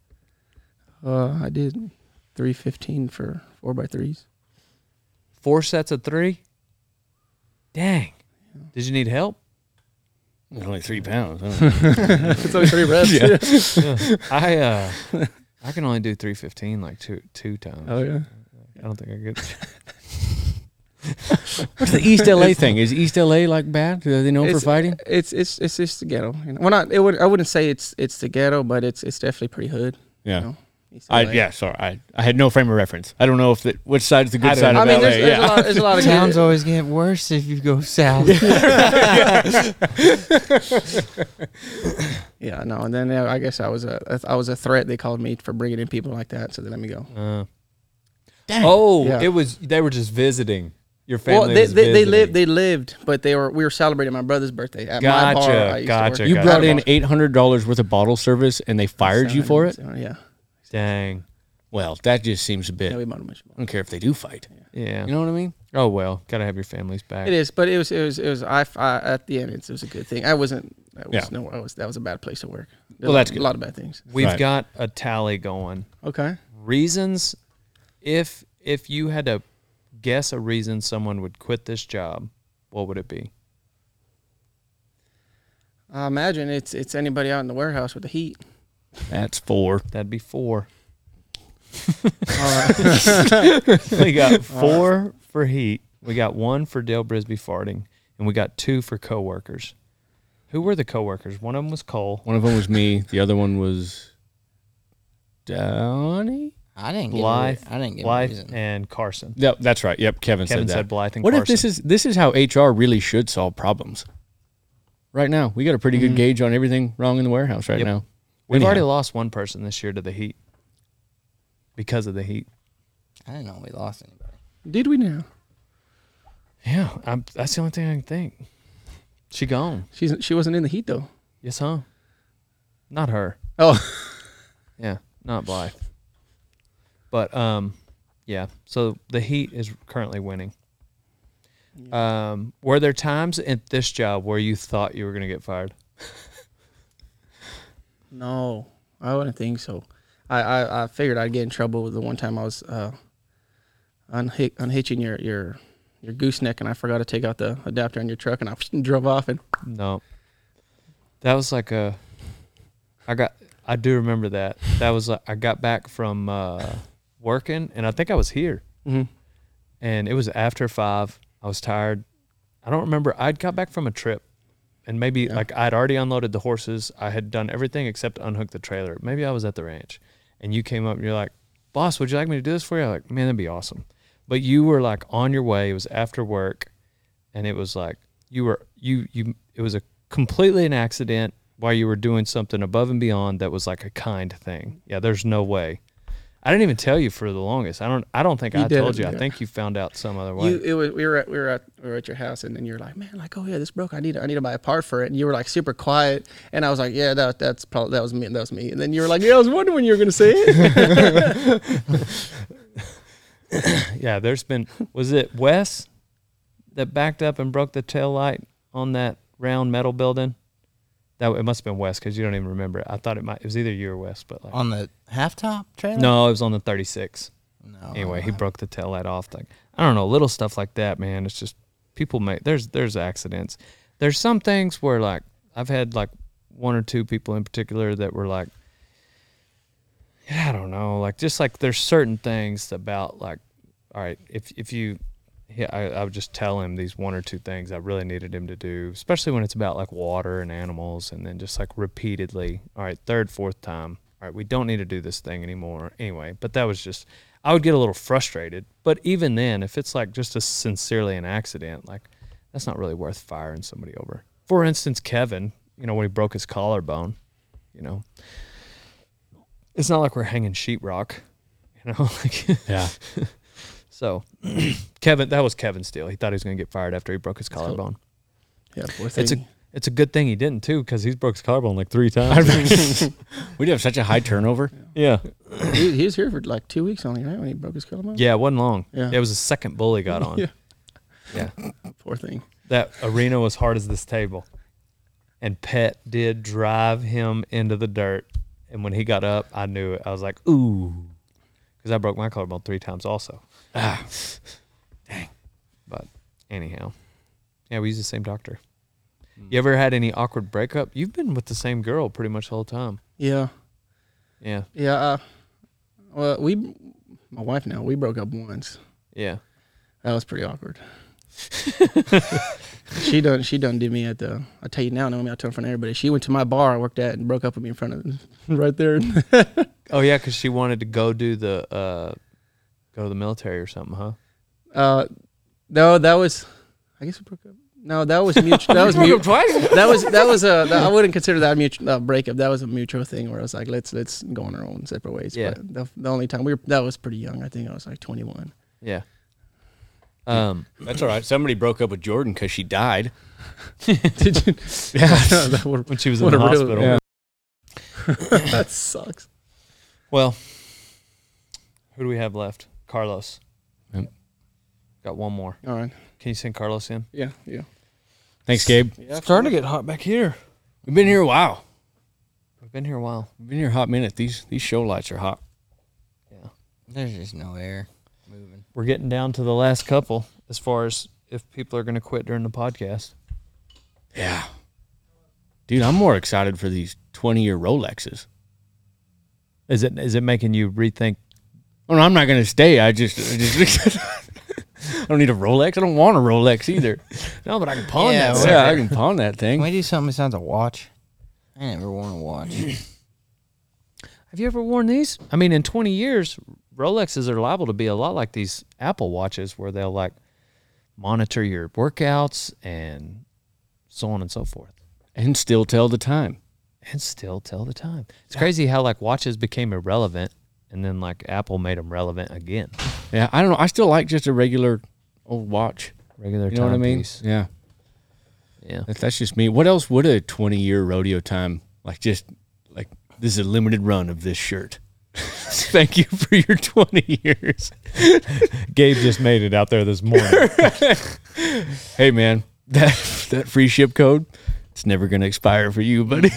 S10: uh I did three fifteen for four by threes.
S1: Four sets of three? Dang. Did you need help?
S2: Only three pounds. huh?
S10: it's only three reps.
S1: I uh I can only do three fifteen like two two times.
S10: Oh yeah.
S1: I don't think I could
S2: What's the East LA thing? Is East LA like bad? Do they know for fighting?
S10: It's it's it's just the ghetto. You know? Well, not it would I wouldn't say it's it's the ghetto, but it's it's definitely pretty hood.
S2: Yeah.
S10: You know? East
S2: I
S10: LA.
S2: yeah, sorry. I, I had no frame of reference. I don't know if that which side's the
S1: I
S2: good side
S1: don't know.
S10: I
S2: of
S10: mean,
S2: LA.
S10: there's, there's,
S2: yeah.
S10: a lot, there's a lot of good-
S3: Towns always get worse if you go south.
S10: Yeah, no, and then uh, I guess I was a I was a threat. They called me for bringing in people like that, so they let me go.
S1: uh, Oh,
S10: Yeah.
S1: it was they were just visiting. Your family.
S10: Well, they
S1: was
S10: they, they
S1: visiting.
S10: lived they lived, but they were we were celebrating my brother's birthday at my bar.
S1: Gotcha,
S10: I used
S1: gotcha,
S10: to work.
S1: You
S2: You
S1: gotcha.
S2: brought in eight hundred dollars worth of bottle service and they fired you for it?
S10: So, yeah,
S1: Dang.
S2: Well, that just seems a bit
S10: no,
S2: I
S10: we bought a bunch of
S2: don't care if they do fight.
S1: Yeah.
S2: You know what I mean?
S1: Oh well, gotta have your families back.
S10: It is, but it was it was it was I, I at the end it's, it was a good thing. I wasn't. I was
S2: Yeah.
S10: no, I was that was a bad place to work.
S2: Well, that's good.
S10: a lot of bad things.
S1: We've
S2: Right.
S1: got a tally going.
S10: Okay,
S1: reasons if if you had to guess a reason someone would quit this job what would it be?
S10: I imagine it's it's anybody out in the warehouse with the heat.
S1: That's four. That'd be four.
S10: All right.
S1: we got four for heat. We got one for Dale Brisby farting, and we got two for coworkers. Who were the coworkers? One of them was Cole.
S2: One of them was me. The other one was Donnie.
S3: I didn't get.
S1: Blythe,
S3: a, I didn't get. a
S1: Blythe,
S3: reason.
S1: and Carson.
S2: Yep, that's right. Yep, Kevin,
S1: Kevin
S2: said that.
S1: said Blythe and
S2: what if
S1: Carson.
S2: this is this is how HR really should solve problems? Right now, we got a pretty good gauge on everything wrong in the warehouse right
S1: Mm-hmm. Yep.
S2: now.
S1: We've
S2: Anyhow.
S1: already lost one person this year to the heat because of the heat.
S3: I didn't know we lost anybody.
S10: Did we now?
S1: Yeah, I'm, that's the only thing I can think. She gone.
S10: She's she wasn't in the heat though.
S1: Yes, huh? Not her.
S10: Oh.
S1: Yeah, not Blythe. But um, yeah. So the Heat is currently winning. Um, were there times at this job where you thought you were going to get fired?
S10: No, I wouldn't think so. I, I, I figured I'd get in trouble with the one time I was uh, unhi- unhitching your, your your gooseneck and I forgot to take out the adapter on your truck and I drove off and
S1: No. That was like a. I got. I do remember that. That was like I got back from uh, working, and I think I was here,
S10: Mhm.
S1: and it was after five. I was tired. I don't remember. I'd got back from a trip, and maybe like I'd already unloaded the horses. I had done everything except unhook the trailer. Maybe I was at the ranch, and you came up and you're like, "Boss, would you like me to do this for you?" I'm like, man, that'd be awesome. But you were like on your way. It was after work and it was like you were you you it was a completely an accident while you were doing something above and beyond that was like a kind thing yeah there's no way i didn't even tell you for the longest i don't i don't think
S10: You
S1: i told
S10: didn't,
S1: you i
S10: yeah.
S1: think you found out some other way
S10: you it was we were at we were at we were at your house and then you're like man like oh yeah this broke I need to, I need to buy a part for it and you were like super quiet and I was like yeah that that's probably that was me that was me and then you were like yeah I was wondering when you were gonna say it
S1: yeah there's been was it wes that backed up and broke the tail light on that round metal building that it must have been wes because you don't even remember it i thought it might it was either you or wes but like
S3: On the half top trailer.
S1: no it was on the 36
S3: No.
S1: anyway, he broke the tail light off. Like I don't know, little stuff like that, man. It's just people make there's there's accidents. There's some things where like I've had like one or two people in particular that were like, I don't know, like just like there's certain things about like, all right, if if you, yeah, I, I would just tell him these one or two things I really needed him to do, especially when it's about like water and animals, and then just like repeatedly, all right, third, fourth time, all right, we don't need to do this thing anymore anyway. But that was just, I would get a little frustrated. But even then, if it's like just a sincerely an accident, like that's not really worth firing somebody over. For instance, Kevin, you know, when he broke his collarbone, you know, it's not like we're hanging sheetrock, you know. Like,
S2: Yeah.
S1: so, Kevin, that was Kevin's deal. He thought he was going to get fired after he broke his collarbone.
S10: yeah poor
S1: It's a
S10: thing.
S1: it's a good thing he didn't too, because he's broke his collarbone like three times.
S2: We'd have such a high turnover.
S1: yeah,
S10: he, he was here for like two weeks only right when he broke his collarbone
S1: yeah, it wasn't long.
S10: Yeah.
S1: It was the second bull he got on.
S10: Yeah.
S1: yeah.
S10: poor thing
S1: That arena was hard as this table, and Pet did drive him into the dirt. And when he got up, I knew it. I was like, ooh, because I broke my collarbone three times also. But anyhow, yeah, we use the same doctor. You ever had any awkward breakup? You've been with the same girl pretty much the whole time.
S10: yeah
S1: Yeah,
S10: Yeah. Uh, well, we, my wife now, we broke up once.
S1: yeah.
S10: That was pretty awkward. she done she done did me at the I tell you now, no, I'm out in front of everybody. She went to my bar I worked at and broke up with me in front of right there.
S1: Oh yeah, because she wanted to go do the uh, go to the military or something, huh?
S10: Uh, no, that was I guess we broke up. No, that was mutual. That was mutual. That was that was a. That, I wouldn't consider that a mutual uh, breakup. That was a mutual thing where I was like, let's let's go on our own separate ways.
S1: Yeah.
S10: But the, the only time we were that was pretty young. I think I was like 21.
S1: Yeah. Um.
S2: That's all right. Somebody broke up with Jordan because she died.
S10: Did you? Yeah. that would,
S1: When she was in
S10: What
S1: the
S10: a real-
S1: hospital.
S2: yeah.
S10: that sucks.
S1: Well, who do we have left? Carlos.
S2: Yep.
S1: Got one more.
S10: All right.
S1: Can you send Carlos in?
S10: Yeah. Yeah.
S2: Thanks, Gabe.
S1: starting to get hot back here.
S2: We've been here a while.
S1: We've been here a while.
S2: We've been here a hot minute. These these show lights are hot.
S3: There's just no air moving.
S1: We're getting down to the last couple as far as if people are going to quit during the podcast.
S2: Yeah. Dude, I'm more excited for these 20 year Rolexes.
S1: Is it is it making you rethink?
S2: Oh, no, I'm not going to stay. I just, I just, I don't need a Rolex. I don't want a Rolex either. No, but I can pawn
S4: Yeah,
S2: that.
S4: whatever.
S2: sucker. I can pawn that
S3: Can
S2: thing.
S3: we do something besides a watch? I never worn a watch.
S1: Have you ever worn these? I mean, in 20 years, Rolexes are liable to be a lot like these Apple watches, where they'll like monitor your workouts and so on and so forth,
S2: And still tell the time.
S1: and still tell the time. It's crazy how like watches became irrelevant, and then like Apple made them relevant again.
S2: Yeah, I don't know. I still like just a regular old watch.
S1: Regular
S2: You know what I mean?
S1: timepiece.
S2: Yeah.
S1: Yeah.
S2: That- That's just me. What else would a 20 year rodeo time, like just like this is a limited run of this shirt? Thank you for your 20 years.
S1: Gabe just made it out there this morning.
S2: Hey, man, that, that free ship code, it's never going to expire for you, buddy.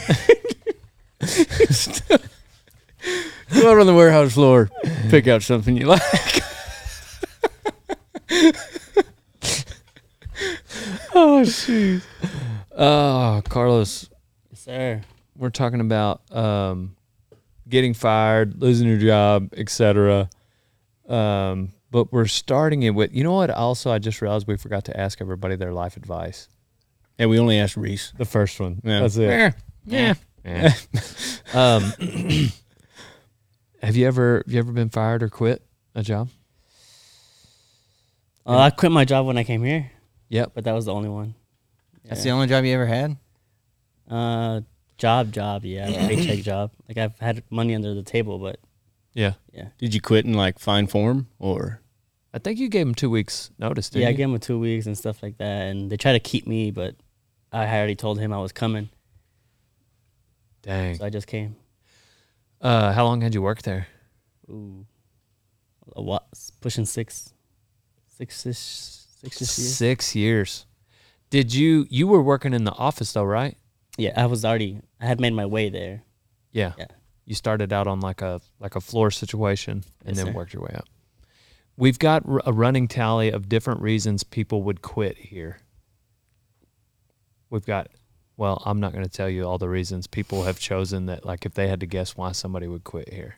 S2: Go out on the warehouse floor, pick out something you like.
S1: oh, Carlos,
S8: Sir.
S1: we're talking about um, getting fired, losing your job, etc. Um, but we're starting it with you know what? Also, I just realized we forgot to ask everybody their life advice.
S2: And we only asked Reese.
S1: The first one,
S2: Yeah.
S1: that's it.
S2: Yeah.
S1: Yeah. um, have you ever have you ever been fired or quit a job?
S11: Uh, I quit my job when I came here.
S1: Yep.
S11: But that was the only one.
S3: That's the only job you ever had?
S11: Uh, job, job, yeah, like paycheck job. Like I've had money under the table, but
S1: Yeah,
S2: Did you quit in like fine form or?
S1: I think you gave him two weeks notice. Didn't
S11: yeah, I
S1: you?
S11: gave him two weeks and stuff like that, and they tried to keep me, but I had already told him I was coming,
S1: Dang.
S11: so I just came.
S1: Uh, how long had you worked there?
S11: Ooh, a what? Pushing six, six ish, six ish years.
S1: Six years. Did you you were working in the office though, right?
S11: Yeah, I was already. I had made my way there.
S1: Yeah.
S11: Yeah.
S1: You started out on like a like a floor situation and
S11: Yes,
S1: then
S11: sir.
S1: worked your way up. We've got r- a running tally of different reasons people would quit here. We've got well, I'm not going to tell you all the reasons people have chosen that like if they had to guess why somebody would quit here.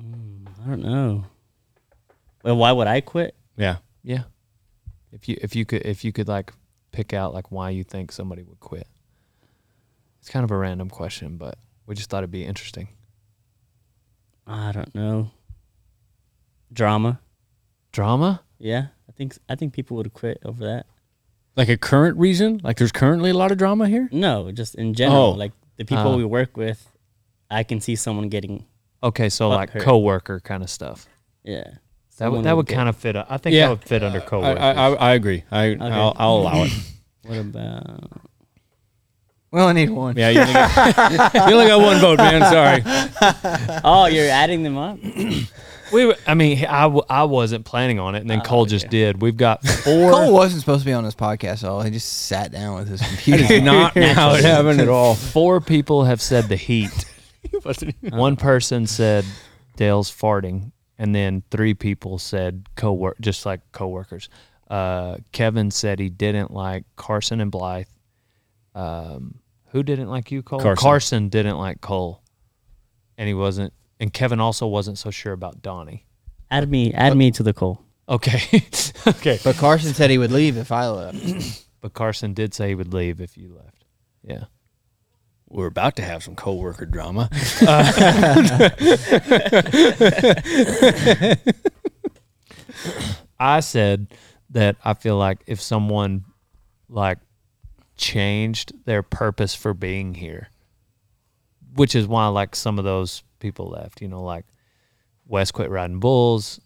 S11: I don't know. Well, why would I quit?
S2: Yeah.
S1: Yeah. If you if you could if you could like pick out like why you think somebody would quit. It's kind of a random question, but we just thought it'd be interesting.
S11: I don't know. Drama.
S1: Drama?
S11: Yeah, I think I think people would quit over that.
S2: Like a current reason? Like there's currently a lot of drama here?
S11: No, just in general,
S2: Oh.
S11: like the people
S1: Uh.
S11: we work with, I can see someone getting
S1: Okay, so
S11: Fuck
S1: like
S11: her.
S1: coworker kind of stuff.
S11: yeah.
S1: That would, that would kind of fit. u- I think
S2: Yeah.
S1: that would fit
S11: Uh,
S1: under
S2: I,
S1: coworker.
S2: I, I, I agree. I, I'll, I'll allow it.
S11: What about?
S3: We only need one.
S2: Yeah, you only, got, you only got one vote, man. Sorry.
S11: Oh, you're adding them up.
S1: we, were- I mean, I, w- I wasn't planning on it, and
S11: Oh,
S1: then Cole just did. We've got four.
S3: Cole wasn't supposed to be on this podcast at all. He just sat down with his computer.
S2: Not how it happened at all.
S1: Four people have said the heat. One person said Dale's farting, and then three people said cowork, just like coworkers. Uh, Kevin said he didn't like Carson and Blythe. Um, who didn't like you, Cole?
S2: Carson.
S1: didn't like Cole, and he wasn't. And Kevin also wasn't so sure about Donnie.
S11: Add me,
S2: Uh,
S11: add me to the call.
S1: Okay, okay.
S3: but Carson said he would leave if I left.
S1: But Carson did say he would leave if you left. Yeah.
S2: We're about to have some coworker drama.
S1: I said that I feel like if someone like changed their purpose for being here, which is why like some of those people left, you know, like Wes quit riding bulls,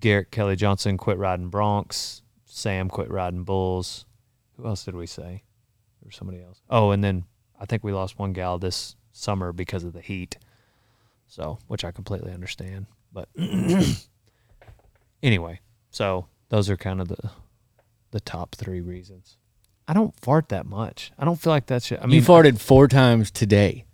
S1: Garrett Kelly Johnson quit riding Bronx, Sam quit riding bulls. Who else did we say? Or somebody else. Oh, and then I think we lost one gal this summer because of the heat. So, which I completely understand, but anyway, so those are kind of the the top three reasons. I don't fart that much. I don't feel like that shit. I mean,
S2: you farted four times today.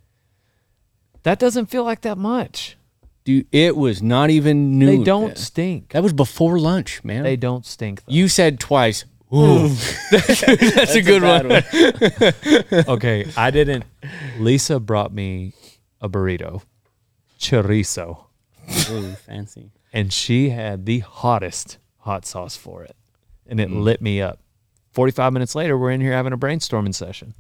S1: that doesn't feel like that much.
S2: Dude, it was not even noon.
S1: They don't stink.
S2: That was before lunch, man.
S1: They don't stink. Though.
S2: you said twice,
S1: Ooh.
S2: That's a That's a good bad one. one.
S1: okay, I didn't. Lisa brought me a burrito, chorizo.
S11: Ooh, fancy.
S1: and she had the hottest hot sauce for it, and it
S11: Mm.
S1: lit me up. Forty-five minutes later, we're in here having a brainstorming session.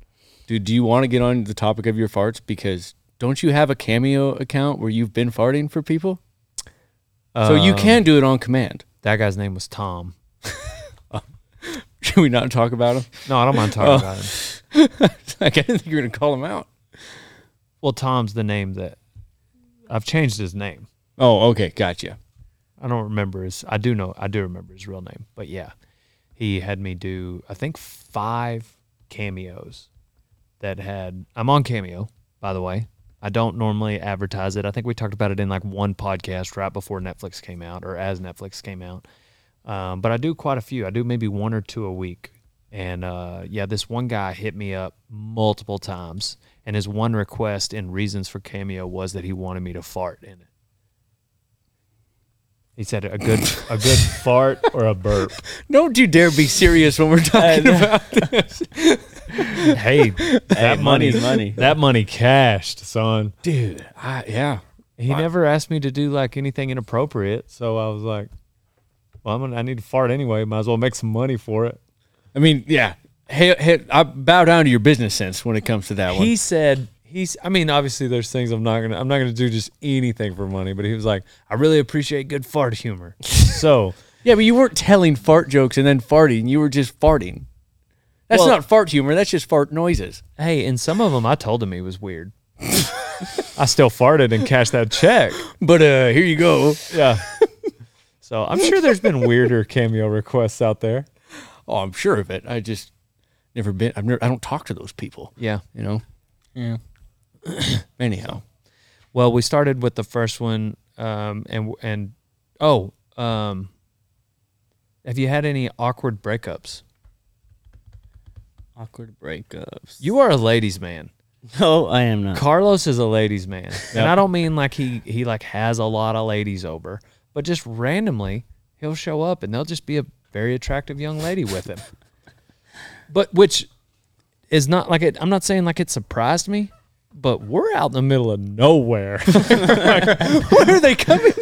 S2: Dude, do you want to get on the topic of your farts? Because don't you have a cameo account where you've been farting for people? so you
S1: Um,
S2: can do it on command.
S1: That guy's name was Tom.
S2: Should we not talk about him?
S1: No, I don't mind
S11: Oh.
S1: talking about
S2: about him. like, I didn't think you were going to call him out.
S1: Well, Tom's the name that I've changed his name.
S2: Oh, okay, gotcha.
S1: I don't remember his. I do know. I do remember his real name, but yeah, he had me do. I think five cameos that had. I'm on Cameo, by the way. I don't normally advertise it. I think we talked about it in like one podcast right before Netflix came out, or as Netflix came out. Um, but I do quite a few. I do maybe one or two a week. And uh, yeah, this one guy hit me up multiple times, and his one request and reasons for Cameo was that he wanted me to fart in it. He said a good a good fart or a burp.
S2: Don't you dare be serious when we're talking about this.
S1: Hey, that money,
S11: money's money.
S1: That money cashed, son.
S2: Dude, I, yeah.
S1: He never asked me to do like anything inappropriate, so I was like, "Well, I'm gonna, I need to fart anyway. Might as well make some money for it."
S2: I mean, yeah. Hey, hey, I bow down to your business sense when it comes to that one.
S1: He said, "He's. I mean, obviously, there's things I'm not gonna. I'm not gonna do just anything for money." But he was like, "I really appreciate good fart humor." so
S2: Yeah, but you weren't telling fart jokes and then farting. You were just farting. That's
S1: Well-
S2: not fart humor. That's just fart noises.
S1: hey, and some of them I told him he was weird. I still farted and cashed that check.
S2: But uh here you go.
S1: Yeah. So I'm sure there's been weirder cameo requests out there.
S2: Oh, I'm sure of it. I just never been. I've never. I don't talk to those people.
S1: Yeah.
S2: You know.
S3: Yeah.
S2: Anyhow,
S1: Well, we started with the first one, um, and and oh, um, have you had any awkward breakups?
S11: Awkward breakups.
S1: You are a ladies' man.
S11: No, I am not.
S1: Carlos is a ladies' man, and I don't mean like he he like has a lot of ladies over, but just randomly he'll show up and there'll just be a very attractive young lady with him. but which is not like it. I'm not saying like it surprised me, but we're out in the middle of nowhere.
S2: where are they coming?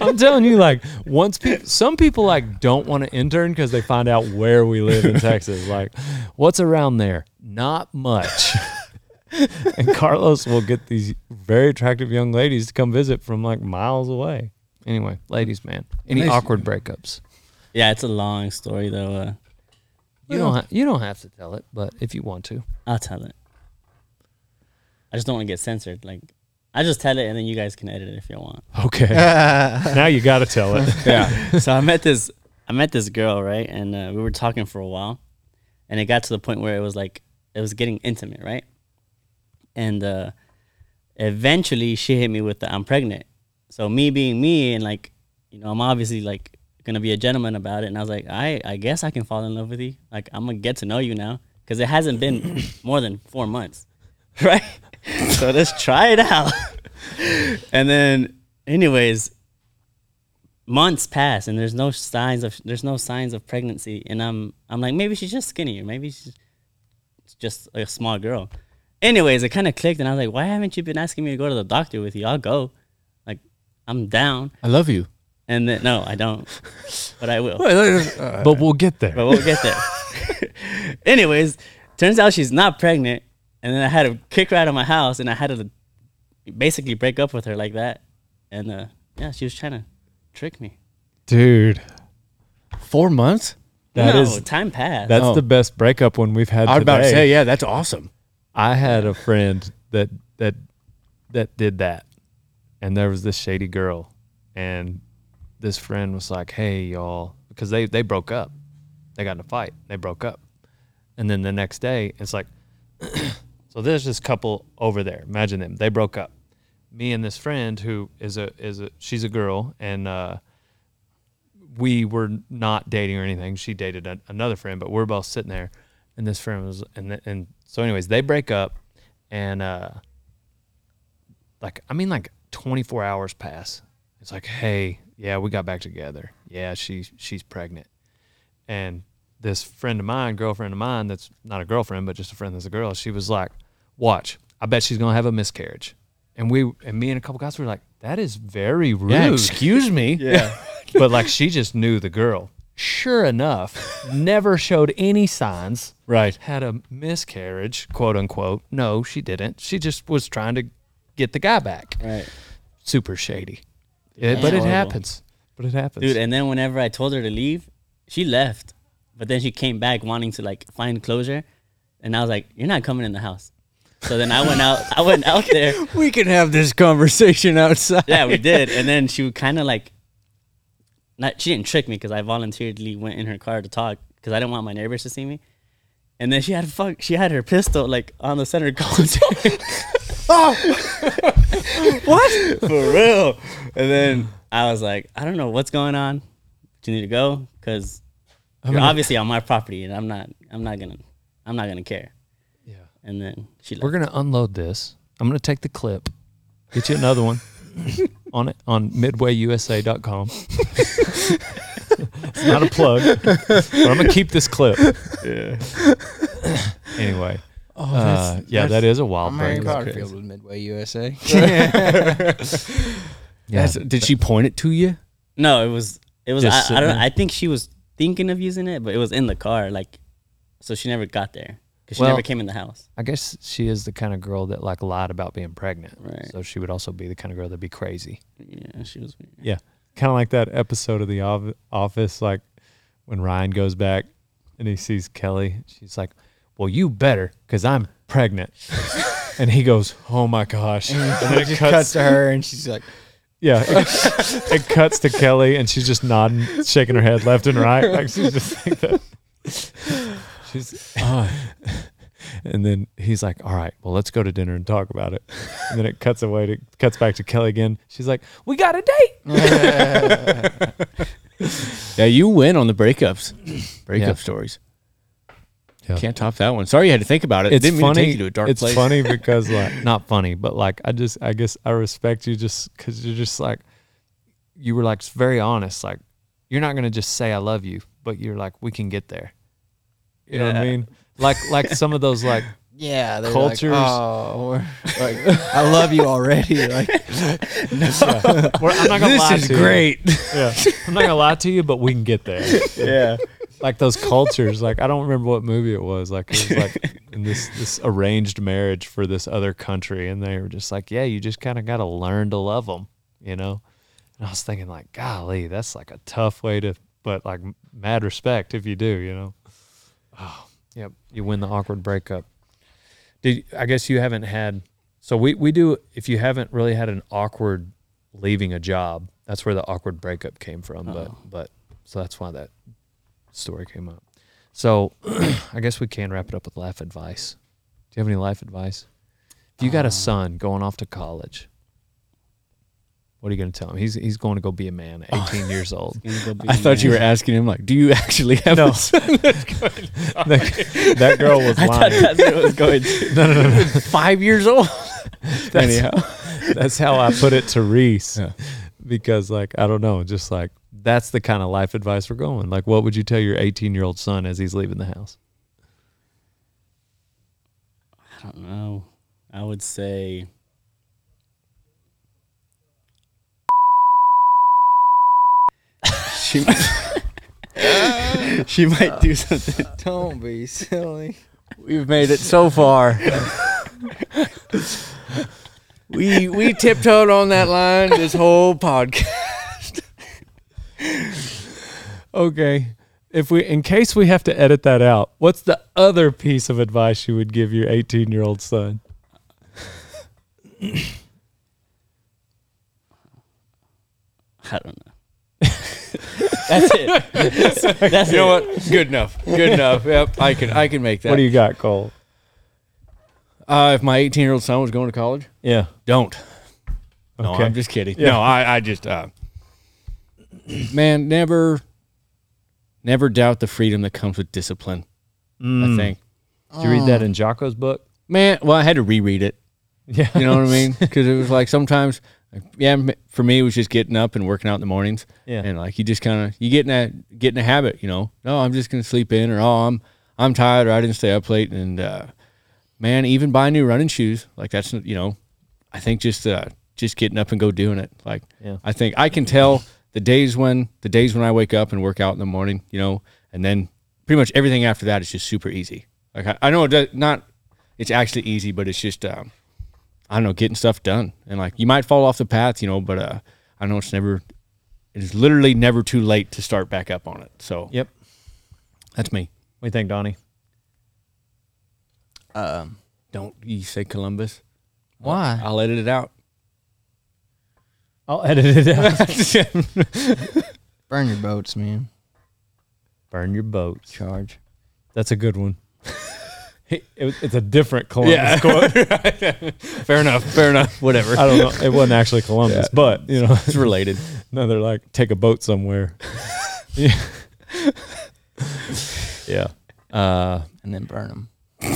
S1: I'm telling you, like once people, some people like don't want to intern because they find out where we live in Texas. Like, what's around there? Not much. and Carlos will get these very attractive young ladies to come visit from like miles away. Anyway, ladies, man, any
S2: Nice.
S1: awkward breakups?
S11: Yeah, it's a long story though. Uh,
S1: You don't ha- you don't have to tell it, but if you want to,
S11: I'll tell it. I just don't want to get censored. Like, I just tell it, and then you guys can edit it if you want.
S1: okay. now you got to tell it.
S11: yeah. so I met this I met this girl, right? And uh, we were talking for a while. And it got to the point where it was like it was getting intimate, right? And uh eventually she hit me with the I'm pregnant. So me being me and like, you know, I'm obviously like gonna be a gentleman about it. And I was like, I I guess I can fall in love with you. Like I'm gonna get to know you now. Cause it hasn't been more than four months. Right? so let's try it out. and then anyways, months pass and there's no signs of there's no signs of pregnancy and i'm i'm like maybe she's just skinnier maybe she's just a small girl anyways it kind of clicked and i was like why haven't you been asking me to go to the doctor with you i'll go like i'm down
S2: I love you.
S11: and then no i don't but i will
S1: But we'll get there.
S11: but we'll get there. Anyways, turns out she's not pregnant, and then I had to kick her out of my house, and I had to basically break up with her like that. And uh, yeah, she was trying to trick me.
S1: Dude,
S2: Four months.
S1: That
S11: no,
S1: is-
S11: time passed.
S1: that's
S2: Oh.
S1: the best breakup one we've had
S2: I was about to
S1: today.
S2: say, yeah, that's awesome.
S1: I had a friend that that that did that, and there was this shady girl, and this friend was like, "Hey, y'all," because they they broke up, they got in a fight, they broke up, and then the next day it's like, so there's this couple over there. Imagine them, they broke up. Me and this friend who is a is a she's a girl and uh, we were not dating or anything. She dated a, another friend, but we're both sitting there, and this friend was, and th- and so, anyways, they break up, and uh, like I mean, like twenty four hours pass. It's like, hey, yeah, we got back together. Yeah, she she's pregnant, and this friend of mine, girlfriend of mine, that's not a girlfriend, but just a friend that's a girl, she was like, Watch, I bet she's gonna have a miscarriage. And we and me and a couple guys were like, That is very rude.
S2: Yeah, excuse me.
S1: yeah. but like she just knew the girl. Sure enough, never showed any signs.
S2: Right.
S1: Had a miscarriage, quote unquote. No, she didn't. She just was trying to get the guy back.
S11: Right.
S1: Super shady. It- but it
S11: Horrible.
S1: happens. But it happens.
S11: Dude, and then whenever I told her to leave, she left. But then she came back wanting to like find closure. And I was like, You're not coming in the house. So then I went out I went out there.
S8: we can have this conversation outside.
S11: Yeah, we did. And then she would kinda like not she didn't trick me because I voluntarily went in her car to talk because I didn't want my neighbors to see me. And then she had fuck she had her pistol like on the center console.
S8: what?
S11: for real. And then I was like, I don't know what's going on. Do you need to go? Because
S1: I
S11: you're
S1: mean-
S11: obviously on my property, and I'm not. I'm not gonna. I'm not gonna care. Yeah. And then she left.
S1: We're gonna unload this. I'm gonna take the clip, get you another one on it on midwayusa.com. it's not a plug, but I'm gonna keep this clip.
S9: Yeah.
S1: anyway.
S3: Oh,
S1: uh,
S3: that's-
S1: yeah, that
S3: that's-
S1: is a wild
S3: I'm
S1: bird.
S3: Harry
S1: That's
S3: Potter
S1: crazy.
S3: filled with Midway USA.
S2: That's- did she point it to you?
S11: No, it was. It was. I,
S2: Just
S11: I don't.
S2: sitting
S11: I think she was thinking of using it, but it was in the car. Like, so she never got there because she
S1: Well,
S11: never came in the house.
S1: I guess she is the kind of girl that like lied about being pregnant.
S11: Right.
S1: So she would also be the kind of girl that'd be crazy.
S11: Yeah, she was weird.
S1: Yeah. Kind of like that episode of The Of- Office, like when Ryan goes back and he sees Kelly. She's like, Well, you better, because I'm pregnant. and he goes, Oh my gosh.
S3: And it just cuts to her, and she's like-
S1: Yeah. It, it cuts to Kelly, and she's just nodding, shaking her head left and right. Like she's just like that. She's. And then he's like, "All right, well, let's go to dinner and talk about it." And then it cuts away to cuts back to Kelly again. She's like, "We got a date."
S2: Yeah, you win on the breakups, breakup
S1: Yeah.
S2: stories.
S1: Yeah.
S2: Can't top that one. Sorry you had to think about it.
S1: It's
S2: Didn't mean to
S1: funny.
S2: take you to a dark
S1: it's
S2: place.
S1: funny because like not funny, but like I just I guess I respect you just because you're just like you were like very honest. Like you're not gonna just say I love you, but you're like we can get there. You know what I
S3: Yeah.
S1: mean? Like like some of those like
S3: Yeah, they're like,
S1: cultures.
S3: "Oh, we're- like, I love you already." Like, no.
S1: Yeah. We're- I'm not gonna
S3: This
S1: lie
S3: is
S1: to you.
S3: great.
S1: Yeah, I'm not gonna lie to you, but we can get there.
S3: Yeah.
S1: like those cultures. Like I don't remember what movie it was. Like it was like in this this arranged marriage for this other country, and they were just like, yeah, you just kind of got to learn to love them, you know. And I was thinking, like, golly, that's like a tough way to, but like mad respect if you do, you know. Oh, yep, you win the awkward breakup. Did I guess you haven't had? So we we do. If you haven't really had an awkward leaving a job, that's where the awkward breakup came from. But but so that's why that story came up. So I guess we can wrap it up with life advice. Do you have any life advice? If you got a son going off to college, what are you going to tell him? He's he's going to go be a man, at 18 years old.
S2: I thought you were asking him like, "Do you actually have
S1: No.
S2: a son?"
S1: that, that girl was
S2: I
S1: lying.
S2: thought that's what it was going to.
S1: No, no, no, no.
S2: Five years old.
S1: That's, that's how I put it to Reese, because like I don't know, just like that's the kind of life advice we're going. Like, what would you tell your 18 year old son as he's leaving the house?
S11: I don't know. I would say.
S8: She might, she might do something.
S3: Don't be silly.
S8: We've made it so far.
S2: we we tiptoed on that line this whole podcast.
S1: Okay. If we, in case we have to edit that out, what's the other piece of advice you would give your 18 year old son?
S11: I don't know. That's it. That's
S2: you know
S11: it.
S2: what? Good enough. Good enough. Yep, I can I can make that.
S1: What do you got, Cole?
S2: Uh, if my 18 year old son was going to college,
S1: Yeah.
S2: don't. No,
S1: Okay.
S2: I'm just kidding.
S1: Yeah.
S2: No, I I just uh, man, never, never doubt the freedom that comes with discipline. I
S1: Mm.
S2: think.
S1: Did you read that in Jocko's book?
S2: Man, well, I had to reread it.
S1: Yeah.
S2: You know what I mean? Because it was like sometimes Like, yeah, m- for me, it was just getting up and working out in the mornings.
S1: Yeah.
S2: and like you just kind of you get in a get in a habit. You know, no, I'm just gonna sleep in, or oh, I'm I'm tired, or I didn't stay up late. And uh, man, even buy new running shoes. Like that's you know, I think just uh, just getting up and go doing it. Like
S1: Yeah.
S2: I think I can tell the days when the days when I wake up and work out in the morning. You know, and then pretty much everything after that is just super easy. Like I, I know it does, not it's actually easy, but it's just um, I don't know, getting stuff done. And like you might fall off the path, you know, but uh, I know it's never it's literally never too late to start back up on it. So
S1: Yep.
S2: that's me.
S1: What do you think, Donnie?
S2: Um, don't you say Columbus?
S3: Why?
S2: I'll, edit it out.
S1: I'll edit it out.
S3: Burn your boats, man.
S1: Burn your boat.
S3: Charge.
S1: That's a good one. It- it's a different Columbus
S2: Yeah.
S1: quote.
S2: Fair enough. Fair enough. Whatever.
S1: I don't know. It wasn't actually
S2: Yeah.
S1: Columbus, but you know,
S2: It's related.
S1: no, they're like take a boat somewhere. yeah. yeah. Uh,
S3: And then burn them.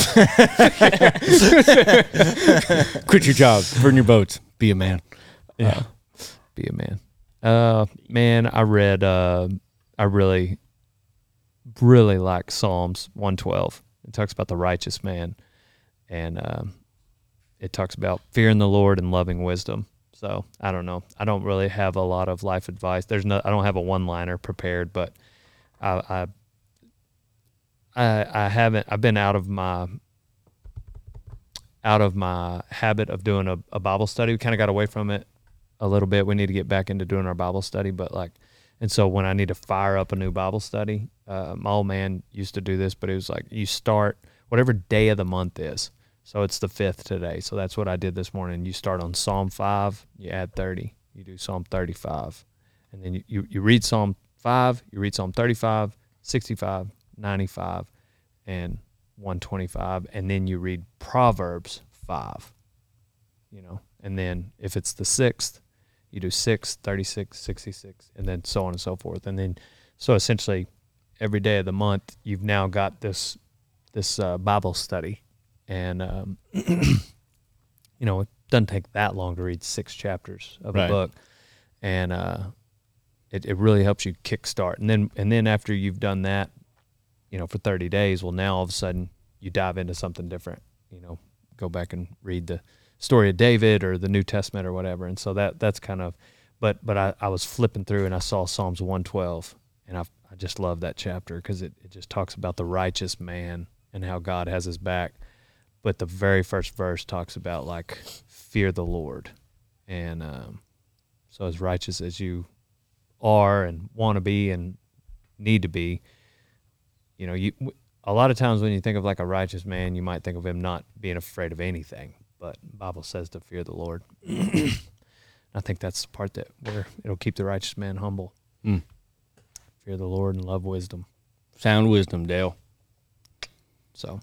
S2: Quit your job. Burn your boats. Be a man.
S1: Yeah. Uh, be a man. Uh, man, I read. Uh, I really, really like Psalms one twelve. It talks about the righteous man, and um, it talks about fearing the Lord and loving wisdom. So I don't know. I don't really have a lot of life advice. There's no. I don't have a one liner prepared, but I, I, I, I haven't. I've been out of my out of my habit of doing a, a Bible study. We kind of got away from it a little bit. We need to get back into doing our Bible study, but like, and so when I need to fire up a new Bible study, uh, my old man used to do this, but it was like you start whatever day of the month is. So it's the fifth today. So that's what I did this morning. You start on Psalm five, you add thirty, you do Psalm thirty-five, and then you you, you read Psalm five, you read Psalm 35, 65, 95, and 125, and then you read Proverbs five you know and then if it's the sixth you do 6 36 66 and then so on and so forth and then so essentially every day of the month you've now got this this uh, bible study and um, you know it doesn't take that long to read six chapters of
S5: Right.
S1: a book and uh, it, it really helps you kickstart and then and then after you've done that you know for 30 days well now all of a sudden you dive into something different you know go back and read the story of david or the new testament or whatever and so that that's kind of but but i, I was flipping through and i saw psalms 112 and i, I just love that chapter because it, it just talks about the righteous man and how god has his back but the very first verse talks about like fear the lord and um, so as righteous as you are and want to be and need to be you know you a lot of times when you think of like a righteous man you might think of him not being afraid of anything but bible says to fear the lord i think that's the part that where it'll keep the righteous man humble
S2: Mm.
S1: fear the lord and love wisdom
S2: Sound wisdom, Dale.
S1: so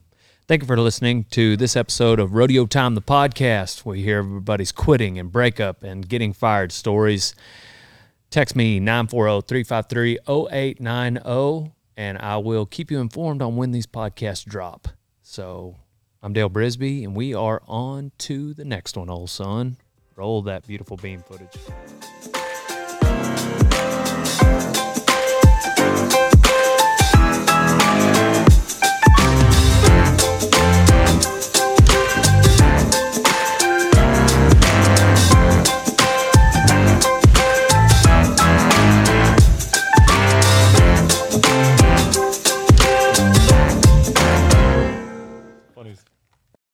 S1: thank you for listening to this episode of Rodeo Time, the podcast, where you hear everybody's quitting and breakup and getting fired stories. Text me 940 353 0890, and I will keep you informed on when these podcasts drop. So I'm Dale Brisby, and we are on to the next one, old son. Roll that beautiful beam footage.